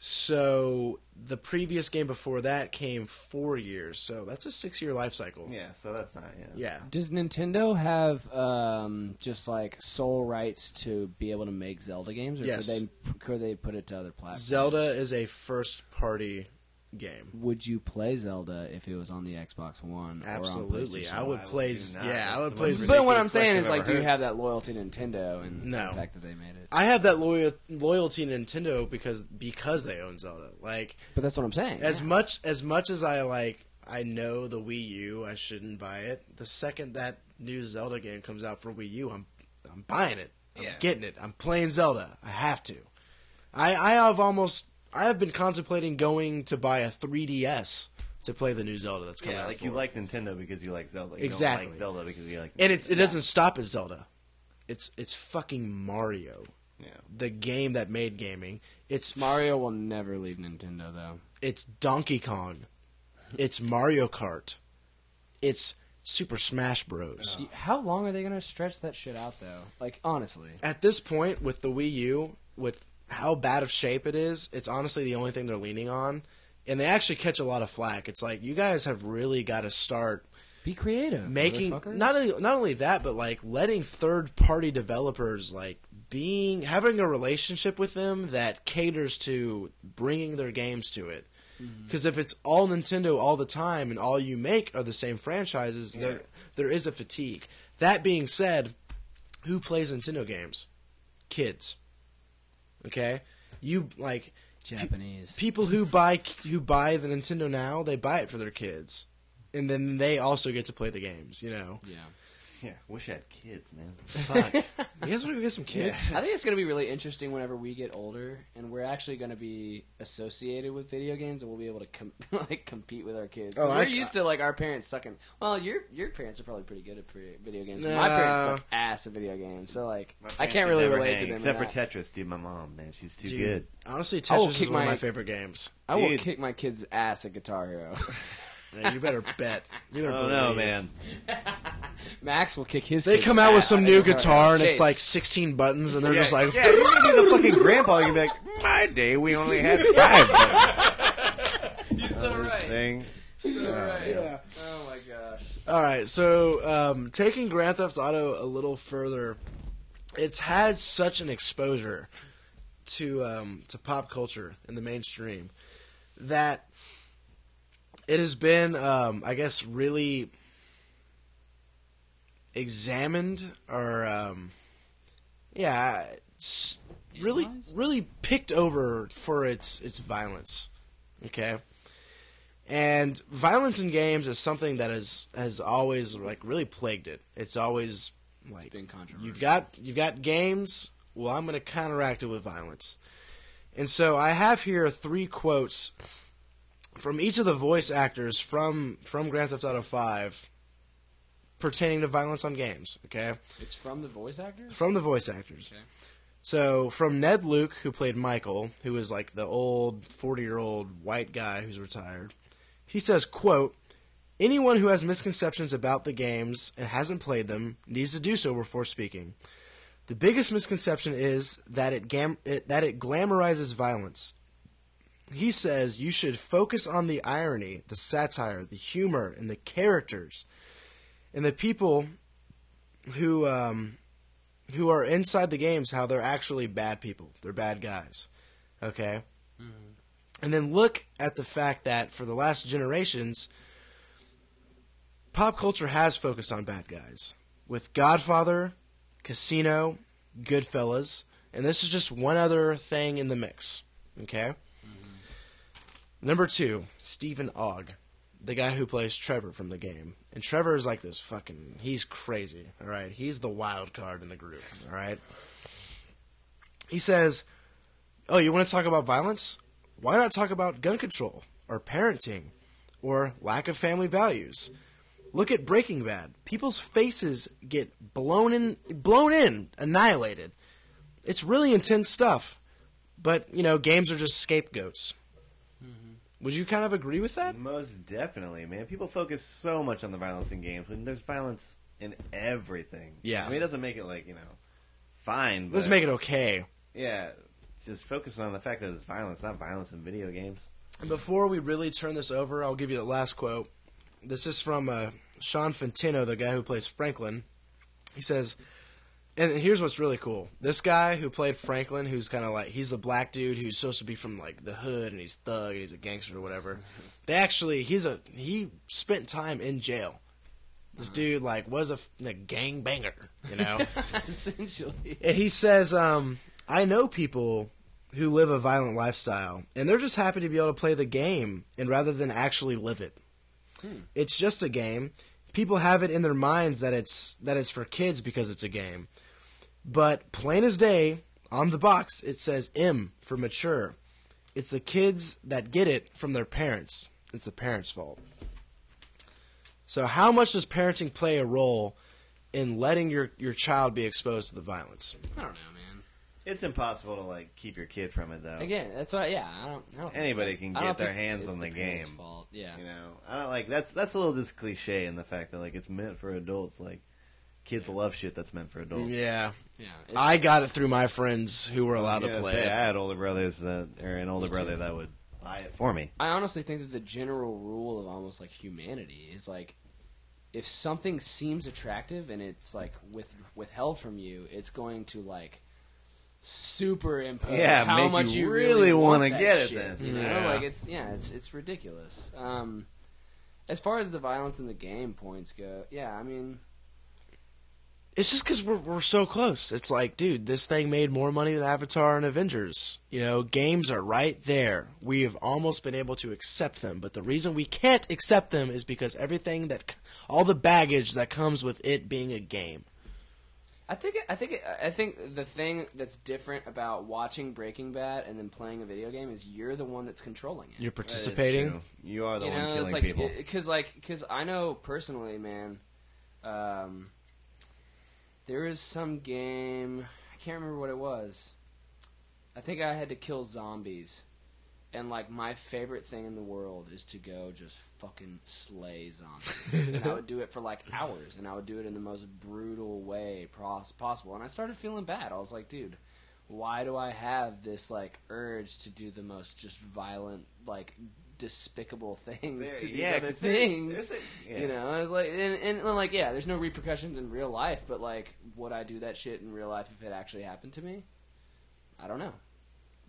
Speaker 1: So the previous game before that came four years. So that's a six-year life cycle.
Speaker 3: Yeah, so that's not. Yeah.
Speaker 1: Yeah.
Speaker 2: Does Nintendo have um, just like sole rights to be able to make Zelda games, or
Speaker 1: Yes.
Speaker 2: could they could they put it to other platforms?
Speaker 1: Zelda is a first-party game.
Speaker 2: Would you play Zelda if it was on the Xbox One?
Speaker 1: Absolutely,
Speaker 2: Or
Speaker 1: I
Speaker 2: on
Speaker 1: would
Speaker 3: Why would
Speaker 1: play.
Speaker 3: you
Speaker 1: z-
Speaker 3: not?
Speaker 1: yeah, I
Speaker 3: That's
Speaker 1: would
Speaker 3: the
Speaker 1: play.
Speaker 3: most
Speaker 1: z-
Speaker 2: PlayStation.
Speaker 3: ridiculous
Speaker 2: But what I'm
Speaker 3: question
Speaker 2: saying is,
Speaker 3: I've
Speaker 2: like,
Speaker 3: ever
Speaker 2: do you
Speaker 3: heard.
Speaker 2: have that loyalty to Nintendo and
Speaker 1: No.
Speaker 2: the fact that they made it?
Speaker 1: I have that loyal, loyalty to Nintendo because because they own Zelda. Like
Speaker 2: But that's what I'm saying.
Speaker 1: as
Speaker 2: yeah.
Speaker 1: much as much as I like, I know the Wii U. I shouldn't buy it. The second that new Zelda game comes out for Wii U, I'm I'm buying it. I'm
Speaker 3: Yeah.
Speaker 1: getting it. I'm playing Zelda. I have to. I I have almost. I have been contemplating going to buy a 3DS to play the new Zelda that's coming
Speaker 3: Yeah,
Speaker 1: out.
Speaker 3: like
Speaker 1: for
Speaker 3: you
Speaker 1: it.
Speaker 3: like Nintendo because you like Zelda. You Don't
Speaker 1: Exactly.
Speaker 3: like Zelda because you like.
Speaker 1: and it it doesn't stop at Zelda. It's it's fucking Mario,
Speaker 3: Yeah.
Speaker 1: the game that made gaming. It's
Speaker 2: Mario will never leave Nintendo, though.
Speaker 1: It's Donkey Kong. It's Mario Kart. It's Super Smash Bros.
Speaker 2: Do you- How long are they going to stretch that shit out, though? Like, honestly,
Speaker 1: At this point, with the Wii U, with how bad of shape it is, it's honestly the only thing they're leaning on. And they actually catch a lot of flack. It's like you guys have really got to start
Speaker 2: be creative.
Speaker 1: making
Speaker 2: motherfuckers.
Speaker 1: not only, not only that, but like letting third party developers like being having a relationship with them that caters to bringing their games to it. Because if it's all Nintendo all the time and all you make are the same franchises, there there is a fatigue. That being said, who plays Nintendo games? Kids. Okay, you like
Speaker 2: Japanese.
Speaker 1: people who buy who buy the Nintendo now, they buy it for their kids, and then they also get to play the games. You know,
Speaker 2: yeah.
Speaker 3: Yeah, wish I had kids, man. Fuck.
Speaker 1: You guys want to go get some kids?
Speaker 2: I think it's going to be really interesting whenever we get older and we're actually going to be associated with video games and we'll be able to com- like compete with our kids. 'Cause
Speaker 1: Oh,
Speaker 2: we're
Speaker 1: I-
Speaker 2: used to like our parents sucking. Well, your your parents are probably pretty good at pre- video games. but My
Speaker 1: No.
Speaker 2: parents suck ass at video games, so like
Speaker 3: My
Speaker 2: I
Speaker 3: parents
Speaker 2: can't
Speaker 3: could
Speaker 2: really
Speaker 3: never
Speaker 2: relate to
Speaker 3: hang,
Speaker 2: them. in
Speaker 3: Except for
Speaker 2: that.
Speaker 3: Tetris, dude. My mom, man, she's too
Speaker 1: Dude,
Speaker 3: good.
Speaker 1: Honestly,
Speaker 2: I will
Speaker 1: Tetris is
Speaker 2: kick
Speaker 1: one of
Speaker 2: my-
Speaker 1: my favorite games.
Speaker 2: I will
Speaker 3: Dude.
Speaker 2: kick my kids' ass at Guitar Hero.
Speaker 1: Yeah, you better bet. You better
Speaker 3: Oh no,
Speaker 1: believe.
Speaker 3: man.
Speaker 2: Max will kick his.
Speaker 1: They
Speaker 2: kids'
Speaker 1: come out with
Speaker 2: ass
Speaker 1: some
Speaker 2: at
Speaker 1: new
Speaker 2: Guitar
Speaker 1: guitar
Speaker 2: Hero.
Speaker 1: and it's
Speaker 2: Chase.
Speaker 1: like 16 buttons and they're
Speaker 3: yeah,
Speaker 1: just like,
Speaker 3: yeah, you're gonna be the fucking grandpa. You're gonna be like, my day, we only had five. buttons."
Speaker 2: You're so right.
Speaker 3: Thing.
Speaker 2: So right.
Speaker 1: Yeah.
Speaker 2: Oh my gosh.
Speaker 1: All right, so um, taking Grand Theft Auto a little further, it's had such an exposure to um, to pop culture in the mainstream that it has been, um, I guess, really examined or um, yeah, it's really
Speaker 2: Analyzed?
Speaker 1: really picked over for its its violence. Okay. And violence in games is something that is has always like really plagued it. It's always
Speaker 2: It's
Speaker 1: like
Speaker 2: been controversial.
Speaker 1: you've got you've got games. Well, I'm going to counteract it with violence. And so I have here three quotes from each of the voice actors from from Grand Theft Auto 5 pertaining to violence on games, okay?
Speaker 2: It's from the voice actors.
Speaker 1: From the voice actors.
Speaker 2: Okay.
Speaker 1: So from Ned Luke, who played Michael, who is like the old forty-year-old white guy who's retired, he says, "quote Anyone who has misconceptions about the games and hasn't played them needs to do so before speaking. The biggest misconception is that it, gam- it that it glamorizes violence. He says you should focus on the irony, the satire, the humor, and the characters, and the people who." Um, who are inside the games how they're actually bad people. They're bad guys. Okay? And then look at the fact that for the last generations, pop culture has focused on bad guys with Godfather, Casino, Goodfellas, and this is just one other thing in the mix. Okay? Number two, Stephen Ogg, the guy who plays Trevor from the game. And Trevor is like this fucking, he's crazy, all right? He's the wild card in the group, all right? He says, Oh, you want to talk about violence? Why not talk about gun control or parenting or lack of family values? Look at Breaking Bad. People's faces get blown in, blown in, annihilated. It's really intense stuff. But, you know, games are just scapegoats. Would you kind of agree with that?
Speaker 3: Most definitely, man. People focus so much on the violence in games when there's violence in everything.
Speaker 1: Yeah.
Speaker 3: I mean, it doesn't make it like you know, fine. But,
Speaker 1: Let's make it okay.
Speaker 3: Yeah, just focusing on the fact that it's violence, not violence in video games.
Speaker 1: And before we really turn this over, I'll give you the last quote. This is from uh, Sean Fantino, the guy who plays Franklin. He says, and here's what's really cool. This guy who played Franklin, who's kind of like, he's the black dude who's supposed to be from like the hood and he's thug and he's a gangster or whatever. They actually, he's a, he spent time in jail. This dude like was a, f- a gang banger, you know?
Speaker 2: Essentially.
Speaker 1: And he says, um, I know people who live a violent lifestyle, and they're just happy to be able to play the game and rather than actually live it.
Speaker 2: Hmm.
Speaker 1: It's just a game. People have it in their minds that it's that it's for kids because it's a game. But plain as day, on the box it says M for mature. It's the kids that get it from their parents. It's the parents' fault. So how much does parenting play a role in letting your, your child be exposed to the violence?
Speaker 2: I don't know, man.
Speaker 3: It's impossible to like keep your kid from it though.
Speaker 2: Again, that's why. Yeah, I don't. I don't think
Speaker 3: Oh. Anybody
Speaker 2: so.
Speaker 3: can
Speaker 2: I don't
Speaker 3: get their
Speaker 2: think
Speaker 3: hands
Speaker 2: it's
Speaker 3: on the
Speaker 2: parents'
Speaker 3: game.
Speaker 2: Fault. Yeah.
Speaker 3: You know, I don't like that's that's a little just cliche in the fact that like it's meant for adults. Like kids love shit that's meant for adults.
Speaker 1: Yeah,
Speaker 2: Yeah. It's-
Speaker 1: I got it through my friends who were allowed
Speaker 3: Yeah,
Speaker 1: to play.
Speaker 3: say,
Speaker 1: it.
Speaker 3: I had older brothers that, or an older
Speaker 2: Me too.
Speaker 3: brother that would buy it for me.
Speaker 2: I honestly think that the general rule of almost like humanity is like, if something seems attractive and it's like with withheld from you, it's going to like superimpose
Speaker 3: Yeah,
Speaker 2: how
Speaker 3: make you
Speaker 2: much you,
Speaker 3: really
Speaker 2: want
Speaker 3: wanna
Speaker 2: that
Speaker 3: get it
Speaker 2: shit,
Speaker 3: then.
Speaker 2: You know,
Speaker 1: Yeah.
Speaker 2: like it's yeah, it's it's ridiculous. Um, as far as the violence in the game points go, yeah, I mean,
Speaker 1: it's just because we're we're so close. It's like, dude, this thing made more money than Avatar and Avengers. You know, games are right there. We have almost been able to accept them, but the reason we can't accept them is because everything that, c- all the baggage that comes with it being a game.
Speaker 2: I think I think I think the thing that's different about watching Breaking Bad and then playing a video game is you're the one that's controlling it.
Speaker 1: You're
Speaker 3: That is
Speaker 1: participating.
Speaker 3: true. You are the
Speaker 2: you
Speaker 3: one
Speaker 2: know,
Speaker 3: killing
Speaker 2: it's like
Speaker 3: people.
Speaker 2: because like because I know personally, man. Um, there is some game I can't remember what it was. I think I had to kill zombies, and like my favorite thing in the world is to go just fucking slay zombies, and I would do it for like hours, and I would do it in the most brutal way pos- possible. And I started feeling bad. I was like, dude. Why do I have this like urge to do the most just violent like despicable things
Speaker 3: There-
Speaker 2: to these
Speaker 3: yeah,
Speaker 2: other
Speaker 3: 'cause there's-
Speaker 2: things.
Speaker 3: there's a- yeah.
Speaker 2: You know, it's like and, and like yeah, there's no repercussions in real life, but like would I do that shit in real life if it actually happened to me? I don't know.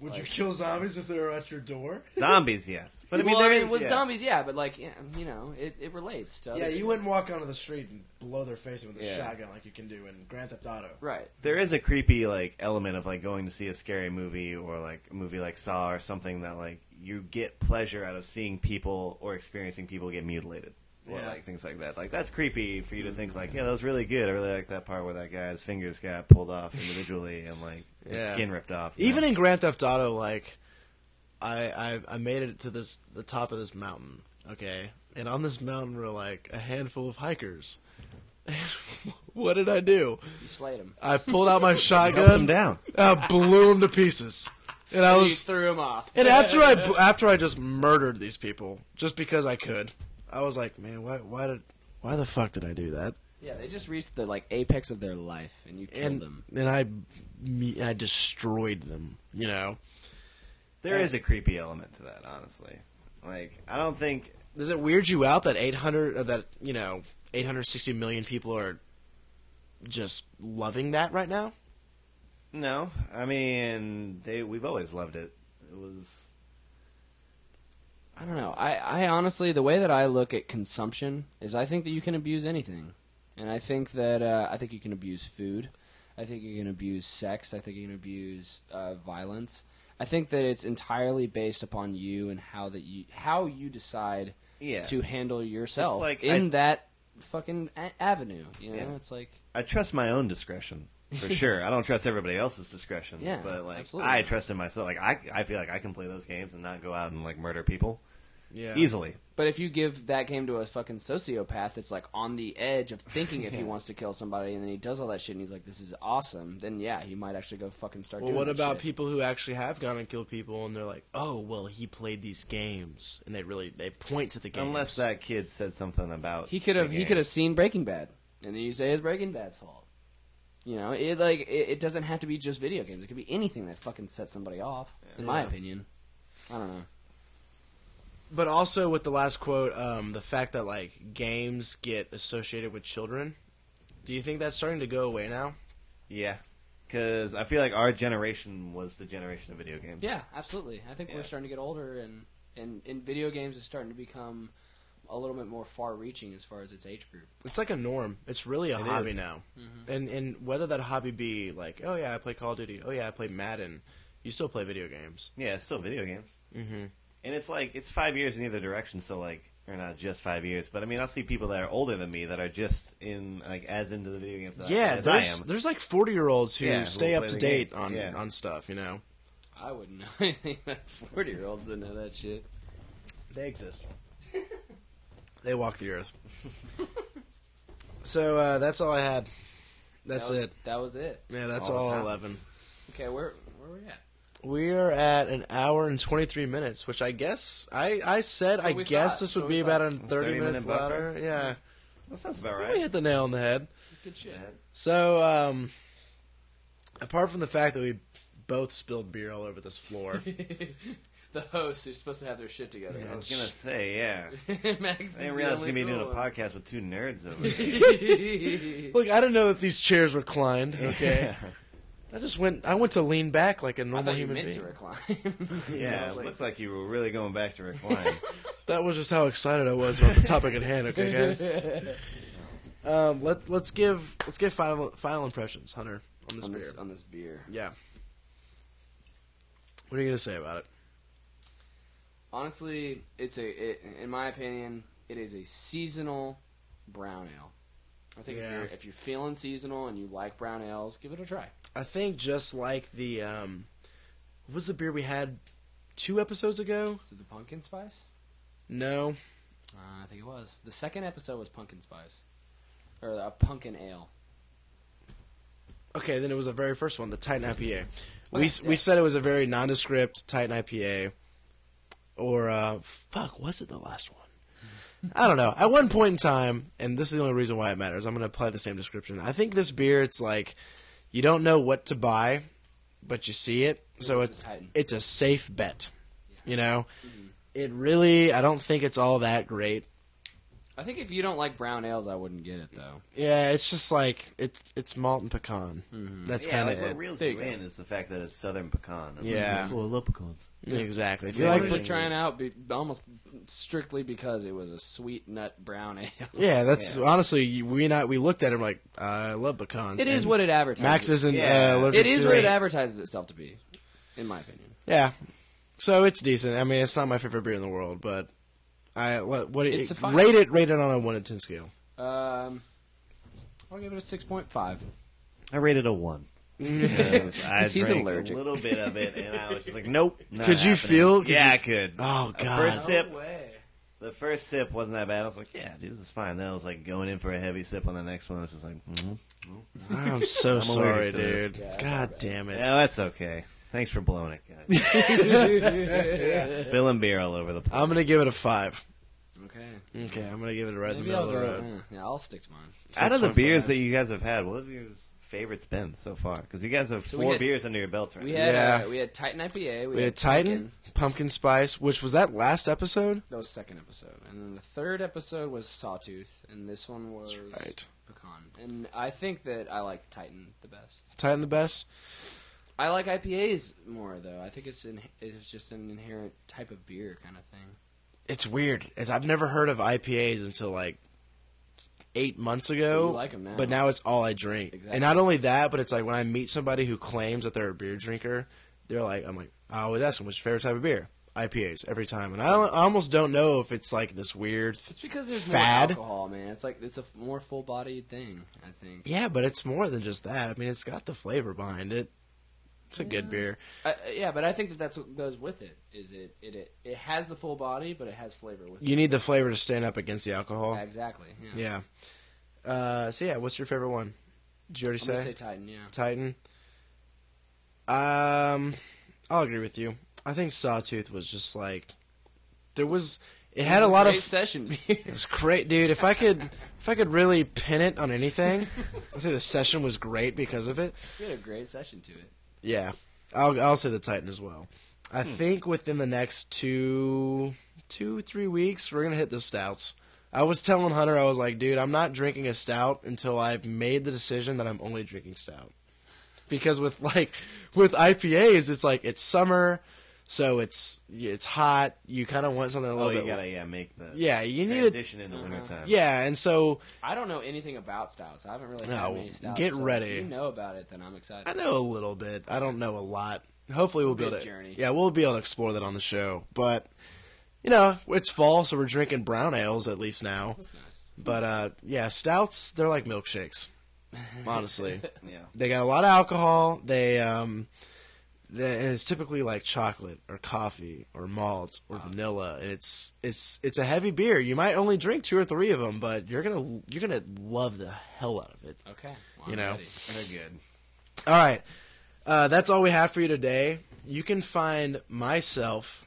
Speaker 1: Would
Speaker 2: you
Speaker 1: kill zombies if they were at your door?
Speaker 3: Zombies, yes. But I mean,
Speaker 2: well,
Speaker 3: there
Speaker 2: I mean,
Speaker 3: is-
Speaker 2: with
Speaker 3: yeah.
Speaker 2: zombies, yeah, but like yeah, you know, it, it relates to
Speaker 1: Yeah,
Speaker 2: other
Speaker 1: you
Speaker 2: shit.
Speaker 1: wouldn't walk onto the street and blow their face in with a
Speaker 3: Yeah.
Speaker 1: shotgun like you can do in Grand Theft Auto.
Speaker 2: right.
Speaker 3: there is a creepy like element of like going to see a scary movie or like a movie like Saw or something that like you get pleasure out of seeing people or experiencing people get mutilated or
Speaker 1: Yeah.
Speaker 3: like things like that. Like that's creepy for you to think
Speaker 2: Mm-hmm.
Speaker 3: like, yeah, that was really good. I really like that part where that guy's fingers got pulled off individually and like his
Speaker 1: Yeah.
Speaker 3: skin ripped off. you
Speaker 1: Even
Speaker 3: know?
Speaker 1: in Grand Theft Auto, like I, I I made it to this the top of this mountain, okay, and on this mountain were like a handful of hikers. what did I do?
Speaker 2: You slayed him.
Speaker 1: I pulled out my
Speaker 3: helps him
Speaker 1: shotgun,
Speaker 3: down.
Speaker 1: I blew them to pieces, and I
Speaker 2: You
Speaker 1: was
Speaker 2: threw him off.
Speaker 1: and after I bl- after I just murdered these people just because I could, I was like, man, why why did why the fuck did I do that?
Speaker 2: Yeah, they just reached the like apex of their life and you killed
Speaker 1: and
Speaker 2: them.
Speaker 1: and I me, I destroyed them. You know,
Speaker 3: There is a creepy element to that, honestly. Like I don't think
Speaker 1: does it weird you out that eight hundred uh, that you know eight hundred sixty million people are just loving that right now?
Speaker 3: No, I mean they. We've always loved it. It was
Speaker 2: I don't know. I, I honestly, the way that I look at consumption is I think that you can abuse anything. And I think that uh, I think you can abuse food. I think you can abuse sex. I think you can abuse uh, violence. I think that it's entirely based upon you and how that you how you decide
Speaker 3: yeah.
Speaker 2: to handle yourself
Speaker 3: like
Speaker 2: in
Speaker 3: I-
Speaker 2: that fucking a- avenue. You know,
Speaker 3: Yeah.
Speaker 2: it's like
Speaker 3: I trust my own discretion for sure. I don't trust everybody else's discretion.
Speaker 2: Yeah,
Speaker 3: but like
Speaker 2: absolutely.
Speaker 3: I trust in myself. Like I, I feel like I can play those games and not go out and like murder people
Speaker 1: Yeah,
Speaker 3: easily.
Speaker 2: But if you give that game to a fucking sociopath that's like on the edge of thinking if he wants to kill somebody and then he does all that shit and he's like, this is awesome, then yeah, he might actually go fucking start
Speaker 1: Well,
Speaker 2: doing
Speaker 1: what
Speaker 2: that
Speaker 1: about
Speaker 2: shit.
Speaker 1: people who actually have gone and killed people and they're like, oh, well, he played these games, and they really they point to the games.
Speaker 3: Unless that kid said something about
Speaker 2: He could
Speaker 3: the
Speaker 2: have he
Speaker 3: game.
Speaker 2: could have seen Breaking Bad, and then you say it's Breaking Bad's fault. You know, it like it, it doesn't have to be just video games. It could be anything that fucking sets somebody off. In my
Speaker 1: Yeah.
Speaker 2: opinion, I don't know.
Speaker 1: but also with the last quote, um, the fact that like games get associated with children. Do you think that's starting to go away now?
Speaker 3: Yeah, because I feel like our generation was the generation of video games.
Speaker 2: Yeah, absolutely. I think
Speaker 3: Yeah.
Speaker 2: we're starting to get older, and and and video games is starting to become a little bit more far-reaching as far as its age group.
Speaker 1: It's like a norm. It's really a
Speaker 3: It
Speaker 1: hobby
Speaker 3: is.
Speaker 1: now.
Speaker 2: Mm-hmm.
Speaker 1: And and whether that hobby be like, oh yeah, I play Call of Duty. Oh yeah, I play Madden. You still play video games.
Speaker 3: yeah, it's still video games.
Speaker 1: Mm-hmm.
Speaker 3: And it's like it's five years in either direction, so like or not just five years, but I mean I'll see people that are older than me that are just in like as into the video games as I-
Speaker 1: Yeah,
Speaker 3: as I
Speaker 1: there's
Speaker 3: am.
Speaker 1: there's like forty year olds who
Speaker 3: Yeah, who
Speaker 1: stay up
Speaker 3: play
Speaker 1: to
Speaker 3: the
Speaker 1: date
Speaker 3: game.
Speaker 1: on
Speaker 3: Yeah.
Speaker 1: on stuff. You know,
Speaker 2: I wouldn't know anything about forty-year-olds that know that shit.
Speaker 1: they exist. they walk the earth. so uh, that's all I had. That's
Speaker 2: that was,
Speaker 1: it.
Speaker 2: That was it.
Speaker 1: Yeah, that's
Speaker 3: All the
Speaker 1: all,
Speaker 3: time.
Speaker 1: eleven.
Speaker 2: Okay, where where we at?
Speaker 1: We are at an hour and twenty three minutes, which I guess I I said
Speaker 2: That's what
Speaker 1: I
Speaker 2: we
Speaker 1: guess
Speaker 2: thought.
Speaker 1: this
Speaker 2: So
Speaker 1: would
Speaker 2: we
Speaker 1: be
Speaker 2: thought-
Speaker 1: about in thirty,
Speaker 3: 30
Speaker 1: minutes
Speaker 3: minute buffer?
Speaker 1: louder. Yeah,
Speaker 3: That sounds about
Speaker 1: we
Speaker 3: right.
Speaker 1: hit the nail on the head.
Speaker 2: Good shit.
Speaker 1: So, um, apart from the fact that we both spilled beer all over this floor,
Speaker 2: the hosts who's supposed to have their shit together.
Speaker 3: I was gonna say, yeah.
Speaker 2: Max
Speaker 3: I didn't realize you'd be doing a podcast with two nerds over there.
Speaker 2: podcast.
Speaker 1: look, I didn't know that these chairs reclined. Okay,
Speaker 3: Yeah.
Speaker 1: I just went. I went to lean back like a
Speaker 2: I
Speaker 1: normal
Speaker 2: thought you
Speaker 1: human
Speaker 2: meant
Speaker 1: being.
Speaker 2: to recline. I
Speaker 3: Yeah,
Speaker 2: was
Speaker 3: it
Speaker 2: like,
Speaker 3: looked like you were really going back to recline.
Speaker 1: That was just how excited I was about the topic at hand. Okay, guys. Um, let let's give let's give final final impressions, Hunter, on this
Speaker 2: on
Speaker 1: beer.
Speaker 2: this on this beer.
Speaker 1: Yeah. What are you gonna say about it?
Speaker 2: Honestly, it's a it, in my opinion, it is a seasonal brown ale. I think if
Speaker 1: Yeah.
Speaker 2: you're if you're feeling seasonal and you like brown ales, give it a try.
Speaker 1: I think just like the um, what was the beer we had two episodes ago?
Speaker 2: Is it the pumpkin spice?
Speaker 1: No,
Speaker 2: Uh, I think it was. The second episode was pumpkin spice, or a pumpkin ale.
Speaker 1: Okay, then it was the very first one, the Titan IPA. we
Speaker 2: Okay, yeah.
Speaker 1: we said it was a very nondescript Titan IPA, or uh, fuck, was it the last one? I don't know. At one point in time, and this is the only reason why it matters. I'm going to apply the same description. I think this beer, it's like you don't know what to buy, but you see it, so
Speaker 2: was
Speaker 1: it's
Speaker 2: a Titan.
Speaker 1: it's a safe bet.
Speaker 2: Yeah.
Speaker 1: You know,
Speaker 3: Mm-hmm.
Speaker 2: Mhm.
Speaker 1: it really. I don't think it's all that great.
Speaker 2: I think if you don't like brown ales, I wouldn't get it though.
Speaker 1: Yeah, it's just like it's it's malt and pecan.
Speaker 2: Mhm.
Speaker 1: That's
Speaker 3: yeah,
Speaker 1: kind
Speaker 3: like
Speaker 1: of
Speaker 3: what
Speaker 1: it.
Speaker 3: reels
Speaker 2: There
Speaker 3: me
Speaker 2: you go.
Speaker 3: in is the fact that it's southern pecan. I'm
Speaker 1: Yeah.
Speaker 3: like, oh, I love pecans.
Speaker 1: Exactly. If
Speaker 2: We
Speaker 1: you like
Speaker 2: wanted
Speaker 3: Yeah.
Speaker 1: pe-
Speaker 2: to try it out be, almost strictly because it was a sweet nut brown ale.
Speaker 1: Yeah, that's
Speaker 3: Yeah.
Speaker 1: honestly you- we not we looked at him like I love pecans.
Speaker 2: It is
Speaker 1: And
Speaker 2: what it advertises.
Speaker 1: Max isn't
Speaker 3: Yeah.
Speaker 1: uh, allergic
Speaker 2: It is
Speaker 1: to
Speaker 2: what it advertises itself to be, in my opinion.
Speaker 1: Yeah, so it's decent. I mean, it's not my favorite beer in the world, but I what what
Speaker 2: It's
Speaker 1: it,
Speaker 2: a five.
Speaker 1: rate it rate it on a one to ten scale.
Speaker 2: Um, I'll give it a six point five.
Speaker 3: I rated a one. Because I
Speaker 2: 'Cause he's
Speaker 3: drank
Speaker 2: allergic.
Speaker 3: a little bit of it, and I was just like, nope. not
Speaker 1: Could you
Speaker 3: happening.
Speaker 1: feel- could
Speaker 3: yeah,
Speaker 1: you-
Speaker 3: I could.
Speaker 1: Oh
Speaker 3: At
Speaker 1: god,
Speaker 3: first- Sip.
Speaker 2: way.
Speaker 3: The first sip wasn't that bad. I was like, yeah, dude, this is fine. Then I was like going in for a heavy sip on the next one. I was just like, mm-hmm.
Speaker 1: I'm so
Speaker 3: I'm allergic
Speaker 1: sorry,
Speaker 3: to this.
Speaker 1: dude.
Speaker 2: Yeah, that's
Speaker 1: god damn it.
Speaker 3: yeah, that's okay. Thanks for blowing it, guys. Spilling beer all over the place.
Speaker 1: I'm gonna give it a five.
Speaker 2: Okay.
Speaker 1: Okay, I'm gonna give it a right in the
Speaker 2: Maybe
Speaker 1: middle
Speaker 2: I'll
Speaker 1: of the
Speaker 2: go.
Speaker 1: road.
Speaker 2: Yeah, I'll stick to mine.
Speaker 3: Out of the
Speaker 1: 6.5.
Speaker 3: beers that you guys have had, what have your favorites been so far? Because you guys have
Speaker 2: So we
Speaker 3: four
Speaker 2: had-
Speaker 3: beers under your belt right
Speaker 2: We
Speaker 3: now.
Speaker 2: had
Speaker 1: Yeah.
Speaker 2: uh, we had Titan IPA. We,
Speaker 1: We had Titan, pumpkin spice, which was that last episode.
Speaker 2: That was second episode, and then the third episode was Sawtooth, and this one was
Speaker 1: Right,
Speaker 2: Pecan. And I think that I like Titan the best.
Speaker 1: Titan the best.
Speaker 2: I like IPAs more though. I think it's in, it's just an inherent type of beer kind of thing.
Speaker 1: It's weird. As I've never heard of IPAs until like eight months ago.
Speaker 2: you like 'em now.
Speaker 1: But now it's all I drink.
Speaker 2: Exactly.
Speaker 1: And not only that, but it's like when I meet somebody who claims that they're a beer drinker, they're like, I'm like, I always ask them, what's your favorite type of beer? IPAs every time. And I, don't, I almost don't know if it's like this weird. th-
Speaker 2: It's because there's
Speaker 1: Fad.
Speaker 2: more alcohol, man. It's like it's a f- more full-bodied thing. I think.
Speaker 1: Yeah, but it's more than just that. I mean, it's got the flavor behind it. It's a good
Speaker 2: Yeah.
Speaker 1: beer.
Speaker 2: I, yeah, but I think that that's what goes with it. Is it it it, it has the full body, but it has flavor with
Speaker 1: You
Speaker 2: it.
Speaker 1: need the flavor to stand up against the alcohol.
Speaker 2: Yeah, exactly. Yeah.
Speaker 1: Yeah. Uh, so, yeah, what's your favorite one? Did you already
Speaker 2: I'm
Speaker 1: say?
Speaker 2: gonna say Titan. Yeah.
Speaker 1: Titan. Um, I'll agree with you. I think Sawtooth was just like there was. It had a lot
Speaker 2: Great
Speaker 1: of.
Speaker 2: session beer.
Speaker 1: It was great, dude. If I could, if I could really pin it on anything, I'd say the session was great because of it.
Speaker 2: we had a great session to it.
Speaker 1: Yeah, I'll I'll say the Titan as well. I
Speaker 3: Hmm.
Speaker 1: think within the next two, two three weeks, we're gonna hit the stouts. I was telling Hunter, I was like, dude, I'm not drinking a stout until I've made the decision that I'm only drinking stout. Because with like with IPAs, it's like it's summer, so it's it's hot. You kind of want something a
Speaker 3: Oh,
Speaker 1: little
Speaker 3: you
Speaker 1: bit.
Speaker 3: gotta yeah make the
Speaker 1: yeah, you need a
Speaker 3: transition in the
Speaker 2: Uh-huh.
Speaker 3: wintertime.
Speaker 1: yeah, and so
Speaker 2: I don't know anything about stouts. I haven't really had
Speaker 1: No,
Speaker 2: many stouts.
Speaker 1: get
Speaker 2: so
Speaker 1: ready.
Speaker 2: If you know about it, then I'm excited.
Speaker 1: I know a little bit. I don't know a lot. Hopefully, we'll be
Speaker 2: Big
Speaker 1: able to.
Speaker 2: journey.
Speaker 1: Yeah, we'll be able to explore that on the show. But you know, it's fall, so we're drinking brown ales at least now.
Speaker 2: That's nice.
Speaker 1: But uh, yeah, stouts they're like milkshakes. Honestly,
Speaker 3: yeah.
Speaker 1: they got a lot of alcohol. They um, they, and it's typically like chocolate or coffee or malt or vanilla. And it's it's it's a heavy beer. You might only drink two or three of them, but you're gonna you're gonna love the hell out of it.
Speaker 2: Okay. Well,
Speaker 1: You
Speaker 2: I'm
Speaker 1: know.
Speaker 2: ready.
Speaker 3: They're good.
Speaker 1: All right. Uh, that's all we have for you today. You can find myself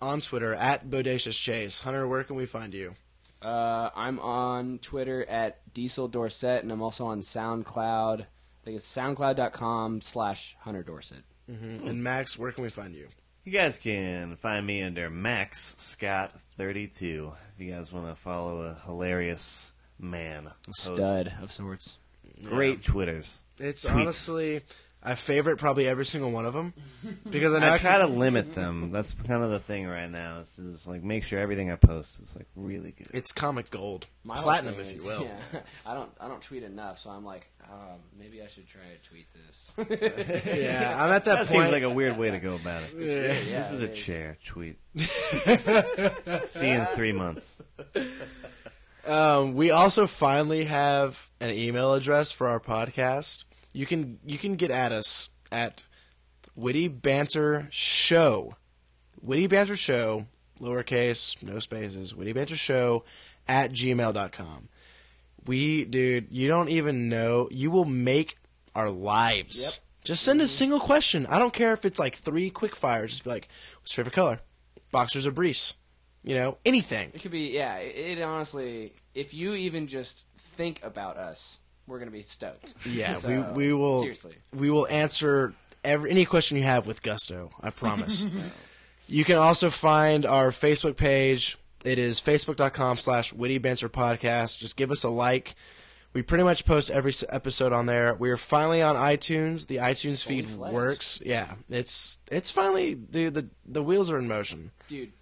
Speaker 1: on Twitter at Bodacious Chase. Hunter, where can we find you?
Speaker 2: Uh, I'm on Twitter at Diesel Dorset, and I'm also on SoundCloud. I think it's soundcloud.com slash Hunter Dorset.
Speaker 1: Mm-hmm. And Max, where can we find you?
Speaker 3: You guys can find me under Max Scott thirty two. If you guys want to follow a hilarious man, post
Speaker 2: Stud of sorts.
Speaker 3: great twitters.
Speaker 1: It's
Speaker 3: Tweets.
Speaker 1: honestly, I favorite probably every single one of them because I know
Speaker 3: I
Speaker 1: I
Speaker 3: try
Speaker 1: can-
Speaker 3: to limit them. That's kind of the thing right now. Is just like make sure everything I post is like really good.
Speaker 1: it's comic gold,
Speaker 2: My whole
Speaker 1: platinum,
Speaker 2: thing
Speaker 1: if you
Speaker 2: is-
Speaker 1: will.
Speaker 2: yeah, I don't I don't tweet enough, so I'm like, um, maybe I should try to tweet this.
Speaker 1: Yeah, I'm at that,
Speaker 3: that
Speaker 1: point.
Speaker 3: seems like a weird way to go about it.
Speaker 1: Yeah.
Speaker 2: weird, yeah,
Speaker 3: this is a
Speaker 2: it is.
Speaker 3: chair tweet. See you in three months.
Speaker 1: Um, we also finally have an email address for our podcast. You can you can get at us at witty banter show, witty banter show, lowercase, no spaces, witty banter show at gmail.com. We, dude, you don't even know. You will make our lives. Just send a single question. I don't care if it's like three quick fires. Just be like, what's your favorite color? Boxers or briefs? You know, anything.
Speaker 2: It could be, yeah. It, it honestly, if you even just think about us, we're gonna be stoked.
Speaker 1: Yeah,
Speaker 2: So,
Speaker 1: we, we will
Speaker 2: seriously.
Speaker 1: we will answer every any question you have with gusto. I promise. you can also find our Facebook page. It is facebook.com slash witty banter podcast. Just give us a like. We pretty much post every s- episode on there. We are finally on iTunes. The iTunes
Speaker 2: Holy
Speaker 1: feed
Speaker 2: flames.
Speaker 1: works. Yeah, it's it's finally dude. The the wheels are in motion.
Speaker 2: Dude,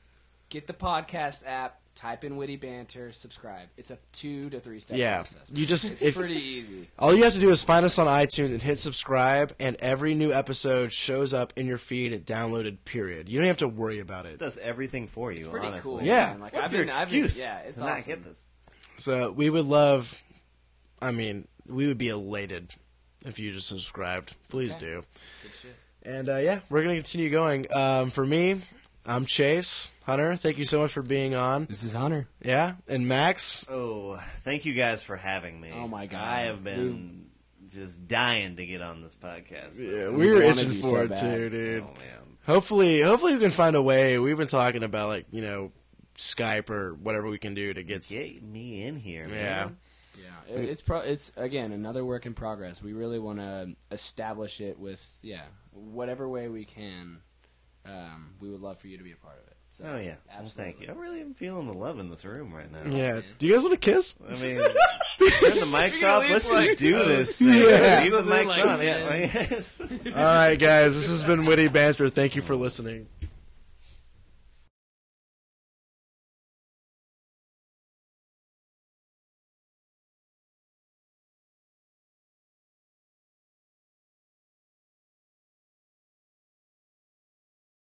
Speaker 2: get the podcast app. Type in witty banter. Subscribe. It's a two to three step
Speaker 1: Yeah,
Speaker 2: process.
Speaker 1: you just
Speaker 2: it's
Speaker 1: if-
Speaker 2: pretty easy.
Speaker 1: All you have to do is find us on iTunes and hit subscribe, and every new episode shows up in your feed at downloaded period. You don't have to worry about
Speaker 3: It
Speaker 1: it.
Speaker 3: does everything for you.
Speaker 2: It's pretty
Speaker 3: honestly.
Speaker 2: cool.
Speaker 1: Yeah.
Speaker 2: man. Like,
Speaker 3: What's
Speaker 2: I've
Speaker 3: your
Speaker 2: been, I've been-
Speaker 3: excuse
Speaker 2: yeah, it's
Speaker 3: to
Speaker 2: awesome.
Speaker 3: not get this?
Speaker 1: So we would love, I mean, we would be elated if you just subscribed. Please
Speaker 2: Okay.
Speaker 1: do.
Speaker 2: Good shit.
Speaker 1: And uh, yeah, we're going to continue going. Um, for me, I'm Chase. Hunter, thank you so much for being on.
Speaker 2: This is Hunter.
Speaker 1: Yeah, and Max.
Speaker 3: Oh, thank you guys for having me.
Speaker 2: Oh, my God.
Speaker 3: I have been just dying to get on this podcast.
Speaker 1: Yeah,
Speaker 2: We
Speaker 1: we were
Speaker 2: wanted
Speaker 1: itching
Speaker 2: you
Speaker 1: for
Speaker 2: so
Speaker 1: it
Speaker 2: bad.
Speaker 1: too,
Speaker 3: Oh,
Speaker 1: dude.
Speaker 3: man.
Speaker 1: Hopefully, hopefully we can find a way. We've been talking about like you know Skype or whatever we can do to get. s-
Speaker 3: Get me in here,
Speaker 1: Yeah.
Speaker 3: man.
Speaker 2: Yeah, it, it's pro- it's again another work in progress. We really want to establish it with yeah, whatever way we can. Um, we would love for you to be a part of it. So,
Speaker 3: Oh, yeah. Well,
Speaker 2: absolutely.
Speaker 3: thank you. I really am feeling the love in this room right now.
Speaker 1: Yeah. Do you guys want to kiss?
Speaker 3: I mean, turn the mics
Speaker 2: You're
Speaker 3: off.
Speaker 2: at
Speaker 3: Let's
Speaker 2: least like-
Speaker 3: just do this thing.
Speaker 1: Yeah.
Speaker 3: Leave the
Speaker 2: Something
Speaker 3: mics
Speaker 2: like
Speaker 3: on.
Speaker 2: that.
Speaker 3: Yeah.
Speaker 1: All right, guys. This has been witty banter. Thank you for listening.